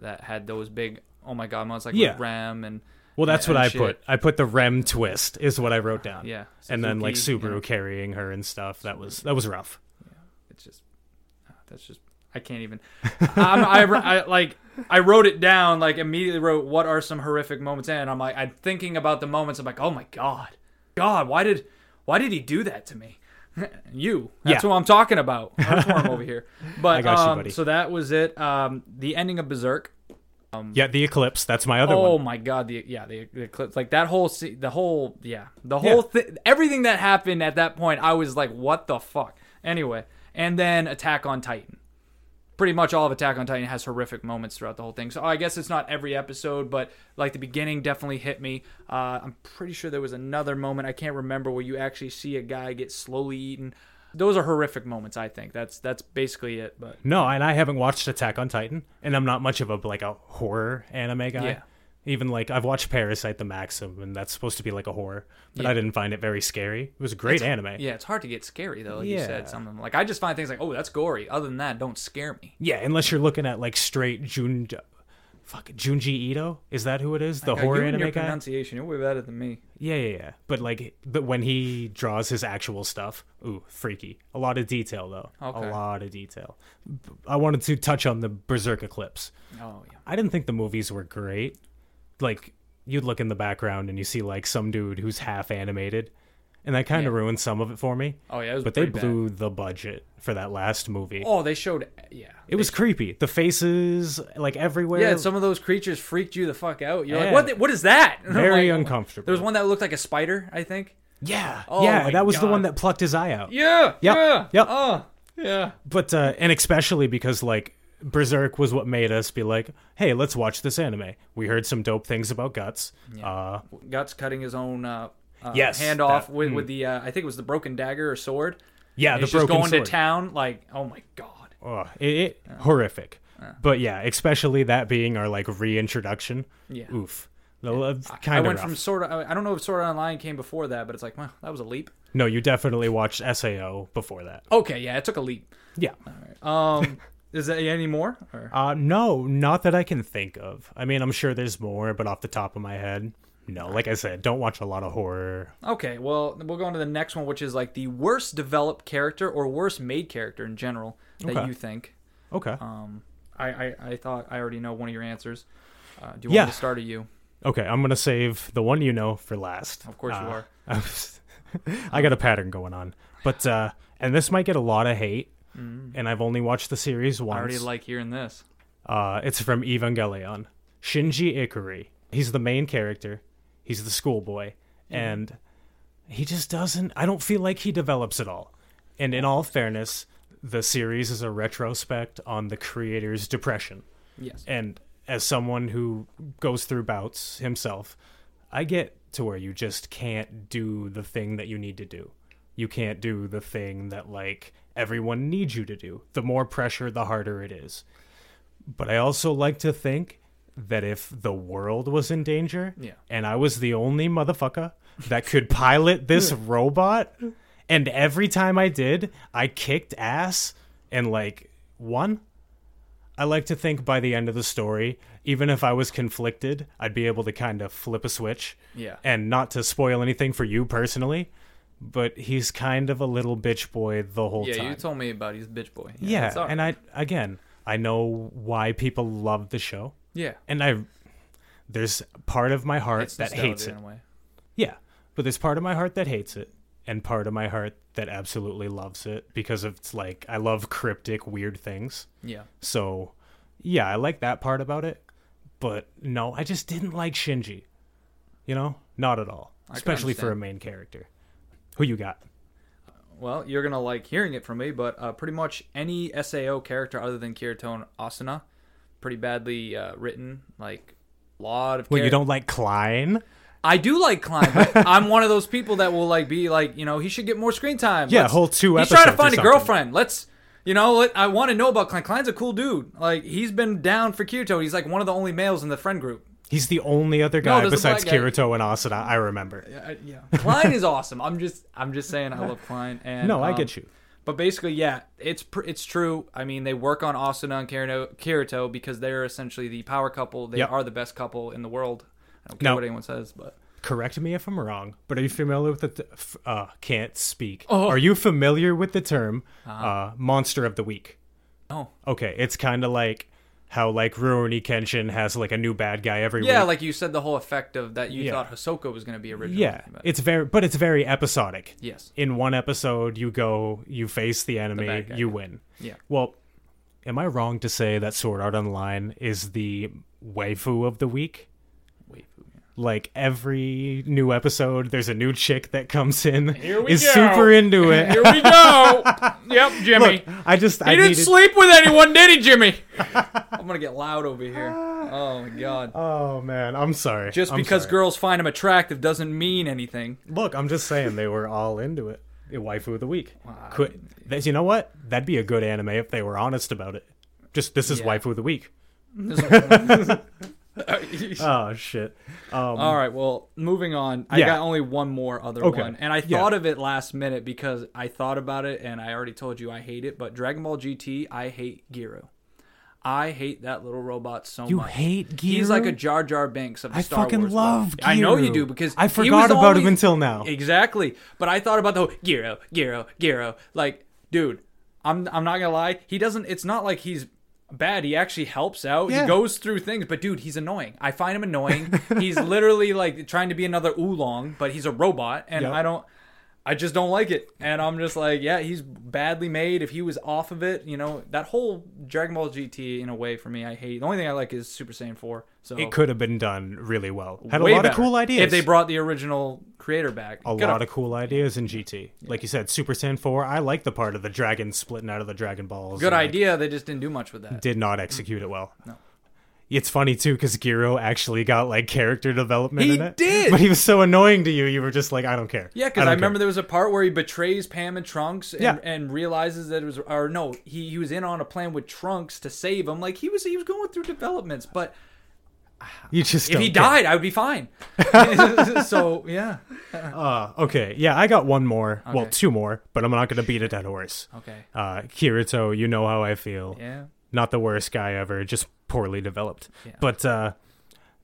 [SPEAKER 1] that had those big oh my god moments like
[SPEAKER 2] Yeah.
[SPEAKER 1] with Ram and
[SPEAKER 2] Well, that's
[SPEAKER 1] and
[SPEAKER 2] what I
[SPEAKER 1] shit.
[SPEAKER 2] put. I put the Rem twist is what I wrote down.
[SPEAKER 1] Yeah.
[SPEAKER 2] and then like
[SPEAKER 1] Suzuki,
[SPEAKER 2] Subaru
[SPEAKER 1] yeah.
[SPEAKER 2] carrying her and stuff. That was that was rough.
[SPEAKER 1] it's just uh, that's just I can't even. I'm, I, I like I wrote it down like immediately wrote what are some horrific moments and I'm like I'm thinking about the moments I'm like oh my god God why did why did he do that to me you that's
[SPEAKER 2] Yeah.
[SPEAKER 1] what I'm talking about Earthworm over here but
[SPEAKER 2] got you,
[SPEAKER 1] um,
[SPEAKER 2] buddy.
[SPEAKER 1] so that was it um the ending of Berserk
[SPEAKER 2] yeah, the eclipse. That's my other
[SPEAKER 1] Um, oh
[SPEAKER 2] one.
[SPEAKER 1] my god the yeah the, the clips like that whole se- the whole yeah the
[SPEAKER 2] Yeah.
[SPEAKER 1] whole thing everything that happened at that point i was like what the fuck anyway and then attack on titan pretty much all of attack on titan has horrific moments throughout the whole thing so i guess it's not every episode but like the beginning definitely hit me uh, i'm pretty sure there was another moment i can't remember where you actually see a guy get slowly eaten those are horrific moments i think that's that's basically it but
[SPEAKER 2] No, and I haven't watched Attack on Titan, and I'm not much of a like a horror anime guy.
[SPEAKER 1] Yeah.
[SPEAKER 2] Even like I've watched Parasite the Maxim, and that's supposed to be like a horror, but I didn't find it very scary. It was a great anime.
[SPEAKER 1] yeah it's hard to get scary though like you
[SPEAKER 2] Yeah.
[SPEAKER 1] said something like i just find things like oh that's gory other than that don't scare me
[SPEAKER 2] Yeah, unless you're looking at like straight Jun fuck Junji Ito. Is that who it is? The
[SPEAKER 1] Now,
[SPEAKER 2] horror
[SPEAKER 1] you and
[SPEAKER 2] anime
[SPEAKER 1] your
[SPEAKER 2] guy.
[SPEAKER 1] pronunciation, you're way better than me.
[SPEAKER 2] Yeah, yeah, yeah. But like, but when he draws his actual stuff, ooh, freaky. A lot of detail though.
[SPEAKER 1] Okay.
[SPEAKER 2] A lot of detail. B- I wanted to touch on the Berserk Eclipse.
[SPEAKER 1] Oh yeah.
[SPEAKER 2] I didn't think the movies were great. Like you'd look in the background and you see like some dude who's half animated, and that kind of
[SPEAKER 1] Yeah.
[SPEAKER 2] ruined some of it for me.
[SPEAKER 1] Oh yeah. It was
[SPEAKER 2] But they
[SPEAKER 1] pretty bad.
[SPEAKER 2] blew the budget for that last movie.
[SPEAKER 1] Oh, they showed. Yeah.
[SPEAKER 2] it was creepy. The faces like everywhere.
[SPEAKER 1] Yeah, and some of those creatures freaked you the fuck out. You're
[SPEAKER 2] Yeah.
[SPEAKER 1] like, what? the- what is that? And I'm
[SPEAKER 2] very
[SPEAKER 1] like,
[SPEAKER 2] uncomfortable.
[SPEAKER 1] There was one that looked like a spider, I think.
[SPEAKER 2] Yeah,
[SPEAKER 1] Oh
[SPEAKER 2] yeah,
[SPEAKER 1] my
[SPEAKER 2] that was the
[SPEAKER 1] God.
[SPEAKER 2] one that plucked his eye out.
[SPEAKER 1] Yeah.
[SPEAKER 2] Yep,
[SPEAKER 1] Yeah.
[SPEAKER 2] yep.
[SPEAKER 1] Oh, yeah.
[SPEAKER 2] But uh, and especially because like Berserk was what made us be like, hey, let's watch this anime. We heard some dope things about guts. Uh,
[SPEAKER 1] Guts cutting his own uh, uh,
[SPEAKER 2] Yes,
[SPEAKER 1] hand off
[SPEAKER 2] that- mm.
[SPEAKER 1] with, with the uh, I think it was the broken dagger or sword.
[SPEAKER 2] yeah,
[SPEAKER 1] And
[SPEAKER 2] the
[SPEAKER 1] he's just
[SPEAKER 2] broken
[SPEAKER 1] going
[SPEAKER 2] sword.
[SPEAKER 1] to town. Like, oh my god.
[SPEAKER 2] Ugh, it, it- horrific. But yeah, especially that being our like reintroduction.
[SPEAKER 1] Yeah.
[SPEAKER 2] Oof. Kind
[SPEAKER 1] I
[SPEAKER 2] of
[SPEAKER 1] went
[SPEAKER 2] rough.
[SPEAKER 1] from sort of. I don't know if Sword Art Online came before that, but it's like, well, that was a leap.
[SPEAKER 2] No, you definitely watched Sao before that.
[SPEAKER 1] Okay, yeah, it took a leap.
[SPEAKER 2] Yeah.
[SPEAKER 1] Um, is there any more? Or?
[SPEAKER 2] Uh, no, not that I can think of. I mean, I'm sure there's more, but off the top of my head, no. Like I said, don't watch a lot of horror.
[SPEAKER 1] Okay, well, we'll go on to the next one, which is like the worst developed character or worst made character in general that
[SPEAKER 2] Okay.
[SPEAKER 1] you think.
[SPEAKER 2] Okay.
[SPEAKER 1] Um, I, I, I thought I already know one of your answers. Uh, do you
[SPEAKER 2] Yeah.
[SPEAKER 1] want me to start or you?
[SPEAKER 2] Okay, I'm gonna save the one you know for last.
[SPEAKER 1] Of course you are.
[SPEAKER 2] I, got a pattern going on, but uh, and this might get a lot of hate, and I've only watched the series
[SPEAKER 1] Mm. I already
[SPEAKER 2] once.
[SPEAKER 1] like hearing this.
[SPEAKER 2] uh, it's from Evangelion. Shinji Ikari. He's the main character. He's the schoolboy, and he just doesn't. I don't feel like he develops at all. And in all fairness, the series is a retrospect on the creator's depression
[SPEAKER 1] Yes.
[SPEAKER 2] and as someone who goes through bouts himself, I get to where you just can't do the thing that you need to do. You can't do the thing that like everyone needs you to do. The more pressure, the harder it is. But I also like to think that if the world was in danger
[SPEAKER 1] Yeah.
[SPEAKER 2] and I was the only motherfucker that could pilot this robot and every time I did, I kicked ass and like won. I like to think by the end of the story, even if I was conflicted, I'd be able to kind of flip a switch.
[SPEAKER 1] Yeah.
[SPEAKER 2] And not to spoil anything for you personally, but he's kind of a little bitch boy the whole
[SPEAKER 1] Yeah,
[SPEAKER 2] time.
[SPEAKER 1] you told me about he's a bitch boy.
[SPEAKER 2] yeah,
[SPEAKER 1] it's all
[SPEAKER 2] and
[SPEAKER 1] right.
[SPEAKER 2] I again, I know why people love the show,
[SPEAKER 1] yeah,
[SPEAKER 2] and I there's part of my heart
[SPEAKER 1] it's
[SPEAKER 2] that
[SPEAKER 1] nostalgia
[SPEAKER 2] hates it.
[SPEAKER 1] in a way.
[SPEAKER 2] Yeah, but there's part of my heart that hates it, and part of my heart that absolutely loves it because of it's like I love cryptic weird things.
[SPEAKER 1] Yeah,
[SPEAKER 2] So, yeah, I like that part about it. But no, I just didn't like Shinji. You know, not at all.
[SPEAKER 1] I can
[SPEAKER 2] Especially for a
[SPEAKER 1] understand.
[SPEAKER 2] main character. Who you got?
[SPEAKER 1] well, you're gonna like hearing it from me, but uh, pretty much any Sao character other than Kirito and Asuna, pretty badly uh, written. Like a lot of.
[SPEAKER 2] Well, you
[SPEAKER 1] character-
[SPEAKER 2] don't like Klein?
[SPEAKER 1] I do like Klein, but I'm one of those people that will like be like, you know, he should get more screen time.
[SPEAKER 2] Yeah, whole two
[SPEAKER 1] He's trying to
[SPEAKER 2] episodes or
[SPEAKER 1] find a
[SPEAKER 2] something.
[SPEAKER 1] girlfriend. Let's, you know, let, I want to know about Klein. Klein's a cool dude. Like he's been down for Kirito. He's like one of the only males in the friend group.
[SPEAKER 2] He's the only other guy
[SPEAKER 1] there's a
[SPEAKER 2] besides
[SPEAKER 1] black guy.
[SPEAKER 2] Kirito and Asuna I remember.
[SPEAKER 1] Yeah, Uh, yeah. Klein is awesome. I'm just, I'm just saying, I love Klein. And
[SPEAKER 2] No, I
[SPEAKER 1] um,
[SPEAKER 2] get you.
[SPEAKER 1] But basically, yeah, it's pr- it's true. I mean, they work on Asuna and Kirito, Kirito because they're essentially the power couple. They
[SPEAKER 2] Yep.
[SPEAKER 1] are the best couple in the world. I don't care
[SPEAKER 2] No.
[SPEAKER 1] what anyone says, but
[SPEAKER 2] Correct me if I'm wrong, but are you familiar with the t- f- uh, can't speak?
[SPEAKER 1] Oh.
[SPEAKER 2] Are you familiar with the term
[SPEAKER 1] Uh-huh.
[SPEAKER 2] uh, monster of the week?
[SPEAKER 1] oh
[SPEAKER 2] Okay, it's kind of like how like Rurouni Kenshin has like a new bad guy every week.
[SPEAKER 1] Yeah, like you said, the whole effect of that you
[SPEAKER 2] Yeah.
[SPEAKER 1] thought Hisoka was going to be original.
[SPEAKER 2] Yeah,
[SPEAKER 1] but-
[SPEAKER 2] it's very, but it's very episodic.
[SPEAKER 1] yes,
[SPEAKER 2] In one episode, you go, you face the enemy,
[SPEAKER 1] bad guy,
[SPEAKER 2] you
[SPEAKER 1] yeah.
[SPEAKER 2] win.
[SPEAKER 1] yeah.
[SPEAKER 2] Well, am I wrong to say that Sword Art Online is the waifu of the week?
[SPEAKER 1] Wait, who- yeah.
[SPEAKER 2] Like every new episode, there's a new chick that comes in,
[SPEAKER 1] Here we
[SPEAKER 2] is
[SPEAKER 1] go.
[SPEAKER 2] super into it.
[SPEAKER 1] Here we go. yep, Jimmy.
[SPEAKER 2] Look, I just, I
[SPEAKER 1] he didn't
[SPEAKER 2] needed,
[SPEAKER 1] sleep with anyone, did he, Jimmy? I'm gonna get loud over here. Oh my god.
[SPEAKER 2] oh man, I'm sorry.
[SPEAKER 1] Just
[SPEAKER 2] I'm
[SPEAKER 1] because
[SPEAKER 2] sorry.
[SPEAKER 1] girls find him attractive doesn't mean anything.
[SPEAKER 2] Look, I'm just saying they were all into it. The waifu of the week.
[SPEAKER 1] Wow.
[SPEAKER 2] Quit. That, you know what? That'd be a good anime if they were honest about it. Just this is
[SPEAKER 1] Yeah.
[SPEAKER 2] waifu of the week. Oh shit. Um,
[SPEAKER 1] All right, well, moving on. I
[SPEAKER 2] Yeah.
[SPEAKER 1] got only one more other
[SPEAKER 2] Okay.
[SPEAKER 1] one, and I
[SPEAKER 2] Yeah.
[SPEAKER 1] thought of it last minute because I thought about it, and I already told you I hate it. But Dragon Ball GT, I hate Giro. I hate that little robot so
[SPEAKER 2] You
[SPEAKER 1] much.
[SPEAKER 2] hate Gear.
[SPEAKER 1] He's like a Jar Jar Binks of the
[SPEAKER 2] I
[SPEAKER 1] Star
[SPEAKER 2] fucking
[SPEAKER 1] Wars
[SPEAKER 2] love.
[SPEAKER 1] world. I know you
[SPEAKER 2] Gearu.
[SPEAKER 1] do because
[SPEAKER 2] I
[SPEAKER 1] he was
[SPEAKER 2] forgot
[SPEAKER 1] the
[SPEAKER 2] about him
[SPEAKER 1] only-
[SPEAKER 2] until now.
[SPEAKER 1] Exactly. But I thought about the whole Giro, Giro, Giro. Like, dude, I'm I'm not gonna lie. He doesn't. It's not like he's bad. He actually helps out.
[SPEAKER 2] Yeah.
[SPEAKER 1] He goes through things. But dude, he's annoying. I find him annoying. he's literally like trying to be another oolong, but he's a robot, and
[SPEAKER 2] Yep.
[SPEAKER 1] I don't. I just don't like it, and I'm just like, yeah, he's badly made. If he was off of it, you know, that whole Dragon Ball GT in a way for me, I hate. The only thing I like is Super Saiyan Four. So
[SPEAKER 2] It could have been done really well. Had a
[SPEAKER 1] way
[SPEAKER 2] lot of
[SPEAKER 1] better.
[SPEAKER 2] cool ideas.
[SPEAKER 1] If they brought the original creator back,
[SPEAKER 2] a lot of cool ideas in GT. Like you said, Super Saiyan 4, I like the part of the dragon splitting out of the Dragon Balls.
[SPEAKER 1] Good
[SPEAKER 2] and, like,
[SPEAKER 1] idea. They just didn't do much with that.
[SPEAKER 2] did not execute it well. No. It's funny too because Giro actually got like character development
[SPEAKER 1] He
[SPEAKER 2] in it.
[SPEAKER 1] did!
[SPEAKER 2] But he was so annoying to you, you were just like, I don't care.
[SPEAKER 1] Yeah, because
[SPEAKER 2] don't
[SPEAKER 1] I, remember
[SPEAKER 2] care.
[SPEAKER 1] there was a part where he betrays Pam and Trunks and,
[SPEAKER 2] Yeah.
[SPEAKER 1] and realizes that it was or no, he, he was in on a plan with Trunks to save him. Like he was he was going through developments, but
[SPEAKER 2] you just
[SPEAKER 1] if
[SPEAKER 2] don't
[SPEAKER 1] he
[SPEAKER 2] care.
[SPEAKER 1] died, I would be fine. so yeah.
[SPEAKER 2] Uh, okay, yeah, I got one more. Well,
[SPEAKER 1] Okay.
[SPEAKER 2] two more, but I'm not gonna beat a dead horse.
[SPEAKER 1] Okay.
[SPEAKER 2] Uh, Kirito, you know how I feel.
[SPEAKER 1] Yeah.
[SPEAKER 2] Not the worst guy ever, just poorly developed.
[SPEAKER 1] Yeah.
[SPEAKER 2] But uh,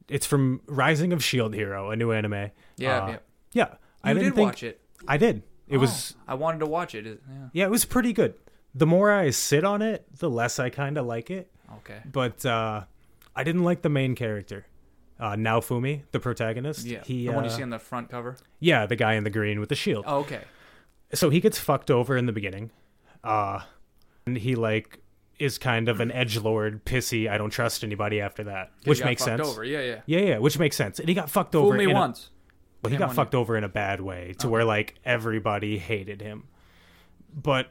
[SPEAKER 2] it's from Rising of Shield E Hero, a new anime.
[SPEAKER 1] Yeah,
[SPEAKER 2] Uh,
[SPEAKER 1] yeah.
[SPEAKER 2] yeah. I
[SPEAKER 1] You
[SPEAKER 2] didn't
[SPEAKER 1] did
[SPEAKER 2] think
[SPEAKER 1] watch it.
[SPEAKER 2] I did. It was
[SPEAKER 1] Oh, I wanted to watch it. It- Yeah.
[SPEAKER 2] yeah, it was pretty good. The more I sit on it, the less I kind of like it.
[SPEAKER 1] Okay.
[SPEAKER 2] But uh, I didn't like the main character, uh, Naofumi, the protagonist.
[SPEAKER 1] Yeah.
[SPEAKER 2] he,
[SPEAKER 1] the one you
[SPEAKER 2] uh,
[SPEAKER 1] see on the front cover.
[SPEAKER 2] yeah, the guy in the green with the shield.
[SPEAKER 1] Oh, okay.
[SPEAKER 2] So he gets fucked over in the beginning, uh, and he like is kind of an edge lord, pissy. I don't trust anybody after that, which
[SPEAKER 1] You got
[SPEAKER 2] makes
[SPEAKER 1] fucked
[SPEAKER 2] sense.
[SPEAKER 1] Over. Yeah, yeah.
[SPEAKER 2] Yeah, yeah, which makes sense. And he got fucked
[SPEAKER 1] Fool
[SPEAKER 2] over
[SPEAKER 1] me
[SPEAKER 2] in a-
[SPEAKER 1] once. Uh-huh.
[SPEAKER 2] but he
[SPEAKER 1] Yeah,
[SPEAKER 2] got
[SPEAKER 1] one-
[SPEAKER 2] fucked over in a bad way to where like everybody hated him. But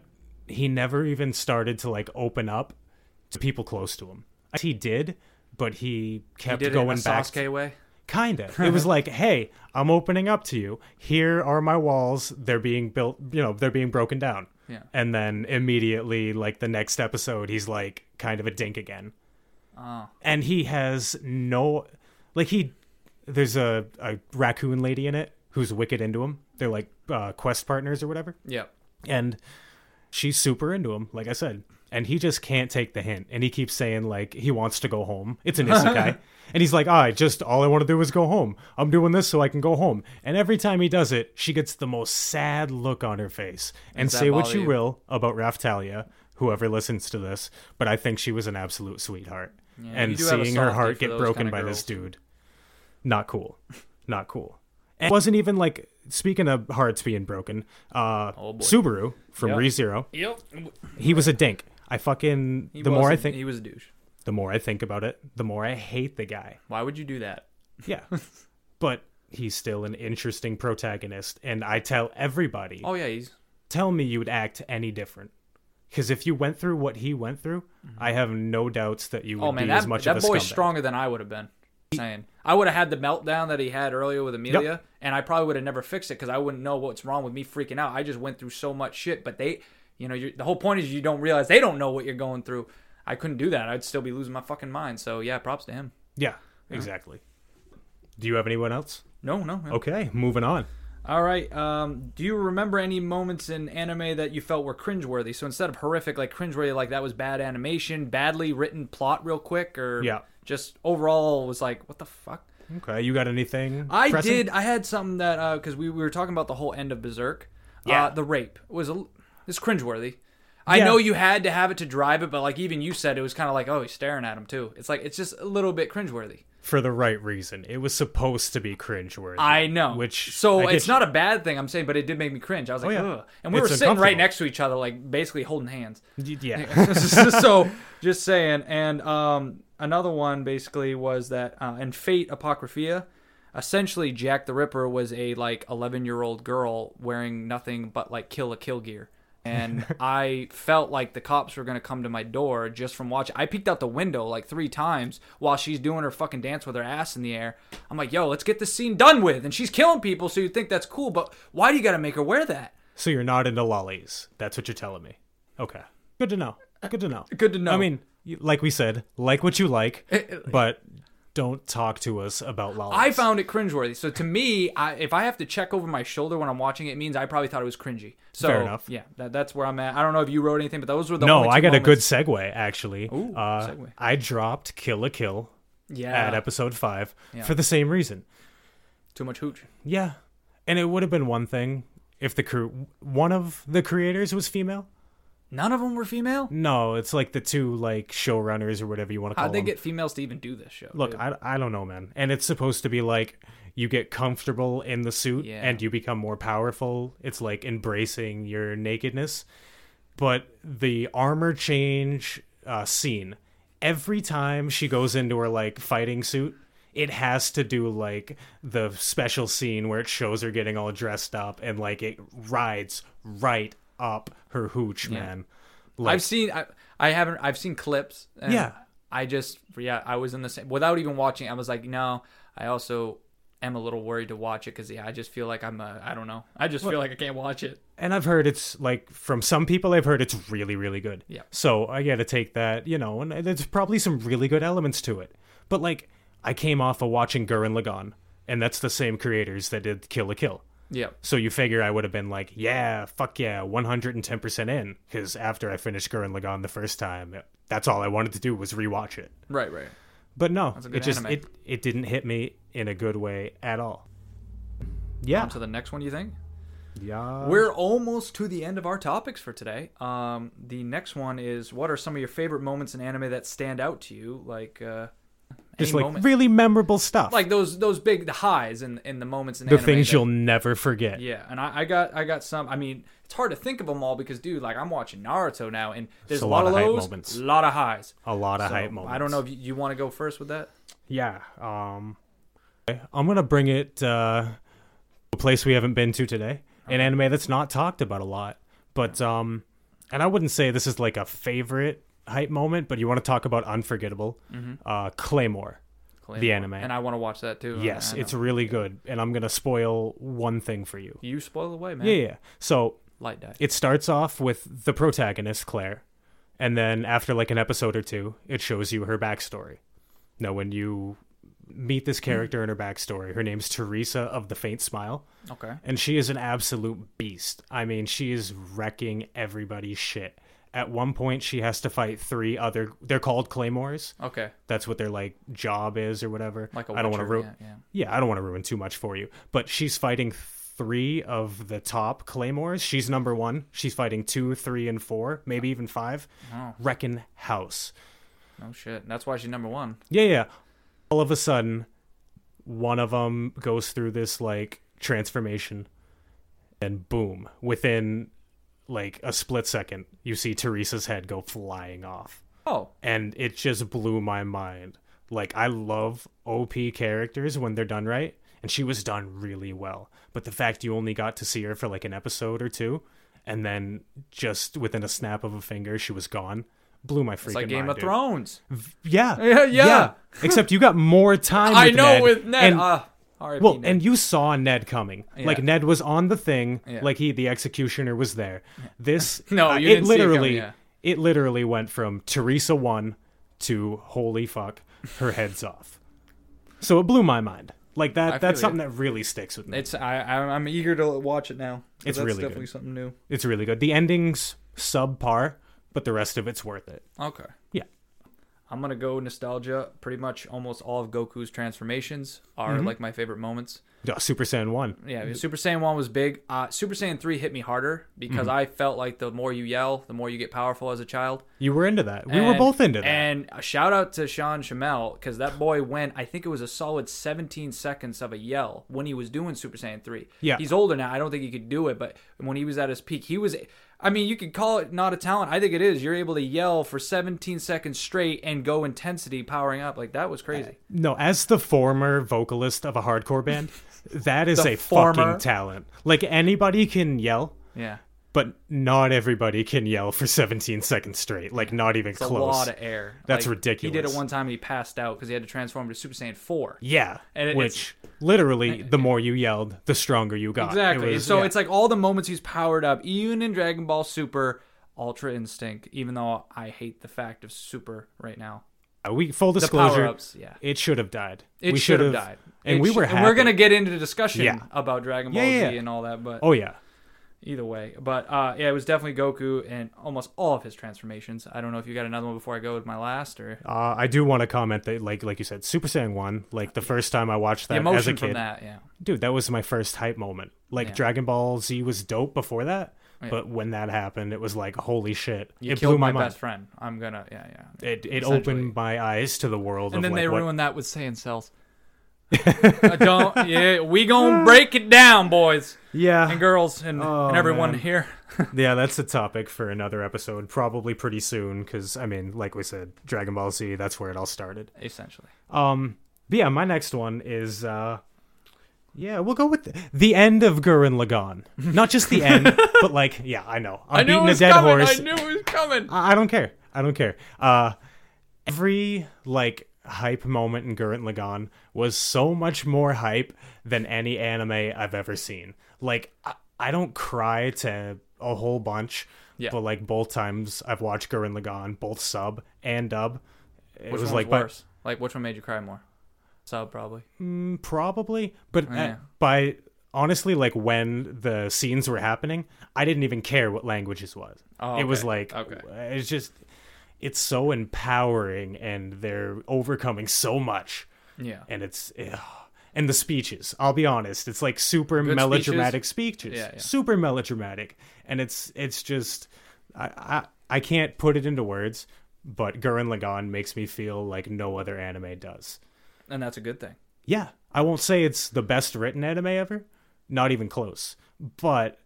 [SPEAKER 2] he never even started to like open up to people close to him. He did, but he
[SPEAKER 1] He
[SPEAKER 2] kept
[SPEAKER 1] did
[SPEAKER 2] going
[SPEAKER 1] it in a
[SPEAKER 2] back.
[SPEAKER 1] Sasuke way.
[SPEAKER 2] Kinda. It was like, hey, I'm opening up to you. Here are my walls. They're being built. You know, they're being broken down.
[SPEAKER 1] Yeah.
[SPEAKER 2] And then immediately, like the next episode, he's like kind of a dink again
[SPEAKER 1] Oh.
[SPEAKER 2] and he has no like he there's a, a raccoon lady in it who's wicked into him they're like uh, quest partners or whatever
[SPEAKER 1] Yeah.
[SPEAKER 2] and she's super into him like i said and he just can't take the hint and he keeps saying like he wants to go home it's an isekai and he's like "Ah, i just all i want to do is go home i'm doing this so i can go home and every time he does it she gets the most sad look on her face and
[SPEAKER 1] that
[SPEAKER 2] say what
[SPEAKER 1] bother
[SPEAKER 2] you
[SPEAKER 1] you?
[SPEAKER 2] will about raftalia whoever listens to this but i think she was an absolute sweetheart
[SPEAKER 1] you
[SPEAKER 2] and
[SPEAKER 1] do have a
[SPEAKER 2] seeing her
[SPEAKER 1] softie
[SPEAKER 2] heart
[SPEAKER 1] for
[SPEAKER 2] get
[SPEAKER 1] those
[SPEAKER 2] broken
[SPEAKER 1] kinda
[SPEAKER 2] by this
[SPEAKER 1] girls.
[SPEAKER 2] dude not cool not cool and it wasn't even like speaking of hearts being broken uh
[SPEAKER 1] Oh, boy.
[SPEAKER 2] subaru from
[SPEAKER 1] Yeah.
[SPEAKER 2] rezero
[SPEAKER 1] Yep.
[SPEAKER 2] he was a dink i fucking
[SPEAKER 1] He
[SPEAKER 2] the more
[SPEAKER 1] was
[SPEAKER 2] I
[SPEAKER 1] a-
[SPEAKER 2] think
[SPEAKER 1] he was a douche.
[SPEAKER 2] the more i think about it the more i hate the guy
[SPEAKER 1] Why would you do that?
[SPEAKER 2] yeah but he's still an interesting protagonist and i tell everybody
[SPEAKER 1] Oh yeah, he's
[SPEAKER 2] tell me you would act any different because if you went through what he went through i have no doubts that you would
[SPEAKER 1] Mm-hmm. Oh man,
[SPEAKER 2] be
[SPEAKER 1] that,
[SPEAKER 2] as much
[SPEAKER 1] that
[SPEAKER 2] of a
[SPEAKER 1] boy's
[SPEAKER 2] scumbag.
[SPEAKER 1] stronger than I would have been. Saying I would have had the meltdown that he had earlier with Amelia, and I probably would have never fixed it because I wouldn't know what's wrong with me freaking out. I just went through so much shit, but they, you know, you the whole point is you don't realize they don't know what you're going through. I couldn't do that. I'd still be losing my fucking mind. So yeah, props to him.
[SPEAKER 2] yeah exactly do you have anyone else
[SPEAKER 1] No, no. no.
[SPEAKER 2] okay moving on
[SPEAKER 1] All right. Um, do you remember any moments in anime that you felt were cringeworthy? So instead of horrific, like cringeworthy, like that was bad animation, badly written plot, real quick, or
[SPEAKER 2] Yeah.
[SPEAKER 1] just overall was like, what the fuck?
[SPEAKER 2] Okay, you got anything?
[SPEAKER 1] I
[SPEAKER 2] pressing?
[SPEAKER 1] did. I had something that because we, we were talking about the whole end of Berserk.
[SPEAKER 2] Yeah.
[SPEAKER 1] Uh, the rape was a, it's cringeworthy. I
[SPEAKER 2] Yeah.
[SPEAKER 1] know you had to have it to drive it, but like even you said, it was kind of like, oh, he's staring at him too. It's like it's just a little bit cringeworthy.
[SPEAKER 2] for the right reason. It was supposed to be cringeworthy.
[SPEAKER 1] I know.
[SPEAKER 2] Which I
[SPEAKER 1] so
[SPEAKER 2] get
[SPEAKER 1] it's
[SPEAKER 2] you. Oh,
[SPEAKER 1] not a bad thing I'm saying, but it did make me cringe. I was like,
[SPEAKER 2] yeah.
[SPEAKER 1] ugh. And we
[SPEAKER 2] It's
[SPEAKER 1] were sitting right
[SPEAKER 2] uncomfortable.
[SPEAKER 1] next to each other, like basically holding hands.
[SPEAKER 2] Y- Yeah.
[SPEAKER 1] so just saying and um, another one basically was that uh, in fate apocrypha essentially jack the ripper was a like 11 year old girl wearing nothing but like kill a kill gear and i felt like the cops were going to come to my door just from watching i peeked out the window like three times while she's doing her fucking dance with her ass in the air i'm like yo let's get this scene done with and she's killing people so you think that's cool but why do you gotta make her wear that
[SPEAKER 2] so you're not into lollies. That's what you're telling me. Okay. Good to know. Good to know.
[SPEAKER 1] Good to know. Eh,
[SPEAKER 2] I mean, you- like we said, like what you like, but don't talk to us about lollies.
[SPEAKER 1] I found it cringeworthy. So to me, I, if I have to check over my shoulder when I'm watching it, it means I probably thought it was cringy. So
[SPEAKER 2] Fair enough.
[SPEAKER 1] yeah, that, that's where I'm at. I don't know if you wrote anything, but those were the
[SPEAKER 2] no,
[SPEAKER 1] only
[SPEAKER 2] I
[SPEAKER 1] two
[SPEAKER 2] got a good
[SPEAKER 1] moments.
[SPEAKER 2] segue actually.
[SPEAKER 1] Ooh,
[SPEAKER 2] uh,
[SPEAKER 1] segue.
[SPEAKER 2] I dropped Kill a Kill
[SPEAKER 1] yeah
[SPEAKER 2] at episode five
[SPEAKER 1] Yeah.
[SPEAKER 2] for the same reason.
[SPEAKER 1] too much hooch.
[SPEAKER 2] Yeah, and it would have been one thing if the crew one of the creators was female.
[SPEAKER 1] None of them were female.
[SPEAKER 2] No, it's like the two like showrunners or whatever you want to call
[SPEAKER 1] How'd they
[SPEAKER 2] them.
[SPEAKER 1] get females to even do this show?
[SPEAKER 2] Look,
[SPEAKER 1] dude?
[SPEAKER 2] I, I don't know, man. And it's supposed to be like you get comfortable in the suit
[SPEAKER 1] Yeah.
[SPEAKER 2] and you become more powerful. It's like embracing your nakedness. But the armor change uh, scene, every time she goes into her like fighting suit, it has to do like the special scene where it shows her getting all dressed up and like it rides right up her hooch, man. Like,
[SPEAKER 1] I've seen I, I haven't I've seen clips. And
[SPEAKER 2] Yeah.
[SPEAKER 1] I just yeah I was in the same without even watching. I was like no. I also am a little worried to watch it because yeah I just feel like I'm a I don't know. I just feel like I can't watch it.
[SPEAKER 2] and I've heard it's like from some people I've heard it's really really good.
[SPEAKER 1] Yeah.
[SPEAKER 2] So I got to take that, you know, and there's probably some really good elements to it. But like I came off of watching Gurren Lagann, and that's the same creators that did Kill a Kill.
[SPEAKER 1] Yeah.
[SPEAKER 2] So you figure I would have been like, yeah, fuck yeah, 110% in cuz after I finished Gurren Lagann the first time, that's all I wanted to do was rewatch it.
[SPEAKER 1] Right. Right.
[SPEAKER 2] But no,
[SPEAKER 1] a good
[SPEAKER 2] it just
[SPEAKER 1] anime.
[SPEAKER 2] it it didn't hit me in a good way at all. Yeah.
[SPEAKER 1] On to the next one. You think?
[SPEAKER 2] Yeah.
[SPEAKER 1] We're almost to the end of our topics for today. Um, the next one is what are some of your favorite moments in anime that stand out to you? Like uh,
[SPEAKER 2] just
[SPEAKER 1] any
[SPEAKER 2] like
[SPEAKER 1] moment,
[SPEAKER 2] really memorable stuff.
[SPEAKER 1] like those those big the highs and in, the moments in
[SPEAKER 2] the
[SPEAKER 1] anime
[SPEAKER 2] things
[SPEAKER 1] that-
[SPEAKER 2] you'll never forget.
[SPEAKER 1] Yeah, and I, I got I got some. I mean, it's hard to think of them all because, dude, like I'm watching Naruto now, and there's
[SPEAKER 2] It's
[SPEAKER 1] a lot, of
[SPEAKER 2] hype
[SPEAKER 1] lows,
[SPEAKER 2] moments.
[SPEAKER 1] a lot of highs.
[SPEAKER 2] A lot of
[SPEAKER 1] So,
[SPEAKER 2] hype moments.
[SPEAKER 1] I don't know if you, you want to go first with that.
[SPEAKER 2] Yeah. Um, okay, I'm gonna bring it uh, to a place we haven't been to today, an anime that's not talked about a lot. But um, and I wouldn't say this is like a favorite hype moment, but you want to talk about unforgettable,
[SPEAKER 1] Mm-hmm.
[SPEAKER 2] uh, Claymore. The anime.
[SPEAKER 1] and I want to watch that too.
[SPEAKER 2] Yes,
[SPEAKER 1] Oh, I- I
[SPEAKER 2] it's
[SPEAKER 1] know.
[SPEAKER 2] really good, and I'm gonna spoil one thing for you.
[SPEAKER 1] you spoil away, man.
[SPEAKER 2] Yeah, yeah. So
[SPEAKER 1] light die.
[SPEAKER 2] it starts off with the protagonist claire and then after like an episode or two it shows you her backstory now when you meet this character and her backstory her name's teresa of the faint smile
[SPEAKER 1] Okay,
[SPEAKER 2] and she is an absolute beast i mean she is wrecking everybody's shit at one point she has to fight three other they're called claymores
[SPEAKER 1] okay,
[SPEAKER 2] that's what their like job is or whatever
[SPEAKER 1] like a
[SPEAKER 2] i don't want to
[SPEAKER 1] Witcher,
[SPEAKER 2] ru-
[SPEAKER 1] yeah, yeah.
[SPEAKER 2] yeah, I don't want to ruin too much for you, but she's fighting three of the top claymores. She's number one. She's fighting two, three, and four, maybe even five.
[SPEAKER 1] Wow.
[SPEAKER 2] Wrecking house.
[SPEAKER 1] No shit. That's why she's number one.
[SPEAKER 2] Yeah, yeah. All of a sudden, one of them goes through this like transformation, and boom! Within like a split second, you see Teresa's head go flying off
[SPEAKER 1] Oh,
[SPEAKER 2] and it just blew my mind. Like I love OP characters when they're done right, and she was done really well. But the fact you only got to see her for like an episode or two, and then just within a snap of a finger, she was gone. Blew my freaking
[SPEAKER 1] it's like Game
[SPEAKER 2] mind,
[SPEAKER 1] of
[SPEAKER 2] dude.
[SPEAKER 1] Thrones.
[SPEAKER 2] Yeah,
[SPEAKER 1] Yeah, yeah.
[SPEAKER 2] Except you got more time.
[SPEAKER 1] I
[SPEAKER 2] with
[SPEAKER 1] know
[SPEAKER 2] Ned,
[SPEAKER 1] with Ned.
[SPEAKER 2] and-
[SPEAKER 1] ah, R.I.P.
[SPEAKER 2] well,
[SPEAKER 1] Ned.
[SPEAKER 2] and you saw Ned coming. Like
[SPEAKER 1] Yeah.
[SPEAKER 2] Ned was on the thing.
[SPEAKER 1] Yeah.
[SPEAKER 2] Like he, the executioner, was there. This
[SPEAKER 1] No,
[SPEAKER 2] uh,
[SPEAKER 1] you
[SPEAKER 2] it
[SPEAKER 1] didn't see it coming,
[SPEAKER 2] literally,
[SPEAKER 1] yeah.
[SPEAKER 2] it literally went from Teresa one to holy fuck, her head's off. So it blew my mind. Like that.
[SPEAKER 1] feel
[SPEAKER 2] that's
[SPEAKER 1] you.
[SPEAKER 2] something that really sticks with me.
[SPEAKER 1] it's I I'm I'm eager to watch it now. 'cause
[SPEAKER 2] It's
[SPEAKER 1] that's
[SPEAKER 2] really
[SPEAKER 1] definitely
[SPEAKER 2] good.
[SPEAKER 1] something new.
[SPEAKER 2] it's really good. The ending's subpar, but the rest of it's worth it.
[SPEAKER 1] Okay.
[SPEAKER 2] Yeah.
[SPEAKER 1] I'm gonna go nostalgia. Pretty much almost all of Goku's transformations are
[SPEAKER 2] Mm-hmm.
[SPEAKER 1] like my favorite moments.
[SPEAKER 2] Uh, Super Saiyan one.
[SPEAKER 1] Yeah, Super Saiyan one was big. Uh, Super Saiyan three hit me harder
[SPEAKER 2] Mm-hmm.
[SPEAKER 1] because I felt like the more you yell, the more you get powerful as a child.
[SPEAKER 2] You were into that. We were
[SPEAKER 1] And-
[SPEAKER 2] both into that.
[SPEAKER 1] And a shout out to Sean Chamel because that boy went. I think it was a solid 17 seconds of a yell when he was doing Super Saiyan three.
[SPEAKER 2] Yeah.
[SPEAKER 1] he's older now. I don't think he could do it, but when he was at his peak, he was. I mean, you could call it not a talent. I think it is. You're able to yell for 17 seconds straight and go intensity, powering up. Like that was crazy.
[SPEAKER 2] No, as the former vocalist of a hardcore band, that is
[SPEAKER 1] The
[SPEAKER 2] a
[SPEAKER 1] former-
[SPEAKER 2] fucking talent. Like anybody can yell,
[SPEAKER 1] Yeah,
[SPEAKER 2] but not everybody can yell for 17 seconds straight. Like not even
[SPEAKER 1] it's
[SPEAKER 2] close.
[SPEAKER 1] a lot of air.
[SPEAKER 2] That's
[SPEAKER 1] He did it
[SPEAKER 2] ridiculous.
[SPEAKER 1] one time and he passed out because he had to transform to Super Saiyan four.
[SPEAKER 2] yeah,
[SPEAKER 1] And it-
[SPEAKER 2] which literally the more you yelled, the stronger you got. It
[SPEAKER 1] Exactly.
[SPEAKER 2] was-
[SPEAKER 1] so
[SPEAKER 2] yeah.
[SPEAKER 1] it's like all the moments he's powered up, even in Dragon Ball Super, Ultra Instinct, even though I hate the fact of Super right now.
[SPEAKER 2] Uh, we full
[SPEAKER 1] The
[SPEAKER 2] disclosure,
[SPEAKER 1] power-ups, yeah.
[SPEAKER 2] it should have died.
[SPEAKER 1] It
[SPEAKER 2] we
[SPEAKER 1] should have
[SPEAKER 2] should've-
[SPEAKER 1] died.
[SPEAKER 2] and
[SPEAKER 1] It
[SPEAKER 2] we
[SPEAKER 1] should-
[SPEAKER 2] were
[SPEAKER 1] we're
[SPEAKER 2] happy.
[SPEAKER 1] gonna get into the discussion
[SPEAKER 2] Yeah.
[SPEAKER 1] about Dragon Ball
[SPEAKER 2] Yeah, yeah,
[SPEAKER 1] Z
[SPEAKER 2] yeah.
[SPEAKER 1] and all that, but
[SPEAKER 2] Oh yeah,
[SPEAKER 1] either way. But uh, yeah, it was definitely Goku and almost all of his transformations. I don't know if you got another one before I go with my last or
[SPEAKER 2] uh, I do want to comment that like like you said, Super Saiyan One. Like the first time I watched
[SPEAKER 1] the
[SPEAKER 2] that as a
[SPEAKER 1] emotion
[SPEAKER 2] kid,
[SPEAKER 1] from that. Yeah,
[SPEAKER 2] dude, that was my first hype moment. Like
[SPEAKER 1] Yeah.
[SPEAKER 2] Dragon Ball Z was dope before that,
[SPEAKER 1] Yeah.
[SPEAKER 2] but when that happened, it was like holy shit!
[SPEAKER 1] you
[SPEAKER 2] it
[SPEAKER 1] killed
[SPEAKER 2] blew my,
[SPEAKER 1] my,
[SPEAKER 2] mind.
[SPEAKER 1] best friend. I'm gonna yeah yeah.
[SPEAKER 2] It it
[SPEAKER 1] essentially.
[SPEAKER 2] opened my eyes to the world.
[SPEAKER 1] and
[SPEAKER 2] of
[SPEAKER 1] then
[SPEAKER 2] like,
[SPEAKER 1] they
[SPEAKER 2] what-
[SPEAKER 1] ruined that with Saiyan cells. I don't. Yeah, we gonna break it down, boys
[SPEAKER 2] Yeah,
[SPEAKER 1] and girls and,
[SPEAKER 2] Oh,
[SPEAKER 1] and everyone
[SPEAKER 2] man.
[SPEAKER 1] here.
[SPEAKER 2] yeah, that's a topic for another episode, probably pretty soon. Because I mean, like we said, Dragon Ball Z, that's where it all started.
[SPEAKER 1] Essentially,
[SPEAKER 2] Um, but yeah, my next one is uh, yeah, we'll go with the, the end of Gurren Lagann. Not just the end, but like, yeah, I know,
[SPEAKER 1] knew it
[SPEAKER 2] I'm beating a
[SPEAKER 1] was
[SPEAKER 2] dead
[SPEAKER 1] coming.
[SPEAKER 2] horse.
[SPEAKER 1] I knew it was coming.
[SPEAKER 2] I I don't care. I don't care. Uh, every like hype moment in Gurren Lagann was so much more hype than any anime I've ever seen. Like I, I don't cry to a whole bunch,
[SPEAKER 1] Yeah.
[SPEAKER 2] but like both times I've watched Gurren Lagann, both sub and dub. It
[SPEAKER 1] Which
[SPEAKER 2] was
[SPEAKER 1] one
[SPEAKER 2] like
[SPEAKER 1] was
[SPEAKER 2] by-
[SPEAKER 1] worse? like which one made you cry more? Sub probably.
[SPEAKER 2] mm, probably, but uh,
[SPEAKER 1] Oh, Yeah.
[SPEAKER 2] by honestly, like when the scenes were happening, I didn't even care what languages was.
[SPEAKER 1] Oh,
[SPEAKER 2] It was
[SPEAKER 1] okay.
[SPEAKER 2] like uh,
[SPEAKER 1] Okay.
[SPEAKER 2] it's just it's so empowering, and they're overcoming so much,
[SPEAKER 1] Yeah.
[SPEAKER 2] and it's. ugh. And the speeches, I'll be honest, it's like super
[SPEAKER 1] Good
[SPEAKER 2] melodramatic speeches,
[SPEAKER 1] Yeah, yeah.
[SPEAKER 2] super melodramatic, and it's it's just I, I I can't put it into words, but Gurren Lagann makes me feel like no other anime does.
[SPEAKER 1] And that's a good thing.
[SPEAKER 2] Yeah, I won't say it's the best written anime ever, not even close. But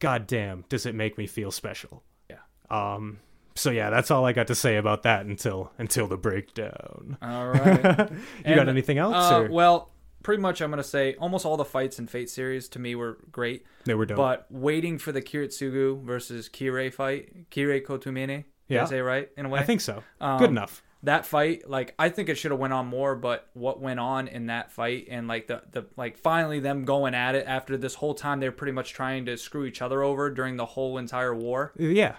[SPEAKER 2] goddamn, does it make me feel special?
[SPEAKER 1] Yeah.
[SPEAKER 2] Um. So yeah, that's all I got to say about that until until the breakdown.
[SPEAKER 1] All right.
[SPEAKER 2] You
[SPEAKER 1] And,
[SPEAKER 2] got anything else?
[SPEAKER 1] Uh,
[SPEAKER 2] or?
[SPEAKER 1] well, pretty much I'm going to say almost all the fights in Fate series to me were great.
[SPEAKER 2] They were dope.
[SPEAKER 1] But waiting for the Kiritsugu versus Kirei fight, Kirei Kotumine, did I
[SPEAKER 2] Yeah.
[SPEAKER 1] say it right in a way?
[SPEAKER 2] I think so.
[SPEAKER 1] um,
[SPEAKER 2] Good enough.
[SPEAKER 1] that fight, like I think it should have went on more, but what went on in that fight and like the, the like finally them going at it after this whole time they're pretty much trying to screw each other over during the whole entire war
[SPEAKER 2] Yeah.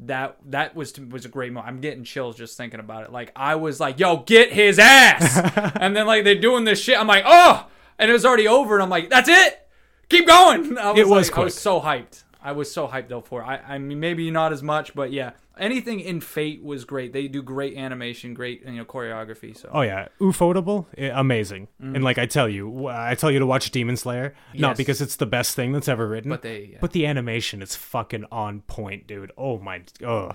[SPEAKER 1] that that was was a great moment. I'm getting chills just thinking about it. Like I was like, "Yo, get his ass!" and then like they're doing this shit. I'm like, "Oh!" And it was already over, and I'm like, "That's it. Keep going." I was like-
[SPEAKER 2] It was
[SPEAKER 1] I was
[SPEAKER 2] quick.
[SPEAKER 1] so hyped. I was so hyped though for. it. I I mean maybe not as much, but yeah, anything in Fate was great. They do great animation, great you know choreography. So
[SPEAKER 2] Oh yeah, Ufotable, i- amazing. And like I tell you, wh- I tell you to watch Demon Slayer,
[SPEAKER 1] Mm. Yes.
[SPEAKER 2] not because it's the best thing that's ever written,
[SPEAKER 1] But they- yeah.
[SPEAKER 2] but the animation is fucking on point, dude. Oh my, oh,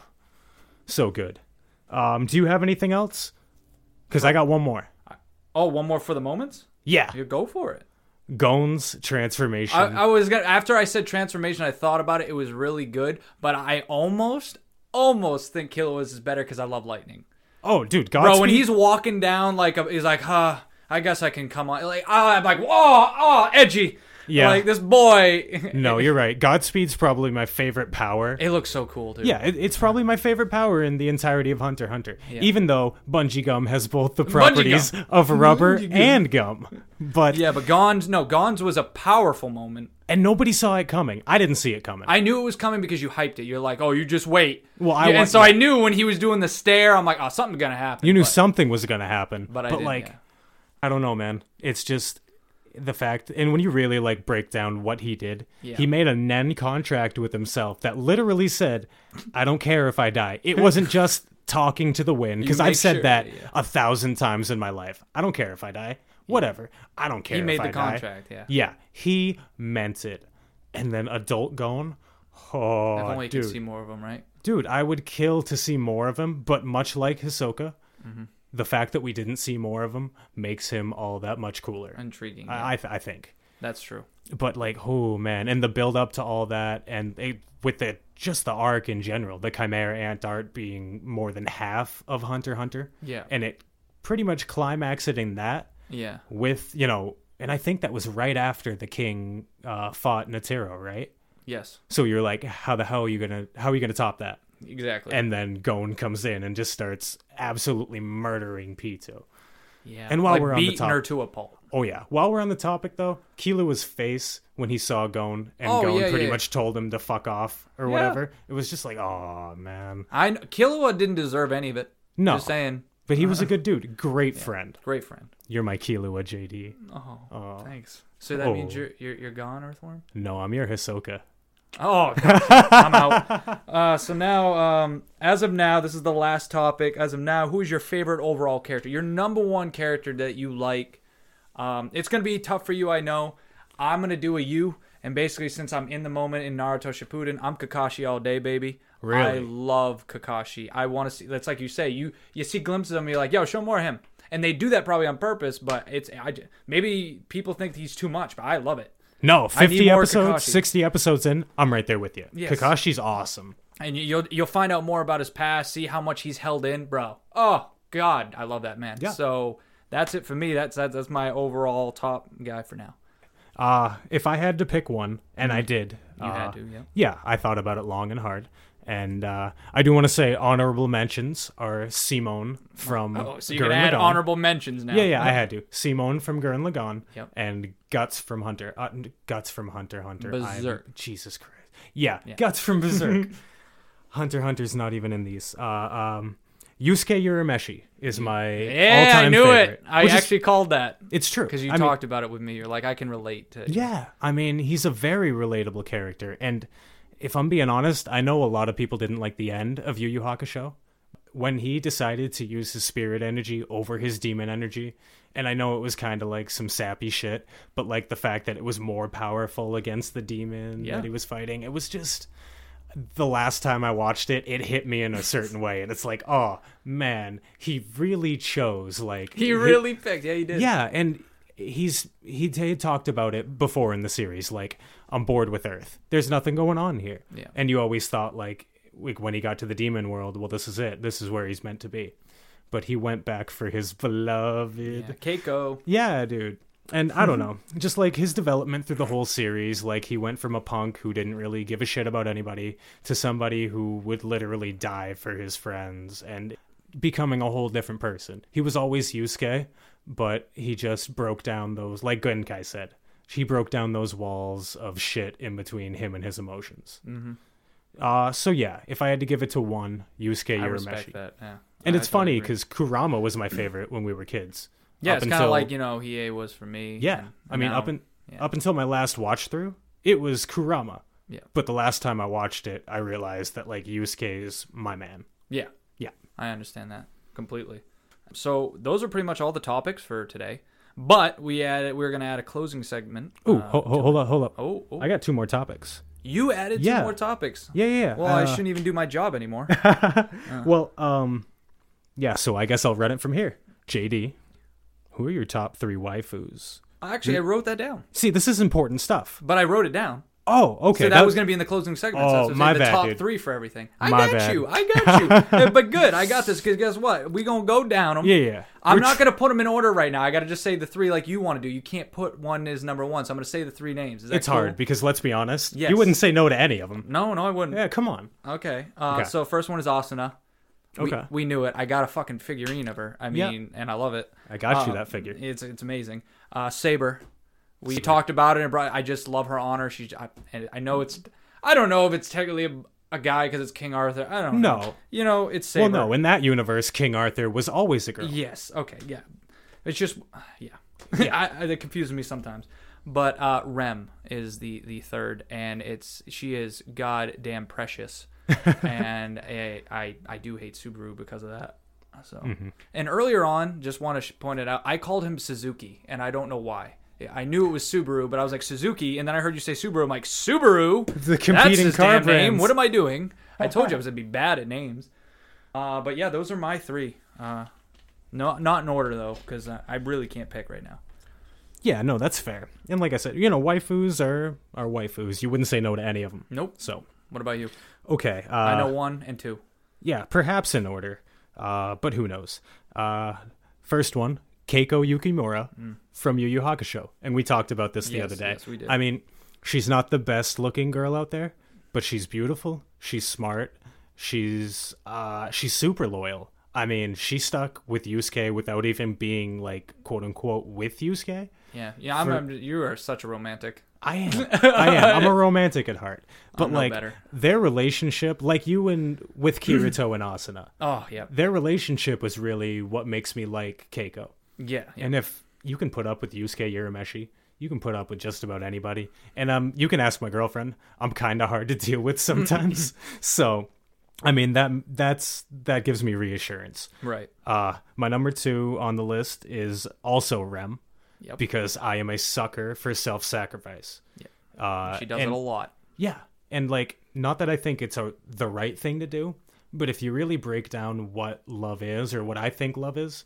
[SPEAKER 2] so good. Um, do you have anything else? Because I got one more.
[SPEAKER 1] oh, one more for the moments.
[SPEAKER 2] Yeah,
[SPEAKER 1] You go for it.
[SPEAKER 2] Gon's transformation.
[SPEAKER 1] I, I was gonna after I said transformation, I thought about it. It was really good, but I almost, almost think Killers is better because I love lightning.
[SPEAKER 2] oh, dude,
[SPEAKER 1] Bro,
[SPEAKER 2] Godspeed.
[SPEAKER 1] when he's walking down, like a, he's like, huh, I guess I can come on. Like, ah, I'm like, oh, oh, edgy.
[SPEAKER 2] Yeah.
[SPEAKER 1] like this boy.
[SPEAKER 2] no, you're right. Godspeed's probably my favorite power.
[SPEAKER 1] it looks so cool, dude.
[SPEAKER 2] yeah, it, it's probably my favorite power in the entirety of Hunter x Hunter. Even though Bungee Gum has both the properties of rubber and gum, but
[SPEAKER 1] yeah, but Gon's no, Gon's was a powerful moment.
[SPEAKER 2] and nobody saw it coming. I didn't see it coming.
[SPEAKER 1] I knew it was coming because you hyped it. You're like, oh, you just wait.
[SPEAKER 2] Well, I
[SPEAKER 1] Yeah, and
[SPEAKER 2] want-
[SPEAKER 1] so I knew when he was doing the stare, I'm like, oh, something's gonna happen.
[SPEAKER 2] you knew
[SPEAKER 1] But
[SPEAKER 2] something was gonna happen,
[SPEAKER 1] But
[SPEAKER 2] but,
[SPEAKER 1] I didn't,
[SPEAKER 2] like,
[SPEAKER 1] yeah.
[SPEAKER 2] I don't know, man. It's just the fact, and when you really like break down what he did,
[SPEAKER 1] Yeah.
[SPEAKER 2] he made a nen contract with himself that literally said, "I don't care if I die." It wasn't just talking to the wind because
[SPEAKER 1] You make
[SPEAKER 2] I've said
[SPEAKER 1] sure-
[SPEAKER 2] that
[SPEAKER 1] yeah.
[SPEAKER 2] a thousand times in my life. I don't care if I die. Whatever. I don't care.
[SPEAKER 1] he made
[SPEAKER 2] if
[SPEAKER 1] the
[SPEAKER 2] I die."
[SPEAKER 1] contract. Yeah,
[SPEAKER 2] Yeah, he meant it. And then adult gone. Oh,
[SPEAKER 1] if only you
[SPEAKER 2] dude
[SPEAKER 1] could see more of him, right?
[SPEAKER 2] dude, I would kill to see more of him. But much like Hisoka,
[SPEAKER 1] Mm-hmm.
[SPEAKER 2] the fact that we didn't see more of him makes him all that much cooler.
[SPEAKER 1] Intriguing. yeah.
[SPEAKER 2] I I, th- I think.
[SPEAKER 1] That's true.
[SPEAKER 2] But like, oh man, and the build up to all that, and it, with the just the arc in general, the Chimera Ant art being more than half of Hunter x Hunter.
[SPEAKER 1] Yeah.
[SPEAKER 2] and it pretty much climaxing that
[SPEAKER 1] Yeah.
[SPEAKER 2] with you know. And I think that was right after the king uh, fought Natero, right?
[SPEAKER 1] Yes.
[SPEAKER 2] So you're like, how the hell are you gonna how are you gonna top that?
[SPEAKER 1] Exactly.
[SPEAKER 2] and then Gon comes in and just starts absolutely murdering Pito.
[SPEAKER 1] yeah.
[SPEAKER 2] and while
[SPEAKER 1] Like
[SPEAKER 2] we're on the
[SPEAKER 1] beating
[SPEAKER 2] top-
[SPEAKER 1] her to a pulp.
[SPEAKER 2] Oh yeah. While we're on the topic though, Kilua's face when he saw Gon and
[SPEAKER 1] Oh,
[SPEAKER 2] Gon
[SPEAKER 1] yeah,
[SPEAKER 2] pretty
[SPEAKER 1] yeah.
[SPEAKER 2] much told him to fuck off or whatever. It was just like, oh man.
[SPEAKER 1] I kn- Killua didn't deserve any of it.
[SPEAKER 2] No.
[SPEAKER 1] Just saying.
[SPEAKER 2] But he was a good dude, great friend.
[SPEAKER 1] Great friend.
[SPEAKER 2] You're my Kilua JD.
[SPEAKER 1] Oh,
[SPEAKER 2] Oh.
[SPEAKER 1] thanks. So that means
[SPEAKER 2] Oh.
[SPEAKER 1] you're, you're you're gone, Earthworm.
[SPEAKER 2] No, I'm your Hisoka.
[SPEAKER 1] Oh, gotcha. I'm out. Uh, so now, um, as of now, this is the last topic. As of now, who is your favorite overall character? Your number one character that you like. Um, it's gonna be tough for you, I know. I'm gonna do a you, and basically, since I'm in the moment in Naruto Shippuden, I'm Kakashi all day, baby.
[SPEAKER 2] Really?
[SPEAKER 1] I love Kakashi. I want to see. That's like you say. You you see glimpses of him. You're like, yo, show more of him. And they do that probably on purpose, but it's I, j- maybe people think he's too much, but I love it.
[SPEAKER 2] No,
[SPEAKER 1] I need
[SPEAKER 2] 50
[SPEAKER 1] more
[SPEAKER 2] episodes,
[SPEAKER 1] Kakashi.
[SPEAKER 2] 60 episodes in, I'm right there with you.
[SPEAKER 1] Yes.
[SPEAKER 2] Kakashi's awesome.
[SPEAKER 1] and you- you'll you'll find out more about his past, see how much he's held in, bro. Oh God, I love that man.
[SPEAKER 2] Yeah.
[SPEAKER 1] So that's it for me. That's that's, that's my overall top guy for now.
[SPEAKER 2] Uh, if I had to pick one, and I did.
[SPEAKER 1] Mm. You
[SPEAKER 2] uh,
[SPEAKER 1] had to, yeah.
[SPEAKER 2] Yeah, I thought about it long and hard. And uh, I do want to say honorable mentions are Simone from
[SPEAKER 1] Oh, so you
[SPEAKER 2] Gurren
[SPEAKER 1] can add
[SPEAKER 2] Lagann.
[SPEAKER 1] honorable mentions now.
[SPEAKER 2] Yeah, yeah, I had to. Simone from Gurren Lagann
[SPEAKER 1] Yep.
[SPEAKER 2] and Guts from Hunter. Uh, n- Guts from Hunter x Hunter. I'm-
[SPEAKER 1] Berserk.
[SPEAKER 2] Jesus Christ. Yeah, Guts from Berserk. Hunter x Hunter's not even in these. Uh, um, Yusuke Urameshi is my
[SPEAKER 1] Yeah,
[SPEAKER 2] all-time
[SPEAKER 1] I knew
[SPEAKER 2] favorite.
[SPEAKER 1] it. I
[SPEAKER 2] which is-
[SPEAKER 1] actually called that
[SPEAKER 2] it's true
[SPEAKER 1] because you
[SPEAKER 2] I mean,
[SPEAKER 1] talked about it with me. You're like, I can relate to.
[SPEAKER 2] yeah, I mean, he's a very relatable character. And if I'm being honest, I know a lot of people didn't like the end of Yu Yu Hakusho when he decided to use his spirit energy over his demon energy. And I know it was kind of like some sappy shit, but like the fact that it was more powerful against the demon
[SPEAKER 1] Yeah.
[SPEAKER 2] that he was fighting, it was just the last time I watched it, it hit me in a certain way. And it's like, oh man, he really chose like
[SPEAKER 1] He really picked. Yeah, he did.
[SPEAKER 2] yeah, and he's he, he talked about it before in the series. Like, I'm bored with Earth. There's nothing going on here.
[SPEAKER 1] Yeah.
[SPEAKER 2] And you always thought like, like when he got to the demon world, well, this is it. This is where he's meant to be. But he went back for his beloved.
[SPEAKER 1] Yeah, Keiko.
[SPEAKER 2] Yeah, dude. And I don't know, just like his development through the whole series, like he went from a punk who didn't really give a shit about anybody to somebody who would literally die for his friends and becoming a whole different person. He was always Yusuke, but he just broke down those, like Genkai said, he broke down those walls of shit in between him and his emotions. Mm-hmm. Uh, so yeah, if I had to give it to one, Yusuke
[SPEAKER 1] I
[SPEAKER 2] Urameshi.
[SPEAKER 1] respect that. Yeah.
[SPEAKER 2] And
[SPEAKER 1] I
[SPEAKER 2] it's
[SPEAKER 1] totally
[SPEAKER 2] funny
[SPEAKER 1] agree.
[SPEAKER 2] because Kurama was my favorite when we were kids.
[SPEAKER 1] yeah,
[SPEAKER 2] Up
[SPEAKER 1] it's kind of
[SPEAKER 2] until-
[SPEAKER 1] like you know, Hiei was for me.
[SPEAKER 2] yeah,
[SPEAKER 1] and-
[SPEAKER 2] I mean,
[SPEAKER 1] and
[SPEAKER 2] up
[SPEAKER 1] now-
[SPEAKER 2] in,
[SPEAKER 1] yeah.
[SPEAKER 2] up until my last watch through, it was Kurama.
[SPEAKER 1] Yeah.
[SPEAKER 2] But the last time I watched it, I realized that like Yusuke is my man.
[SPEAKER 1] Yeah.
[SPEAKER 2] Yeah.
[SPEAKER 1] I understand that completely. So those are pretty much all the topics for today. But we added we are gonna add a closing segment.
[SPEAKER 2] Ooh,
[SPEAKER 1] Uh,
[SPEAKER 2] ho- ho- hold up, hold up.
[SPEAKER 1] oh, oh.
[SPEAKER 2] I got two more topics.
[SPEAKER 1] you added
[SPEAKER 2] Yeah.
[SPEAKER 1] some more topics.
[SPEAKER 2] Yeah, yeah. yeah.
[SPEAKER 1] Well, I
[SPEAKER 2] Uh,
[SPEAKER 1] shouldn't even do my job anymore.
[SPEAKER 2] Well, um, yeah. So I guess I'll run it from here. JD, who are your top three waifus?
[SPEAKER 1] Actually, I wrote that down,
[SPEAKER 2] See, this is important stuff.
[SPEAKER 1] but I wrote it down.
[SPEAKER 2] Oh,
[SPEAKER 1] So
[SPEAKER 2] okay.
[SPEAKER 1] that,
[SPEAKER 2] that-
[SPEAKER 1] was going to be in the closing segment. so
[SPEAKER 2] Oh,
[SPEAKER 1] I was gonna
[SPEAKER 2] my
[SPEAKER 1] say
[SPEAKER 2] bad,
[SPEAKER 1] The top
[SPEAKER 2] dude.
[SPEAKER 1] three for everything. I
[SPEAKER 2] My
[SPEAKER 1] got
[SPEAKER 2] bad.
[SPEAKER 1] you. I got you. Yeah, but good, I got this because guess what? We gonna go down them.
[SPEAKER 2] Yeah, yeah.
[SPEAKER 1] I'm
[SPEAKER 2] We're
[SPEAKER 1] not
[SPEAKER 2] tr-
[SPEAKER 1] gonna put them in order right now. I gotta just say the three like you want to do. You can't put one as number one. So I'm gonna say the three names. Is that
[SPEAKER 2] It's
[SPEAKER 1] cool?
[SPEAKER 2] hard because let's be honest,
[SPEAKER 1] Yes.
[SPEAKER 2] you wouldn't say no to any of them.
[SPEAKER 1] No, no, I wouldn't.
[SPEAKER 2] Yeah, come on.
[SPEAKER 1] Okay. Uh,
[SPEAKER 2] Okay.
[SPEAKER 1] So first one is Asuna. We,
[SPEAKER 2] Okay.
[SPEAKER 1] we knew it. I got a fucking figurine of her. I
[SPEAKER 2] Yeah.
[SPEAKER 1] mean, and I love it.
[SPEAKER 2] I got you
[SPEAKER 1] Uh,
[SPEAKER 2] that figure.
[SPEAKER 1] It's it's amazing. Uh, Saber. We talked about it, and brought, I just love her honor. She. I, and I know it's. I don't know if it's technically a, a guy because it's King Arthur. I don't. know.
[SPEAKER 2] No.
[SPEAKER 1] You know, it's Saber.
[SPEAKER 2] Well, no, in that universe, King Arthur was always a girl.
[SPEAKER 1] Yes. Okay. Yeah. It's just. Yeah. yeah. I, I, that confuses me sometimes. But uh, Rem is the the third, and it's she is goddamn precious, and I, I I do hate Subaru because of that. So,
[SPEAKER 2] Mm-hmm.
[SPEAKER 1] and earlier on, just want to sh- point it out, I called him Suzuki, and I don't know why. I knew it was Subaru, but I was like Suzuki, and then I heard you say Subaru. I'm like Subaru.
[SPEAKER 2] The competing
[SPEAKER 1] That's his
[SPEAKER 2] car
[SPEAKER 1] damn name.
[SPEAKER 2] brands.
[SPEAKER 1] What am I doing? I told you I was gonna be bad at names. Uh, but yeah, those are my three. Uh, no, not in order though, because uh, I really can't pick right now.
[SPEAKER 2] Yeah, no, that's fair. And like I said, you know, waifus are are waifus. You wouldn't say no to any of them.
[SPEAKER 1] Nope.
[SPEAKER 2] So
[SPEAKER 1] What about you?
[SPEAKER 2] okay, uh,
[SPEAKER 1] I know one and two.
[SPEAKER 2] Yeah, perhaps in order, uh, but who knows? Uh, first one, Keiko Yukimura from Yu Yu Hakusho, and we talked about this the
[SPEAKER 1] Hmm. Yes,
[SPEAKER 2] other day.
[SPEAKER 1] yes, we did.
[SPEAKER 2] I mean, she's not the best looking girl out there, but she's beautiful. She's smart. She's uh, she's super loyal. I mean, she stuck with Yusuke without even being like quote unquote with Yusuke.
[SPEAKER 1] Yeah, yeah. I'm,
[SPEAKER 2] For-
[SPEAKER 1] I'm- you are such a romantic.
[SPEAKER 2] I am. I am. I'm a romantic at heart. But
[SPEAKER 1] know
[SPEAKER 2] like
[SPEAKER 1] better.
[SPEAKER 2] their relationship, like you and with Kirito and Asuna,
[SPEAKER 1] Oh yeah,
[SPEAKER 2] their relationship was really what makes me like Keiko.
[SPEAKER 1] yeah, yeah.
[SPEAKER 2] And if you can put up with Yusuke Urameshi, you can put up with just about anybody. And um, you can ask my girlfriend. I'm kind of hard to deal with sometimes. so, I mean that that's that gives me reassurance.
[SPEAKER 1] right.
[SPEAKER 2] Uh, my number two on the list is also Rem,
[SPEAKER 1] Yep.
[SPEAKER 2] because I am a sucker for self-sacrifice. Uh,
[SPEAKER 1] She does
[SPEAKER 2] and-
[SPEAKER 1] it a lot.
[SPEAKER 2] yeah, and like, not that I think it's a, the right thing to do, but if you really break down what love is or what I think love is,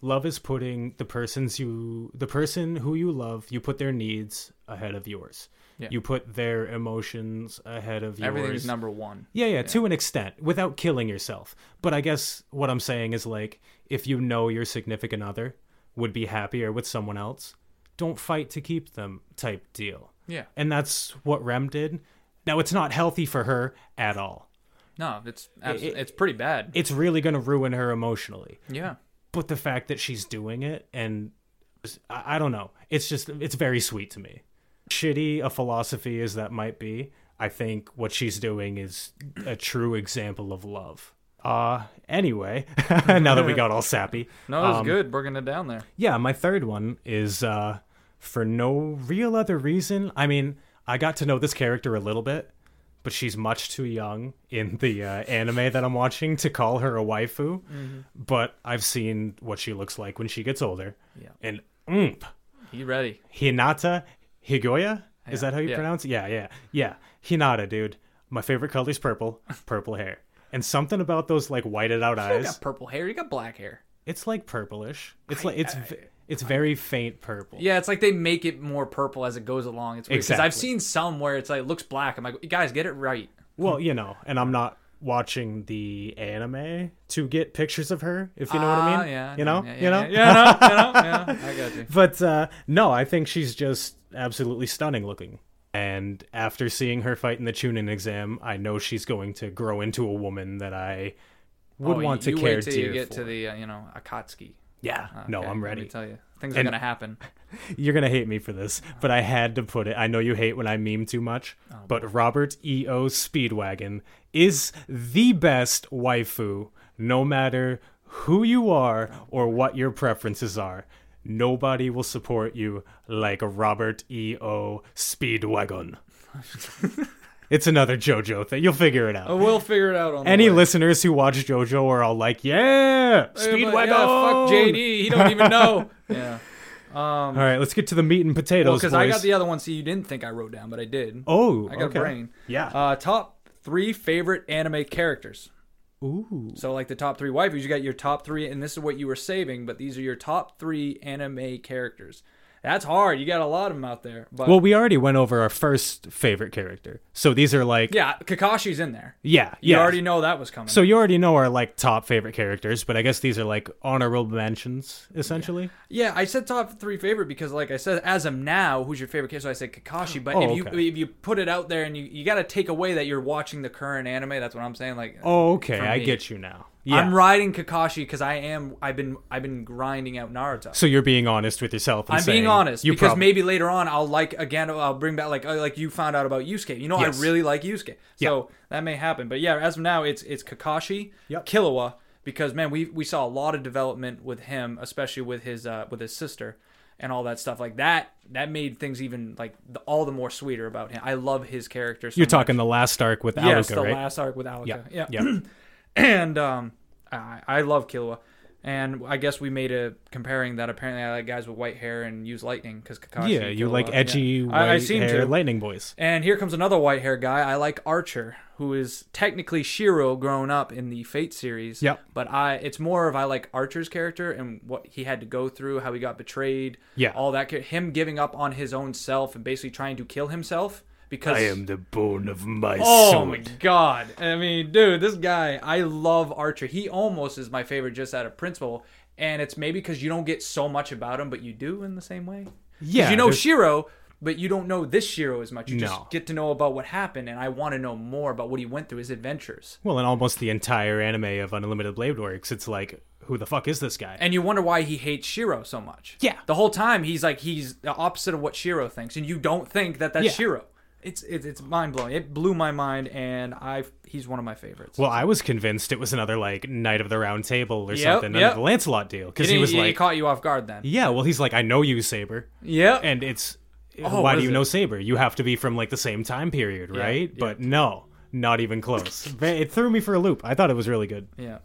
[SPEAKER 2] love is putting the persons you, the person who you love, you put their needs ahead of yours.
[SPEAKER 1] Yeah.
[SPEAKER 2] You put their emotions ahead of
[SPEAKER 1] Everything
[SPEAKER 2] yours.
[SPEAKER 1] is number one.
[SPEAKER 2] Yeah, yeah, to an extent, without killing yourself. But I guess what I'm saying is like, if you know your significant other would be happier with someone else, don't fight to keep them type deal.
[SPEAKER 1] Yeah.
[SPEAKER 2] And that's what Rem did. Now, it's not healthy for her at all.
[SPEAKER 1] No, it's abs-
[SPEAKER 2] it-
[SPEAKER 1] it's pretty bad.
[SPEAKER 2] It's really going to ruin her emotionally.
[SPEAKER 1] yeah.
[SPEAKER 2] But the fact that she's doing it, and I, I don't know, it's just, it's very sweet to me. Shitty a philosophy as that might be, I think what she's doing is a true example of love. Uh, anyway, now that we got all sappy. um,
[SPEAKER 1] No, it was good bringing it down there.
[SPEAKER 2] Yeah, my third one is uh, for no real other reason. I mean, I got to know this character a little bit, but she's much too young in the uh, anime that I'm watching to call her a waifu.
[SPEAKER 1] Mm-hmm.
[SPEAKER 2] But I've seen what she looks like when she gets older.
[SPEAKER 1] Yeah.
[SPEAKER 2] And oomp,
[SPEAKER 1] You ready?
[SPEAKER 2] Hinata Higoya? Is
[SPEAKER 1] Yeah,
[SPEAKER 2] that how you
[SPEAKER 1] yeah.
[SPEAKER 2] pronounce it? Yeah, yeah, yeah. Hinata, dude. My favorite color's purple, purple hair. And something about those like whited out
[SPEAKER 1] You
[SPEAKER 2] eyes.
[SPEAKER 1] got purple hair. You got black hair.
[SPEAKER 2] It's like purplish. It's like it's v it's very faint purple.
[SPEAKER 1] Yeah, it's like they make it more purple as it goes along. It's weird because I've
[SPEAKER 2] Exactly.
[SPEAKER 1] seen some where it's like it looks black. I'm like, "You guys, get it right.
[SPEAKER 2] Well, you know, and I'm not watching the anime to get pictures of her, if you know what I
[SPEAKER 1] Ah,
[SPEAKER 2] mean.
[SPEAKER 1] yeah,
[SPEAKER 2] You know?
[SPEAKER 1] yeah, yeah,
[SPEAKER 2] you know?
[SPEAKER 1] yeah, yeah, I know, I know, yeah, I got you.
[SPEAKER 2] But uh no, I think she's just absolutely stunning looking. And after seeing her fight in the Chunin exam, I know she's going to grow into a woman that I would
[SPEAKER 1] Oh,
[SPEAKER 2] want to
[SPEAKER 1] you
[SPEAKER 2] care
[SPEAKER 1] wait till
[SPEAKER 2] dear
[SPEAKER 1] you get
[SPEAKER 2] for.
[SPEAKER 1] to the uh, you know Akatsuki.
[SPEAKER 2] yeah, no,
[SPEAKER 1] Okay,
[SPEAKER 2] I'm
[SPEAKER 1] Let me
[SPEAKER 2] ready.
[SPEAKER 1] tell you, things
[SPEAKER 2] And-
[SPEAKER 1] are gonna happen.
[SPEAKER 2] You're gonna hate me for this, but I had to put it. I know you hate when I meme too much,
[SPEAKER 1] Oh,
[SPEAKER 2] but Robert E. O. Speedwagon is the best waifu, no matter who you are or what your preferences are. Nobody will support you like Robert E. O. Speedwagon. it's another JoJo thing. You'll figure it out.
[SPEAKER 1] We'll figure it out on
[SPEAKER 2] Any listeners who watch JoJo are all like, "Yeah, Speedwagon."
[SPEAKER 1] fuck JD. He don't even know. yeah.
[SPEAKER 2] All right, let's get to the meat and
[SPEAKER 1] Well,
[SPEAKER 2] potatoes.
[SPEAKER 1] because I
[SPEAKER 2] boys.
[SPEAKER 1] got the other one, so you didn't think I wrote down, but I did.
[SPEAKER 2] Oh,
[SPEAKER 1] I got
[SPEAKER 2] okay.
[SPEAKER 1] a brain.
[SPEAKER 2] Yeah.
[SPEAKER 1] Uh, top three favorite anime characters.
[SPEAKER 2] Ooh.
[SPEAKER 1] So, like the top three waifus, you got your top three, and this is what you were saving, but these are your top three anime characters. That's hard. You got a lot of them out there. But
[SPEAKER 2] Well, we already went over our first favorite character, so these are like
[SPEAKER 1] yeah, Kakashi's in there.
[SPEAKER 2] yeah,
[SPEAKER 1] You
[SPEAKER 2] yeah.
[SPEAKER 1] already know that was coming.
[SPEAKER 2] so you already know our like top favorite characters, but I guess these are like honorable mentions essentially.
[SPEAKER 1] Yeah, I said top three favorite because, like I said, as of now, who's your favorite character? So I said Kakashi, but
[SPEAKER 2] Oh,
[SPEAKER 1] if you
[SPEAKER 2] okay.
[SPEAKER 1] if you put it out there and you, you got to take away that you're watching the current anime, that's what I'm saying. Like,
[SPEAKER 2] Oh, okay,
[SPEAKER 1] for
[SPEAKER 2] I
[SPEAKER 1] me.
[SPEAKER 2] get you now. Yeah.
[SPEAKER 1] I'm riding Kakashi because I am I've been I've been grinding out Naruto.
[SPEAKER 2] so you're being honest with yourself. And
[SPEAKER 1] I'm
[SPEAKER 2] saying
[SPEAKER 1] being honest
[SPEAKER 2] You
[SPEAKER 1] because
[SPEAKER 2] prob-
[SPEAKER 1] maybe later on I'll like again I'll bring back like uh, like you found out about Yusuke. You know
[SPEAKER 2] Yes.
[SPEAKER 1] I really like Yusuke, so that may happen. But yeah, as of now, it's it's Kakashi,
[SPEAKER 2] Yep.
[SPEAKER 1] Killua, because man, we we saw a lot of development with him, especially with his uh, with his sister and all that stuff like that. That made things even like the, all the more sweeter about him. I love his character. So
[SPEAKER 2] you're
[SPEAKER 1] much.
[SPEAKER 2] talking the last arc with
[SPEAKER 1] yes,
[SPEAKER 2] Aluka,
[SPEAKER 1] the
[SPEAKER 2] right?
[SPEAKER 1] last arc with Alaka.
[SPEAKER 2] yeah.
[SPEAKER 1] yeah and um, I, I love Killua. And I guess we made a comparing that apparently I like guys with white hair and use lightning because Kakashi.
[SPEAKER 2] yeah, you
[SPEAKER 1] Killua,
[SPEAKER 2] like edgy
[SPEAKER 1] yeah.
[SPEAKER 2] white
[SPEAKER 1] I, I seem
[SPEAKER 2] hair
[SPEAKER 1] to.
[SPEAKER 2] lightning boys.
[SPEAKER 1] and here comes another white hair guy. I like Archer, who is technically Shiro grown up in the Fate series.
[SPEAKER 2] Yep.
[SPEAKER 1] But I, it's more of I like Archer's character and what he had to go through, how he got betrayed.
[SPEAKER 2] Yeah.
[SPEAKER 1] All that, char- him giving up on his own self and basically trying to kill himself because
[SPEAKER 2] the bone of my
[SPEAKER 1] Oh my god! I mean, dude, this guy. I love Archer. He almost is my favorite just out of principle, and it's maybe because you don't get so much about him, but you do in the same way. 'Cause
[SPEAKER 2] Yeah,
[SPEAKER 1] you know
[SPEAKER 2] there's-
[SPEAKER 1] Shiro, but you don't know this Shiro as much. You
[SPEAKER 2] No.
[SPEAKER 1] just get to know about what happened, and I want to know more about what he went through, his adventures.
[SPEAKER 2] Well, in almost the entire anime of Unlimited Blade Works, it's like who the fuck is this guy?
[SPEAKER 1] And you wonder why he hates Shiro so much.
[SPEAKER 2] Yeah.
[SPEAKER 1] The whole time he's like he's the opposite of what Shiro thinks, and you don't think that that's
[SPEAKER 2] Yeah.
[SPEAKER 1] Shiro. It's it's, it's mind blowing. It blew my mind, and I he's one of my favorites.
[SPEAKER 2] well, I was convinced it was another like Knight of the Round Table or
[SPEAKER 1] Yep,
[SPEAKER 2] something
[SPEAKER 1] yep.
[SPEAKER 2] under the Lancelot deal because
[SPEAKER 1] He
[SPEAKER 2] he
[SPEAKER 1] didn't-
[SPEAKER 2] was
[SPEAKER 1] he- he
[SPEAKER 2] like,
[SPEAKER 1] caught you off guard then.
[SPEAKER 2] yeah, well, he's like, I know you, Saber,
[SPEAKER 1] Yeah.
[SPEAKER 2] and it's
[SPEAKER 1] Oh,
[SPEAKER 2] why
[SPEAKER 1] what
[SPEAKER 2] do
[SPEAKER 1] is
[SPEAKER 2] you
[SPEAKER 1] it?
[SPEAKER 2] know Saber? You have to be from like the same time period, right?
[SPEAKER 1] yeah.
[SPEAKER 2] But no, not even close. Ve- it threw me for a loop. I thought it was really good.
[SPEAKER 1] Yeah.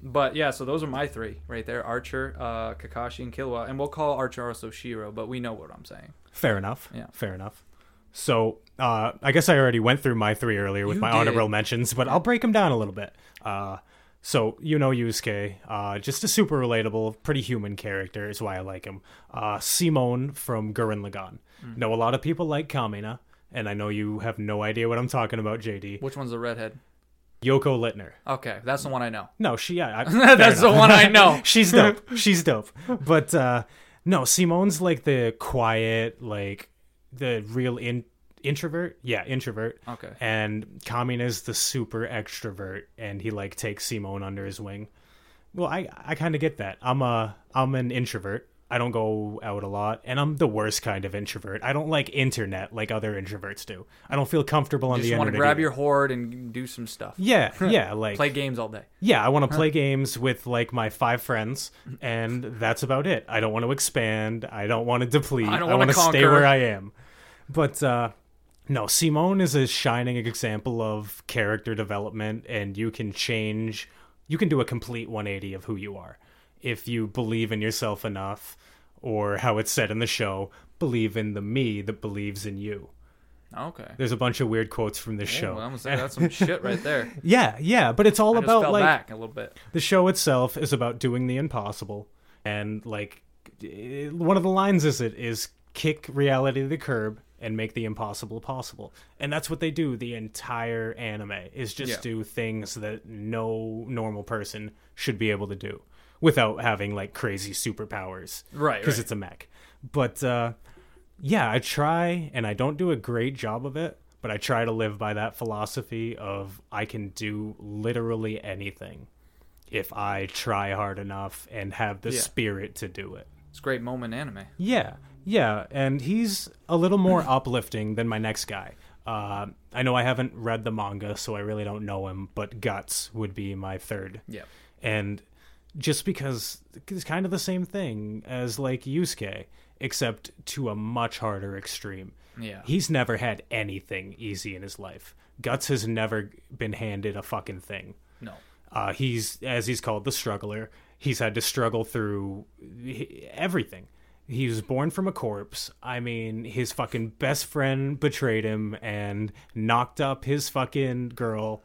[SPEAKER 1] But yeah, so those are my three right there: Archer, uh, Kakashi, and Killua. And we'll call Archer also Shiro, but we know what I'm saying.
[SPEAKER 2] Fair enough.
[SPEAKER 1] Yeah.
[SPEAKER 2] Fair enough. So uh, I guess I already went through my three earlier with
[SPEAKER 1] You
[SPEAKER 2] my
[SPEAKER 1] did.
[SPEAKER 2] honorable mentions, but I'll break them down a little bit. Uh, so you know Yusuke, uh, just a super relatable, pretty human character is why I like him. Uh, Simone from Gurren Lagann.
[SPEAKER 1] Mm.
[SPEAKER 2] Know a lot of people like Kamina, and I know you have no idea what I'm talking about, JD.
[SPEAKER 1] Which one's the redhead?
[SPEAKER 2] Yoko Littner.
[SPEAKER 1] Okay, that's the one I know.
[SPEAKER 2] No, she. Yeah, I,
[SPEAKER 1] That's
[SPEAKER 2] fair
[SPEAKER 1] the one I know.
[SPEAKER 2] She's dope. She's dope. But uh, no, Simone's like the quiet, like the real in- introvert. Yeah, introvert.
[SPEAKER 1] Okay.
[SPEAKER 2] And Kamin is the super extrovert, and he like takes Simone under his wing. Well, I I kind of get that. I'm a I'm an introvert. I don't go out a lot, and I'm the worst kind of introvert. I don't like internet like other introverts do. I don't feel comfortable on
[SPEAKER 1] You
[SPEAKER 2] the
[SPEAKER 1] just want
[SPEAKER 2] internet.
[SPEAKER 1] to grab
[SPEAKER 2] either.
[SPEAKER 1] your horde and do some stuff.
[SPEAKER 2] yeah, yeah, like
[SPEAKER 1] Play games all day.
[SPEAKER 2] yeah, I want to play games with like my five friends, and that's about it. I don't want to expand. I don't want to deplete.
[SPEAKER 1] I don't wanna
[SPEAKER 2] want to stay
[SPEAKER 1] conquer.
[SPEAKER 2] where I am. But uh, no, Simone is a shining example of character development, and you can change. You can do a complete 180 of who you are if you believe in yourself enough, or how it's said in the show, believe in the me that believes in you.
[SPEAKER 1] Okay.
[SPEAKER 2] There's a bunch of weird quotes from this
[SPEAKER 1] Oh, Well,
[SPEAKER 2] show.
[SPEAKER 1] I'm gonna say that's some shit right there.
[SPEAKER 2] yeah, yeah, but it's all
[SPEAKER 1] I just
[SPEAKER 2] about
[SPEAKER 1] fell
[SPEAKER 2] like
[SPEAKER 1] back a little bit.
[SPEAKER 2] the show itself is about doing the impossible and like eh, one of the lines is it is kick reality to the curb and make the impossible possible and that's what they do the entire anime is just
[SPEAKER 1] Yeah.
[SPEAKER 2] do things that no normal person should be able to do without having like crazy superpowers
[SPEAKER 1] Right,
[SPEAKER 2] because
[SPEAKER 1] right.
[SPEAKER 2] it's a mech but uh yeah, I try and I don't do a great job of it, but I try to live by that philosophy of I can do literally anything if I try hard enough and have the
[SPEAKER 1] Yeah.
[SPEAKER 2] spirit to do it.
[SPEAKER 1] It's a great moment in anime.
[SPEAKER 2] Yeah, yeah, and he's a little more uplifting than my next guy. Uh, I know I haven't read the manga, so I really don't know him, but Guts would be my third
[SPEAKER 1] Yeah.
[SPEAKER 2] and just because it's kind of the same thing as like Yusuke, except to a much harder extreme.
[SPEAKER 1] Yeah.
[SPEAKER 2] He's never had anything easy in his life. Guts has never been handed a fucking thing.
[SPEAKER 1] No.
[SPEAKER 2] Uh, he's, as he's called, the struggler. He's had to struggle through h- everything. He was born from a corpse. I mean, his fucking best friend betrayed him and knocked up his fucking girl.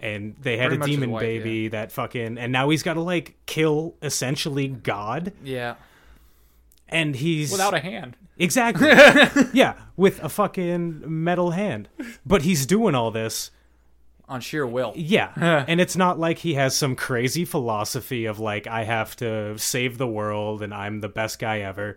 [SPEAKER 2] And they had
[SPEAKER 1] Pretty much
[SPEAKER 2] a
[SPEAKER 1] his
[SPEAKER 2] demon
[SPEAKER 1] wife,
[SPEAKER 2] baby that fucking. And now he's got to, like, kill essentially God.
[SPEAKER 1] Yeah.
[SPEAKER 2] And he's.
[SPEAKER 1] Without a hand.
[SPEAKER 2] Exactly. yeah, with a fucking metal hand. But he's doing all this
[SPEAKER 1] On sheer will.
[SPEAKER 2] yeah. and it's not like he has some crazy philosophy of like, I have to save the world and I'm the best guy ever.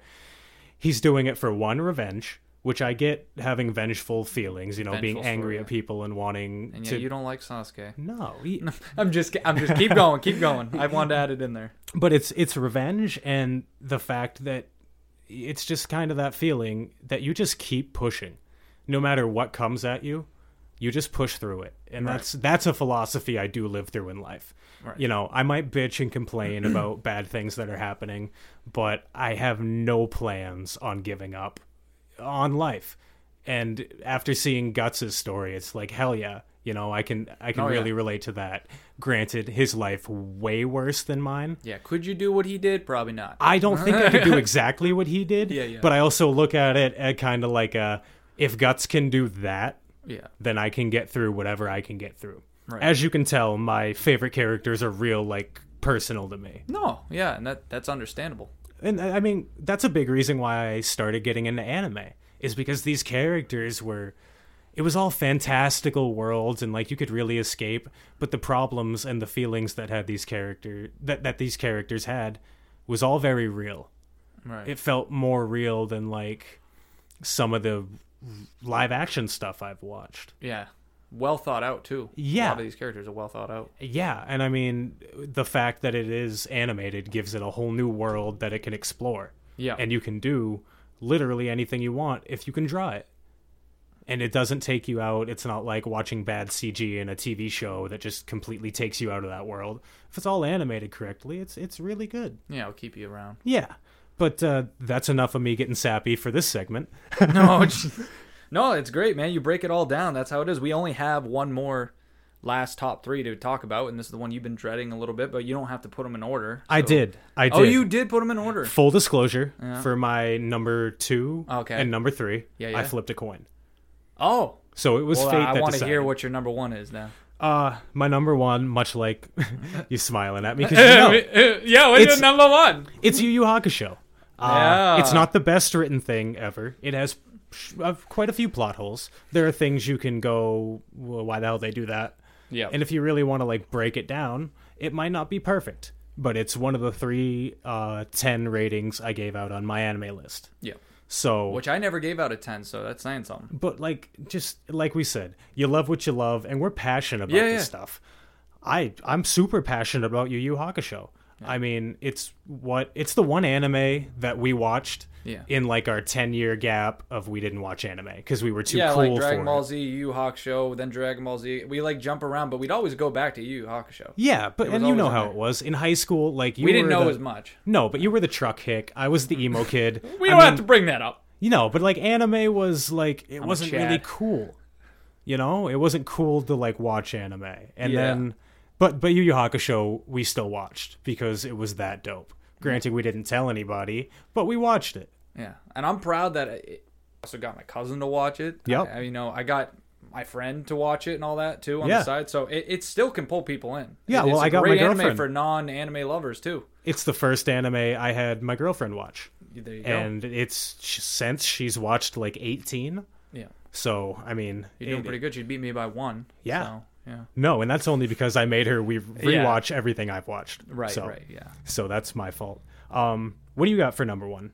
[SPEAKER 2] He's doing it for one, revenge, which I get having vengeful feelings, you know, being
[SPEAKER 1] Vengeful for-
[SPEAKER 2] angry
[SPEAKER 1] yeah.
[SPEAKER 2] at people and wanting
[SPEAKER 1] And yeah,
[SPEAKER 2] to.
[SPEAKER 1] you don't like Sasuke.
[SPEAKER 2] no, he-
[SPEAKER 1] I'm just. ki- I'm just. Keep going. Keep going. I wanted to add it in there.
[SPEAKER 2] but it's it's revenge and the fact that it's just kind of that feeling that you just keep pushing no matter what comes at you you just push through it and that's that's a philosophy i do live through in life
[SPEAKER 1] Right.
[SPEAKER 2] you know i might bitch and complain about bad things that are happening but i have no plans on giving up on life and after seeing guts's story it's like hell yeah you know i can i can
[SPEAKER 1] Oh, yeah.
[SPEAKER 2] really relate to that granted his life way worse than mine
[SPEAKER 1] Yeah. Could you do what he did? Probably not.
[SPEAKER 2] I don't think I could do exactly what he did.
[SPEAKER 1] Yeah, yeah.
[SPEAKER 2] But I also look at it at kind of like a, if Guts can do that,
[SPEAKER 1] yeah.
[SPEAKER 2] then I can get through whatever I can get through.
[SPEAKER 1] Right.
[SPEAKER 2] As you can tell, my favorite characters are real, like personal to me.
[SPEAKER 1] No. Yeah. And that. That's understandable.
[SPEAKER 2] And I I mean, that's a big reason why I started getting into anime is because these characters were it was all fantastical worlds and like you could really escape, but the problems and the feelings that had these character that, that these characters had was all very real
[SPEAKER 1] Right.
[SPEAKER 2] it felt more real than like some of the live action stuff I've watched.
[SPEAKER 1] yeah. well thought out too. a
[SPEAKER 2] Yeah.
[SPEAKER 1] lot of these characters are well thought out.
[SPEAKER 2] Yeah, and I mean the fact that it is animated gives it a whole new world that it can explore.
[SPEAKER 1] Yeah,
[SPEAKER 2] And you can do literally anything you want if you can draw it. And it doesn't take you out. It's not like watching bad CG in a TV show that just completely takes you out of that world. If it's all animated correctly, it's it's really good.
[SPEAKER 1] yeah, I'll keep you around.
[SPEAKER 2] Yeah. But uh, that's enough of me getting sappy for this segment.
[SPEAKER 1] No, it's- no, it's great, man. You break it all down. That's how it is. We only have one more last top three to talk about, and this is the one you've been dreading a little bit, but you don't have to put them in order.
[SPEAKER 2] I
[SPEAKER 1] so-
[SPEAKER 2] did. I did.
[SPEAKER 1] Oh, you did put them in order.
[SPEAKER 2] Full disclosure
[SPEAKER 1] Yeah. Oh,
[SPEAKER 2] for my number two
[SPEAKER 1] Okay.
[SPEAKER 2] and number three,
[SPEAKER 1] Yeah, yeah.
[SPEAKER 2] I flipped a coin.
[SPEAKER 1] Oh,
[SPEAKER 2] So it was
[SPEAKER 1] well,
[SPEAKER 2] fate
[SPEAKER 1] I
[SPEAKER 2] that
[SPEAKER 1] want to
[SPEAKER 2] decided.
[SPEAKER 1] hear what your number one is now.
[SPEAKER 2] Uh, my number one, much like you smiling at me because you know
[SPEAKER 1] yeah, what's
[SPEAKER 2] your It's-
[SPEAKER 1] number one?
[SPEAKER 2] it's Yu Yu Hakusho. Uh,
[SPEAKER 1] Yeah.
[SPEAKER 2] It's not the best written thing ever. It has sh- uh, quite a few plot holes. There are things you can go, well, why the hell they do that?
[SPEAKER 1] Yeah,
[SPEAKER 2] And if you really want to like break it down, it might not be perfect, but it's one of the three uh, ten ratings I gave out on my anime list.
[SPEAKER 1] yeah.
[SPEAKER 2] So
[SPEAKER 1] Which I never gave out a ten, so that's saying something.
[SPEAKER 2] but like just like we said you love what you love and we're passionate about
[SPEAKER 1] Yeah,
[SPEAKER 2] this
[SPEAKER 1] yeah.
[SPEAKER 2] stuff i i'm super passionate about yu yu hakusho i mean it's what it's the one anime that we watched
[SPEAKER 1] Yeah.
[SPEAKER 2] in like our 10 year gap of we didn't watch anime because we were too
[SPEAKER 1] yeah,
[SPEAKER 2] cool
[SPEAKER 1] like Dragon
[SPEAKER 2] for
[SPEAKER 1] Ball
[SPEAKER 2] it
[SPEAKER 1] Z, Yu Hawk Show, then Dragon Ball Z. We like jump around, but we'd always go back to Yu Hawk Show.
[SPEAKER 2] yeah but
[SPEAKER 1] was
[SPEAKER 2] and you know
[SPEAKER 1] always in
[SPEAKER 2] how
[SPEAKER 1] there.
[SPEAKER 2] it was in high school like you
[SPEAKER 1] We didn't
[SPEAKER 2] were
[SPEAKER 1] know
[SPEAKER 2] the-
[SPEAKER 1] as much.
[SPEAKER 2] no but you were the truck hick i was the emo kid
[SPEAKER 1] We
[SPEAKER 2] I
[SPEAKER 1] don't
[SPEAKER 2] mean,
[SPEAKER 1] have to bring that up.
[SPEAKER 2] You know, but like anime was like it
[SPEAKER 1] a
[SPEAKER 2] wasn't
[SPEAKER 1] Chad.
[SPEAKER 2] really cool. You know, it wasn't cool to like watch anime. And
[SPEAKER 1] Yeah.
[SPEAKER 2] then but but Yu Yu Hakusho we still watched because it was that dope. Granted we didn't tell anybody, but we watched it.
[SPEAKER 1] Yeah, and I'm proud that I also got my cousin to watch it.
[SPEAKER 2] Yep.
[SPEAKER 1] I, you know, I got my friend to watch it and all that too on
[SPEAKER 2] Yeah.
[SPEAKER 1] the side, so it, it still can pull people in.
[SPEAKER 2] Yeah,
[SPEAKER 1] It-
[SPEAKER 2] well,
[SPEAKER 1] it's a
[SPEAKER 2] I got my
[SPEAKER 1] great anime
[SPEAKER 2] girlfriend.
[SPEAKER 1] for non-anime lovers too.
[SPEAKER 2] It's the first anime I had my girlfriend watch.
[SPEAKER 1] There you go.
[SPEAKER 2] And it's sh- since she's watched like 18.
[SPEAKER 1] yeah,
[SPEAKER 2] So, I mean,
[SPEAKER 1] you're doing
[SPEAKER 2] it-
[SPEAKER 1] pretty good. You beat me by one.
[SPEAKER 2] Yeah.
[SPEAKER 1] so, yeah,
[SPEAKER 2] No, and that's only because I made her we rewatch everything I've watched.
[SPEAKER 1] right,
[SPEAKER 2] so,
[SPEAKER 1] right, yeah.
[SPEAKER 2] So that's my fault. Um what do you got for number 1?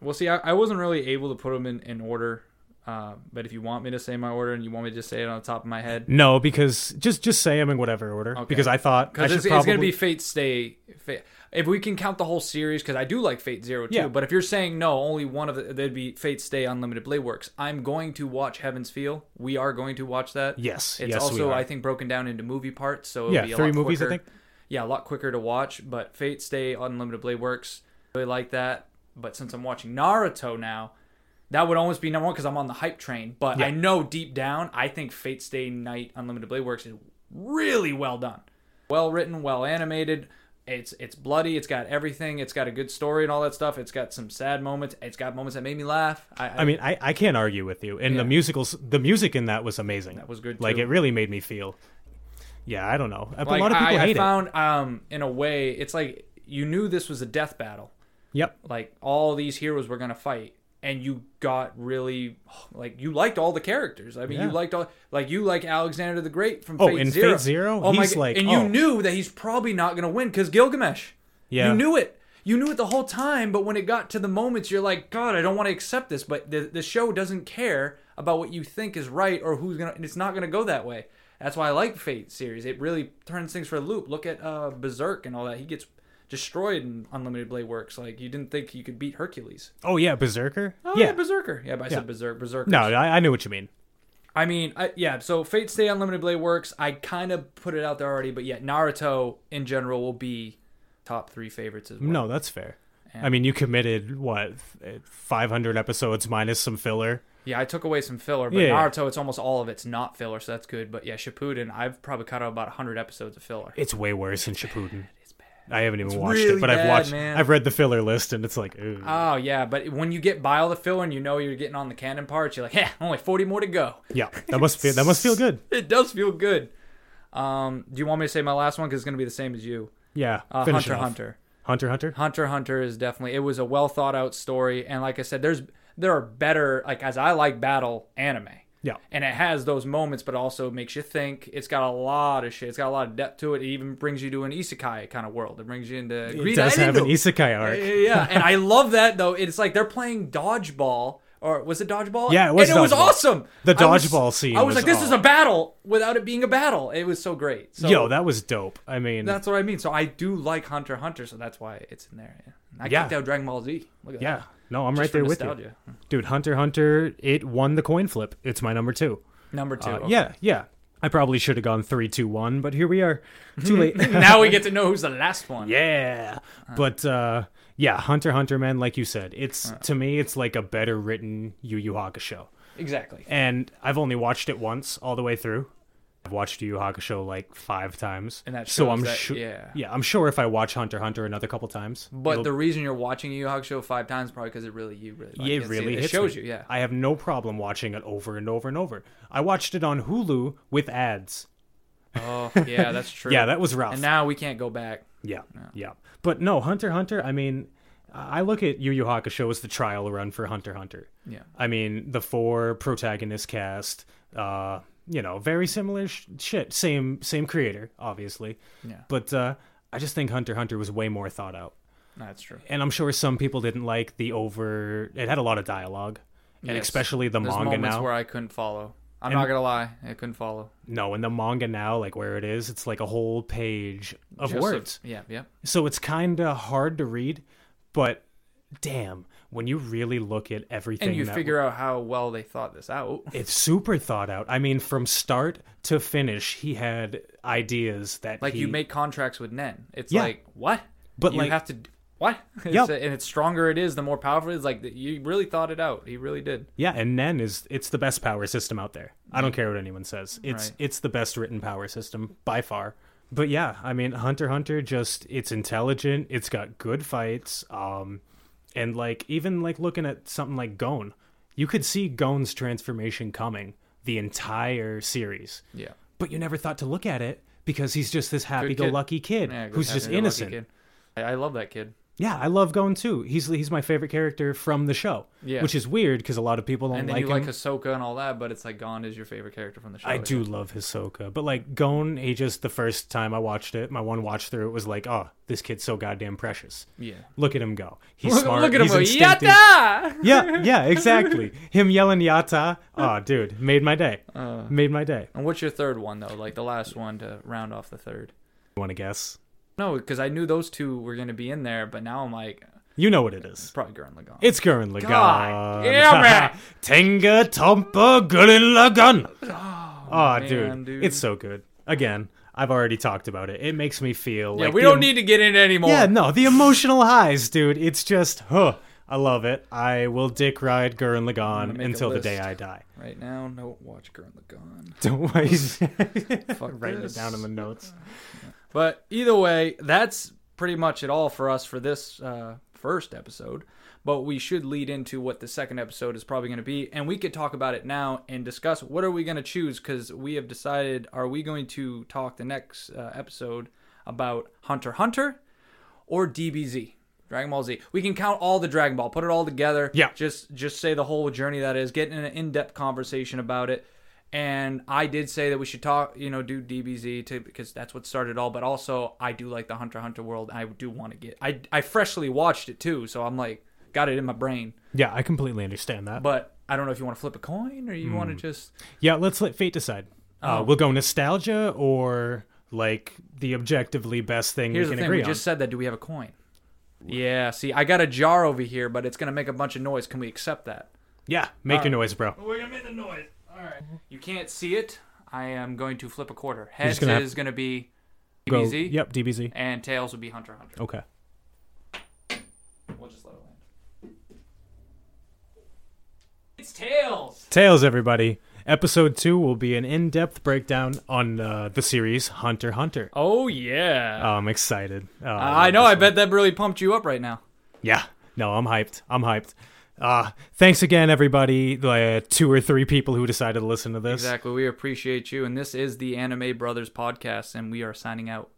[SPEAKER 1] Well, see, I, I wasn't really able to put them in, in order, uh, but if you want me to say my order and you want me to just say it on the top of my head,
[SPEAKER 2] No, because just just say them in whatever order. Because I thought I
[SPEAKER 1] because
[SPEAKER 2] should
[SPEAKER 1] it's,
[SPEAKER 2] probably
[SPEAKER 1] it's gonna be Fate Stay. Fate, if we can count the whole series, because I do like Fate Zero too.
[SPEAKER 2] Yeah.
[SPEAKER 1] But if you're saying no, only one of the, there'd be Fate Stay Unlimited Blade Works. I'm going to watch Heaven's Feel. We are going to watch that.
[SPEAKER 2] Yes,
[SPEAKER 1] it's
[SPEAKER 2] yes, we
[SPEAKER 1] also
[SPEAKER 2] are.
[SPEAKER 1] I think broken down into movie parts, so it'll
[SPEAKER 2] Yeah,
[SPEAKER 1] be a
[SPEAKER 2] three
[SPEAKER 1] lot
[SPEAKER 2] movies, I
[SPEAKER 1] quicker.
[SPEAKER 2] think.
[SPEAKER 1] Yeah, a lot quicker to watch. But Fate Stay Unlimited Blade Works. Really like that. But since I'm watching Naruto now. That would almost be number one because I'm on the hype train. But I know deep down, I think Fate Stay Night Unlimited Blade Works is really well done, well written, well animated. It's it's bloody. It's got everything. It's got a good story and all that stuff. It's got some sad moments. It's got moments that made me laugh. I, I,
[SPEAKER 2] I mean, I, I can't argue with you. And
[SPEAKER 1] Yeah.
[SPEAKER 2] the musicals, the music in that was amazing. That
[SPEAKER 1] was good,
[SPEAKER 2] Like
[SPEAKER 1] too.
[SPEAKER 2] it really made me feel. Yeah, I don't know. But
[SPEAKER 1] like,
[SPEAKER 2] a lot of people
[SPEAKER 1] I,
[SPEAKER 2] hate
[SPEAKER 1] I found um in a way it's like you knew this was a death battle.
[SPEAKER 2] it. Yep.
[SPEAKER 1] Like all these heroes were gonna fight, and you got really like you liked all the characters. I mean, you
[SPEAKER 2] Yeah.
[SPEAKER 1] liked all like you like Alexander the Great from
[SPEAKER 2] Oh,
[SPEAKER 1] Fate
[SPEAKER 2] in
[SPEAKER 1] Zero.
[SPEAKER 2] Fate Zero?
[SPEAKER 1] Oh my
[SPEAKER 2] He's
[SPEAKER 1] god!
[SPEAKER 2] like-
[SPEAKER 1] and
[SPEAKER 2] oh.
[SPEAKER 1] you knew that he's probably not gonna win because Gilgamesh.
[SPEAKER 2] Yeah.
[SPEAKER 1] You knew it. You knew it the whole time, but when it got to the moments, you're like, God, I don't want to accept this. But the, the show doesn't care about what you think is right or who's gonna. And it's not gonna go that way. That's why I like Fate series. It really turns things for a loop. Look at uh, Berserk and all that. He gets destroyed in Unlimited Blade Works. Like you didn't think you could beat Hercules.
[SPEAKER 2] Oh yeah, Berserker.
[SPEAKER 1] Oh yeah,
[SPEAKER 2] yeah.
[SPEAKER 1] Berserker. Yeah, but I said Berserk. Berserker.
[SPEAKER 2] no, I, I knew what you mean.
[SPEAKER 1] I mean, I, yeah. So Fate Stay Unlimited Blade works. I kind of put it out there already, but yeah, Naruto in general will be top three favorites as well.
[SPEAKER 2] No, that's fair. I mean, you committed what 500 episodes minus some filler.
[SPEAKER 1] Yeah, I took away some filler, but
[SPEAKER 2] Yeah.
[SPEAKER 1] Naruto, it's almost all of it's not filler, so that's good. But yeah, Shippuden, I've probably cut out about 100 episodes of filler.
[SPEAKER 2] It's way worse than Shippuden. I haven't even watched
[SPEAKER 1] really
[SPEAKER 2] it, but
[SPEAKER 1] bad,
[SPEAKER 2] I've watched.
[SPEAKER 1] man.
[SPEAKER 2] I've read the filler list, and it's like, ooh.
[SPEAKER 1] Oh yeah, but when you get by all the filler and you know you're getting on the cannon parts, you're like, yeah, only 40 more to go.
[SPEAKER 2] yeah, that must feel that must feel good.
[SPEAKER 1] It does feel good. Um, do you want me to say my last one because it's gonna be the same as you?
[SPEAKER 2] Yeah,
[SPEAKER 1] Uh,
[SPEAKER 2] finish
[SPEAKER 1] Hunter
[SPEAKER 2] it off.
[SPEAKER 1] Hunter.
[SPEAKER 2] Hunter Hunter.
[SPEAKER 1] Hunter x Hunter is definitely it was a well thought out story, and like I said, there's there are better like as I like battle anime.
[SPEAKER 2] Yeah.
[SPEAKER 1] And it has those moments, but also makes you think. It's got a lot of shit. It's got a lot of depth to it. It even brings you to an isekai kind of world. It brings you into
[SPEAKER 2] It
[SPEAKER 1] Green
[SPEAKER 2] does have an
[SPEAKER 1] Idol.
[SPEAKER 2] isekai arc.
[SPEAKER 1] Yeah, and I love that though. It's like they're playing dodgeball or was it dodgeball?
[SPEAKER 2] Yeah, it was
[SPEAKER 1] And it was
[SPEAKER 2] dodgeball.
[SPEAKER 1] awesome.
[SPEAKER 2] The
[SPEAKER 1] I was-
[SPEAKER 2] dodgeball scene
[SPEAKER 1] I was,
[SPEAKER 2] was
[SPEAKER 1] like, this
[SPEAKER 2] aw-
[SPEAKER 1] is a battle without it being a battle. It was so great. So
[SPEAKER 2] Yo, that was dope. I mean,
[SPEAKER 1] that's what I mean. So I do like Hunter x Hunter, so that's why it's in there. Yeah. I
[SPEAKER 2] Yeah.
[SPEAKER 1] kicked out Dragon Ball Z. Look at
[SPEAKER 2] yeah.
[SPEAKER 1] that.
[SPEAKER 2] No, I'm
[SPEAKER 1] Just
[SPEAKER 2] right
[SPEAKER 1] for
[SPEAKER 2] there with you.
[SPEAKER 1] nostalgia.
[SPEAKER 2] Dude, Hunter x Hunter, it won the coin flip. It's my number two.
[SPEAKER 1] Number two.
[SPEAKER 2] Uh,
[SPEAKER 1] okay.
[SPEAKER 2] Yeah, yeah. I probably should have gone three, two, one, but here we are. Too late.
[SPEAKER 1] now we get to know who's the last one.
[SPEAKER 2] yeah. But uh, yeah, Hunter x Hunter, man, like you said, it's to me, it's like a better written Yu Yu Hakusho.
[SPEAKER 1] Exactly.
[SPEAKER 2] And I've only watched it once all the way through. I've watched Yu Yu Hakusho like five times,
[SPEAKER 1] And that
[SPEAKER 2] so
[SPEAKER 1] shows
[SPEAKER 2] I'm
[SPEAKER 1] that-
[SPEAKER 2] sure.
[SPEAKER 1] yeah.
[SPEAKER 2] yeah, I'm sure if I watch Hunter x Hunter another couple times,
[SPEAKER 1] But
[SPEAKER 2] it'll-
[SPEAKER 1] the reason you're watching Yu Yu Hakusho five times probably because it really you really like
[SPEAKER 2] Yeah,
[SPEAKER 1] it.
[SPEAKER 2] it E really
[SPEAKER 1] it
[SPEAKER 2] hits
[SPEAKER 1] shows
[SPEAKER 2] me.
[SPEAKER 1] you yeah
[SPEAKER 2] I have no problem watching it over and over and over. I watched it on Hulu with ads.
[SPEAKER 1] oh yeah that's true
[SPEAKER 2] Yeah, that was rough.
[SPEAKER 1] and now we can't go back
[SPEAKER 2] yeah, yeah. But no, Hunter x Hunter. I mean, I look at Yu Yu Hakusho as the trial run for Hunter x Hunter.
[SPEAKER 1] yeah
[SPEAKER 2] I mean, the four protagonist cast. Uh, you know, very similar sh- shit. Same, same creator, obviously.
[SPEAKER 1] Yeah.
[SPEAKER 2] But uh, I just think Hunter x Hunter was way more thought out.
[SPEAKER 1] that's true
[SPEAKER 2] and I'm sure some people didn't like the over. It had a lot of dialogue, and
[SPEAKER 1] Yes.
[SPEAKER 2] especially the
[SPEAKER 1] there's
[SPEAKER 2] manga
[SPEAKER 1] moments
[SPEAKER 2] now.
[SPEAKER 1] where I couldn't follow I'm not gonna lie I couldn't follow
[SPEAKER 2] No, in the manga now, like where it is, it's like a whole page of
[SPEAKER 1] Just a-
[SPEAKER 2] words.
[SPEAKER 1] yeah yeah
[SPEAKER 2] So it's kind of hard to read, but damn, when you really look at everything,
[SPEAKER 1] and you
[SPEAKER 2] that-
[SPEAKER 1] figure out how well they thought this out
[SPEAKER 2] it's super thought out. I mean, from start to finish, he had ideas that
[SPEAKER 1] like
[SPEAKER 2] he,
[SPEAKER 1] you make contracts with Nen it's
[SPEAKER 2] Yeah.
[SPEAKER 1] like what
[SPEAKER 2] But,
[SPEAKER 1] you
[SPEAKER 2] like-
[SPEAKER 1] have to d- what It's-
[SPEAKER 2] Yup.
[SPEAKER 1] and it's stronger it is the more powerful it's like you really thought it out he really did
[SPEAKER 2] Yeah, and Nen is it's the best power system out there. I don't care what anyone says. It's
[SPEAKER 1] Right.
[SPEAKER 2] it's the best written power system by far. But yeah, I mean Hunter x Hunter just it's intelligent, it's got good fights, um and like even like looking at something like Gon, you could see Gon's transformation coming the entire series.
[SPEAKER 1] yeah
[SPEAKER 2] But you never thought to look at it because he's just this happy-go-lucky kid,
[SPEAKER 1] yeah good
[SPEAKER 2] who's just
[SPEAKER 1] happy-go-lucky
[SPEAKER 2] innocent.
[SPEAKER 1] kid. I, I love that kid
[SPEAKER 2] Yeah, I love Gon too. He's he's my favorite character from the show,
[SPEAKER 1] Yeah.
[SPEAKER 2] which is weird because a lot of people don't
[SPEAKER 1] and then
[SPEAKER 2] like
[SPEAKER 1] you
[SPEAKER 2] him.
[SPEAKER 1] like Ahsoka and all that, but it's like Gon is your favorite character from the show.
[SPEAKER 2] I do love Hisoka, but like Gon, he just the first time I watched it, my one watch through, it was like, oh, this kid's so goddamn precious.
[SPEAKER 1] Yeah.
[SPEAKER 2] Look at him go. He's
[SPEAKER 1] Look,
[SPEAKER 2] smart.
[SPEAKER 1] look at him. Go,
[SPEAKER 2] he's instinctive.
[SPEAKER 1] Yatta!
[SPEAKER 2] Yeah, yeah, exactly. him yelling yata. Oh, dude, made my day.
[SPEAKER 1] Uh.
[SPEAKER 2] made my day.
[SPEAKER 1] And what's your third one though? Like the last one to round off the third.
[SPEAKER 2] You want to guess?
[SPEAKER 1] No, because I knew those two were gonna be in there, but now I'm like
[SPEAKER 2] You know what it is.
[SPEAKER 1] probably Gurren Lagann.
[SPEAKER 2] It's Gurren Lagann.
[SPEAKER 1] God damn it.
[SPEAKER 2] Tenga Tompa Gurren Lagann. Oh,
[SPEAKER 1] man,
[SPEAKER 2] dude.
[SPEAKER 1] dude.
[SPEAKER 2] it's so good. Again, I've already talked about it. It makes me feel
[SPEAKER 1] yeah,
[SPEAKER 2] like
[SPEAKER 1] we
[SPEAKER 2] the
[SPEAKER 1] don't
[SPEAKER 2] em-
[SPEAKER 1] need to get in it anymore.
[SPEAKER 2] Yeah, no, the emotional highs, dude. It's just, huh. I love it. I will dick ride Gurren Lagann
[SPEAKER 1] make a
[SPEAKER 2] until the
[SPEAKER 1] list.
[SPEAKER 2] day I die.
[SPEAKER 1] Right now, no watch Gurren Lagann.
[SPEAKER 2] Don't worry.
[SPEAKER 1] Fuck
[SPEAKER 2] Writing
[SPEAKER 1] this.
[SPEAKER 2] it down in the notes.
[SPEAKER 1] But either way, that's pretty much it all for us for this uh, first episode. But we should lead into what the second episode is probably going to be, and we could talk about it now and discuss what are we going to choose because we have decided: are we going to talk the next uh, episode about Hunter x Hunter or DBZ? Dragon Ball Z. We can count all the Dragon Ball, put it all together.
[SPEAKER 2] Yeah.
[SPEAKER 1] Just just say the whole journey that is, get in an in-depth conversation about it. And I did say that we should talk, you know, do DBZ to because that's what started it all. But also, I do like the Hunter x Hunter world. I do want to get. I I freshly watched it too, so I'm like got it in my brain.
[SPEAKER 2] Yeah, I completely understand that.
[SPEAKER 1] But I don't know if you want to flip a coin or you want to
[SPEAKER 2] Hmm.
[SPEAKER 1] just
[SPEAKER 2] yeah, let's let fate decide.
[SPEAKER 1] Oh.
[SPEAKER 2] Uh, we'll go nostalgia or like the objectively best thing
[SPEAKER 1] Here's
[SPEAKER 2] we
[SPEAKER 1] the
[SPEAKER 2] can
[SPEAKER 1] thing.
[SPEAKER 2] agree
[SPEAKER 1] We
[SPEAKER 2] on.
[SPEAKER 1] just said that. Do we have a coin? Yeah. See, I got a jar over here, but it's gonna make a bunch of noise. Can we accept that?
[SPEAKER 2] Yeah,
[SPEAKER 1] uh,
[SPEAKER 2] make your noise, bro.
[SPEAKER 1] We're gonna make the noise. All right. Mm-hmm. You can't see it. I am going to flip a quarter. Heads
[SPEAKER 2] just gonna have-
[SPEAKER 1] is gonna be
[SPEAKER 2] Go-
[SPEAKER 1] DBZ,
[SPEAKER 2] Yep, DBZ.
[SPEAKER 1] and tails would be Hunter x Hunter.
[SPEAKER 2] Okay.
[SPEAKER 1] We'll just let it land. It's tails.
[SPEAKER 2] Tails, everybody. Episode two will be an in-depth breakdown on uh, the series Hunter x Hunter.
[SPEAKER 1] Oh yeah.
[SPEAKER 2] Oh, I'm excited. Uh,
[SPEAKER 1] I know. I bet that really pumped you up right now.
[SPEAKER 2] Yeah. No, I'm hyped. I'm hyped. Uh, thanks again, everybody. The two or three people who decided to listen to this.
[SPEAKER 1] Exactly. We appreciate you, and this is the Anime Brothers podcast, and we are signing out.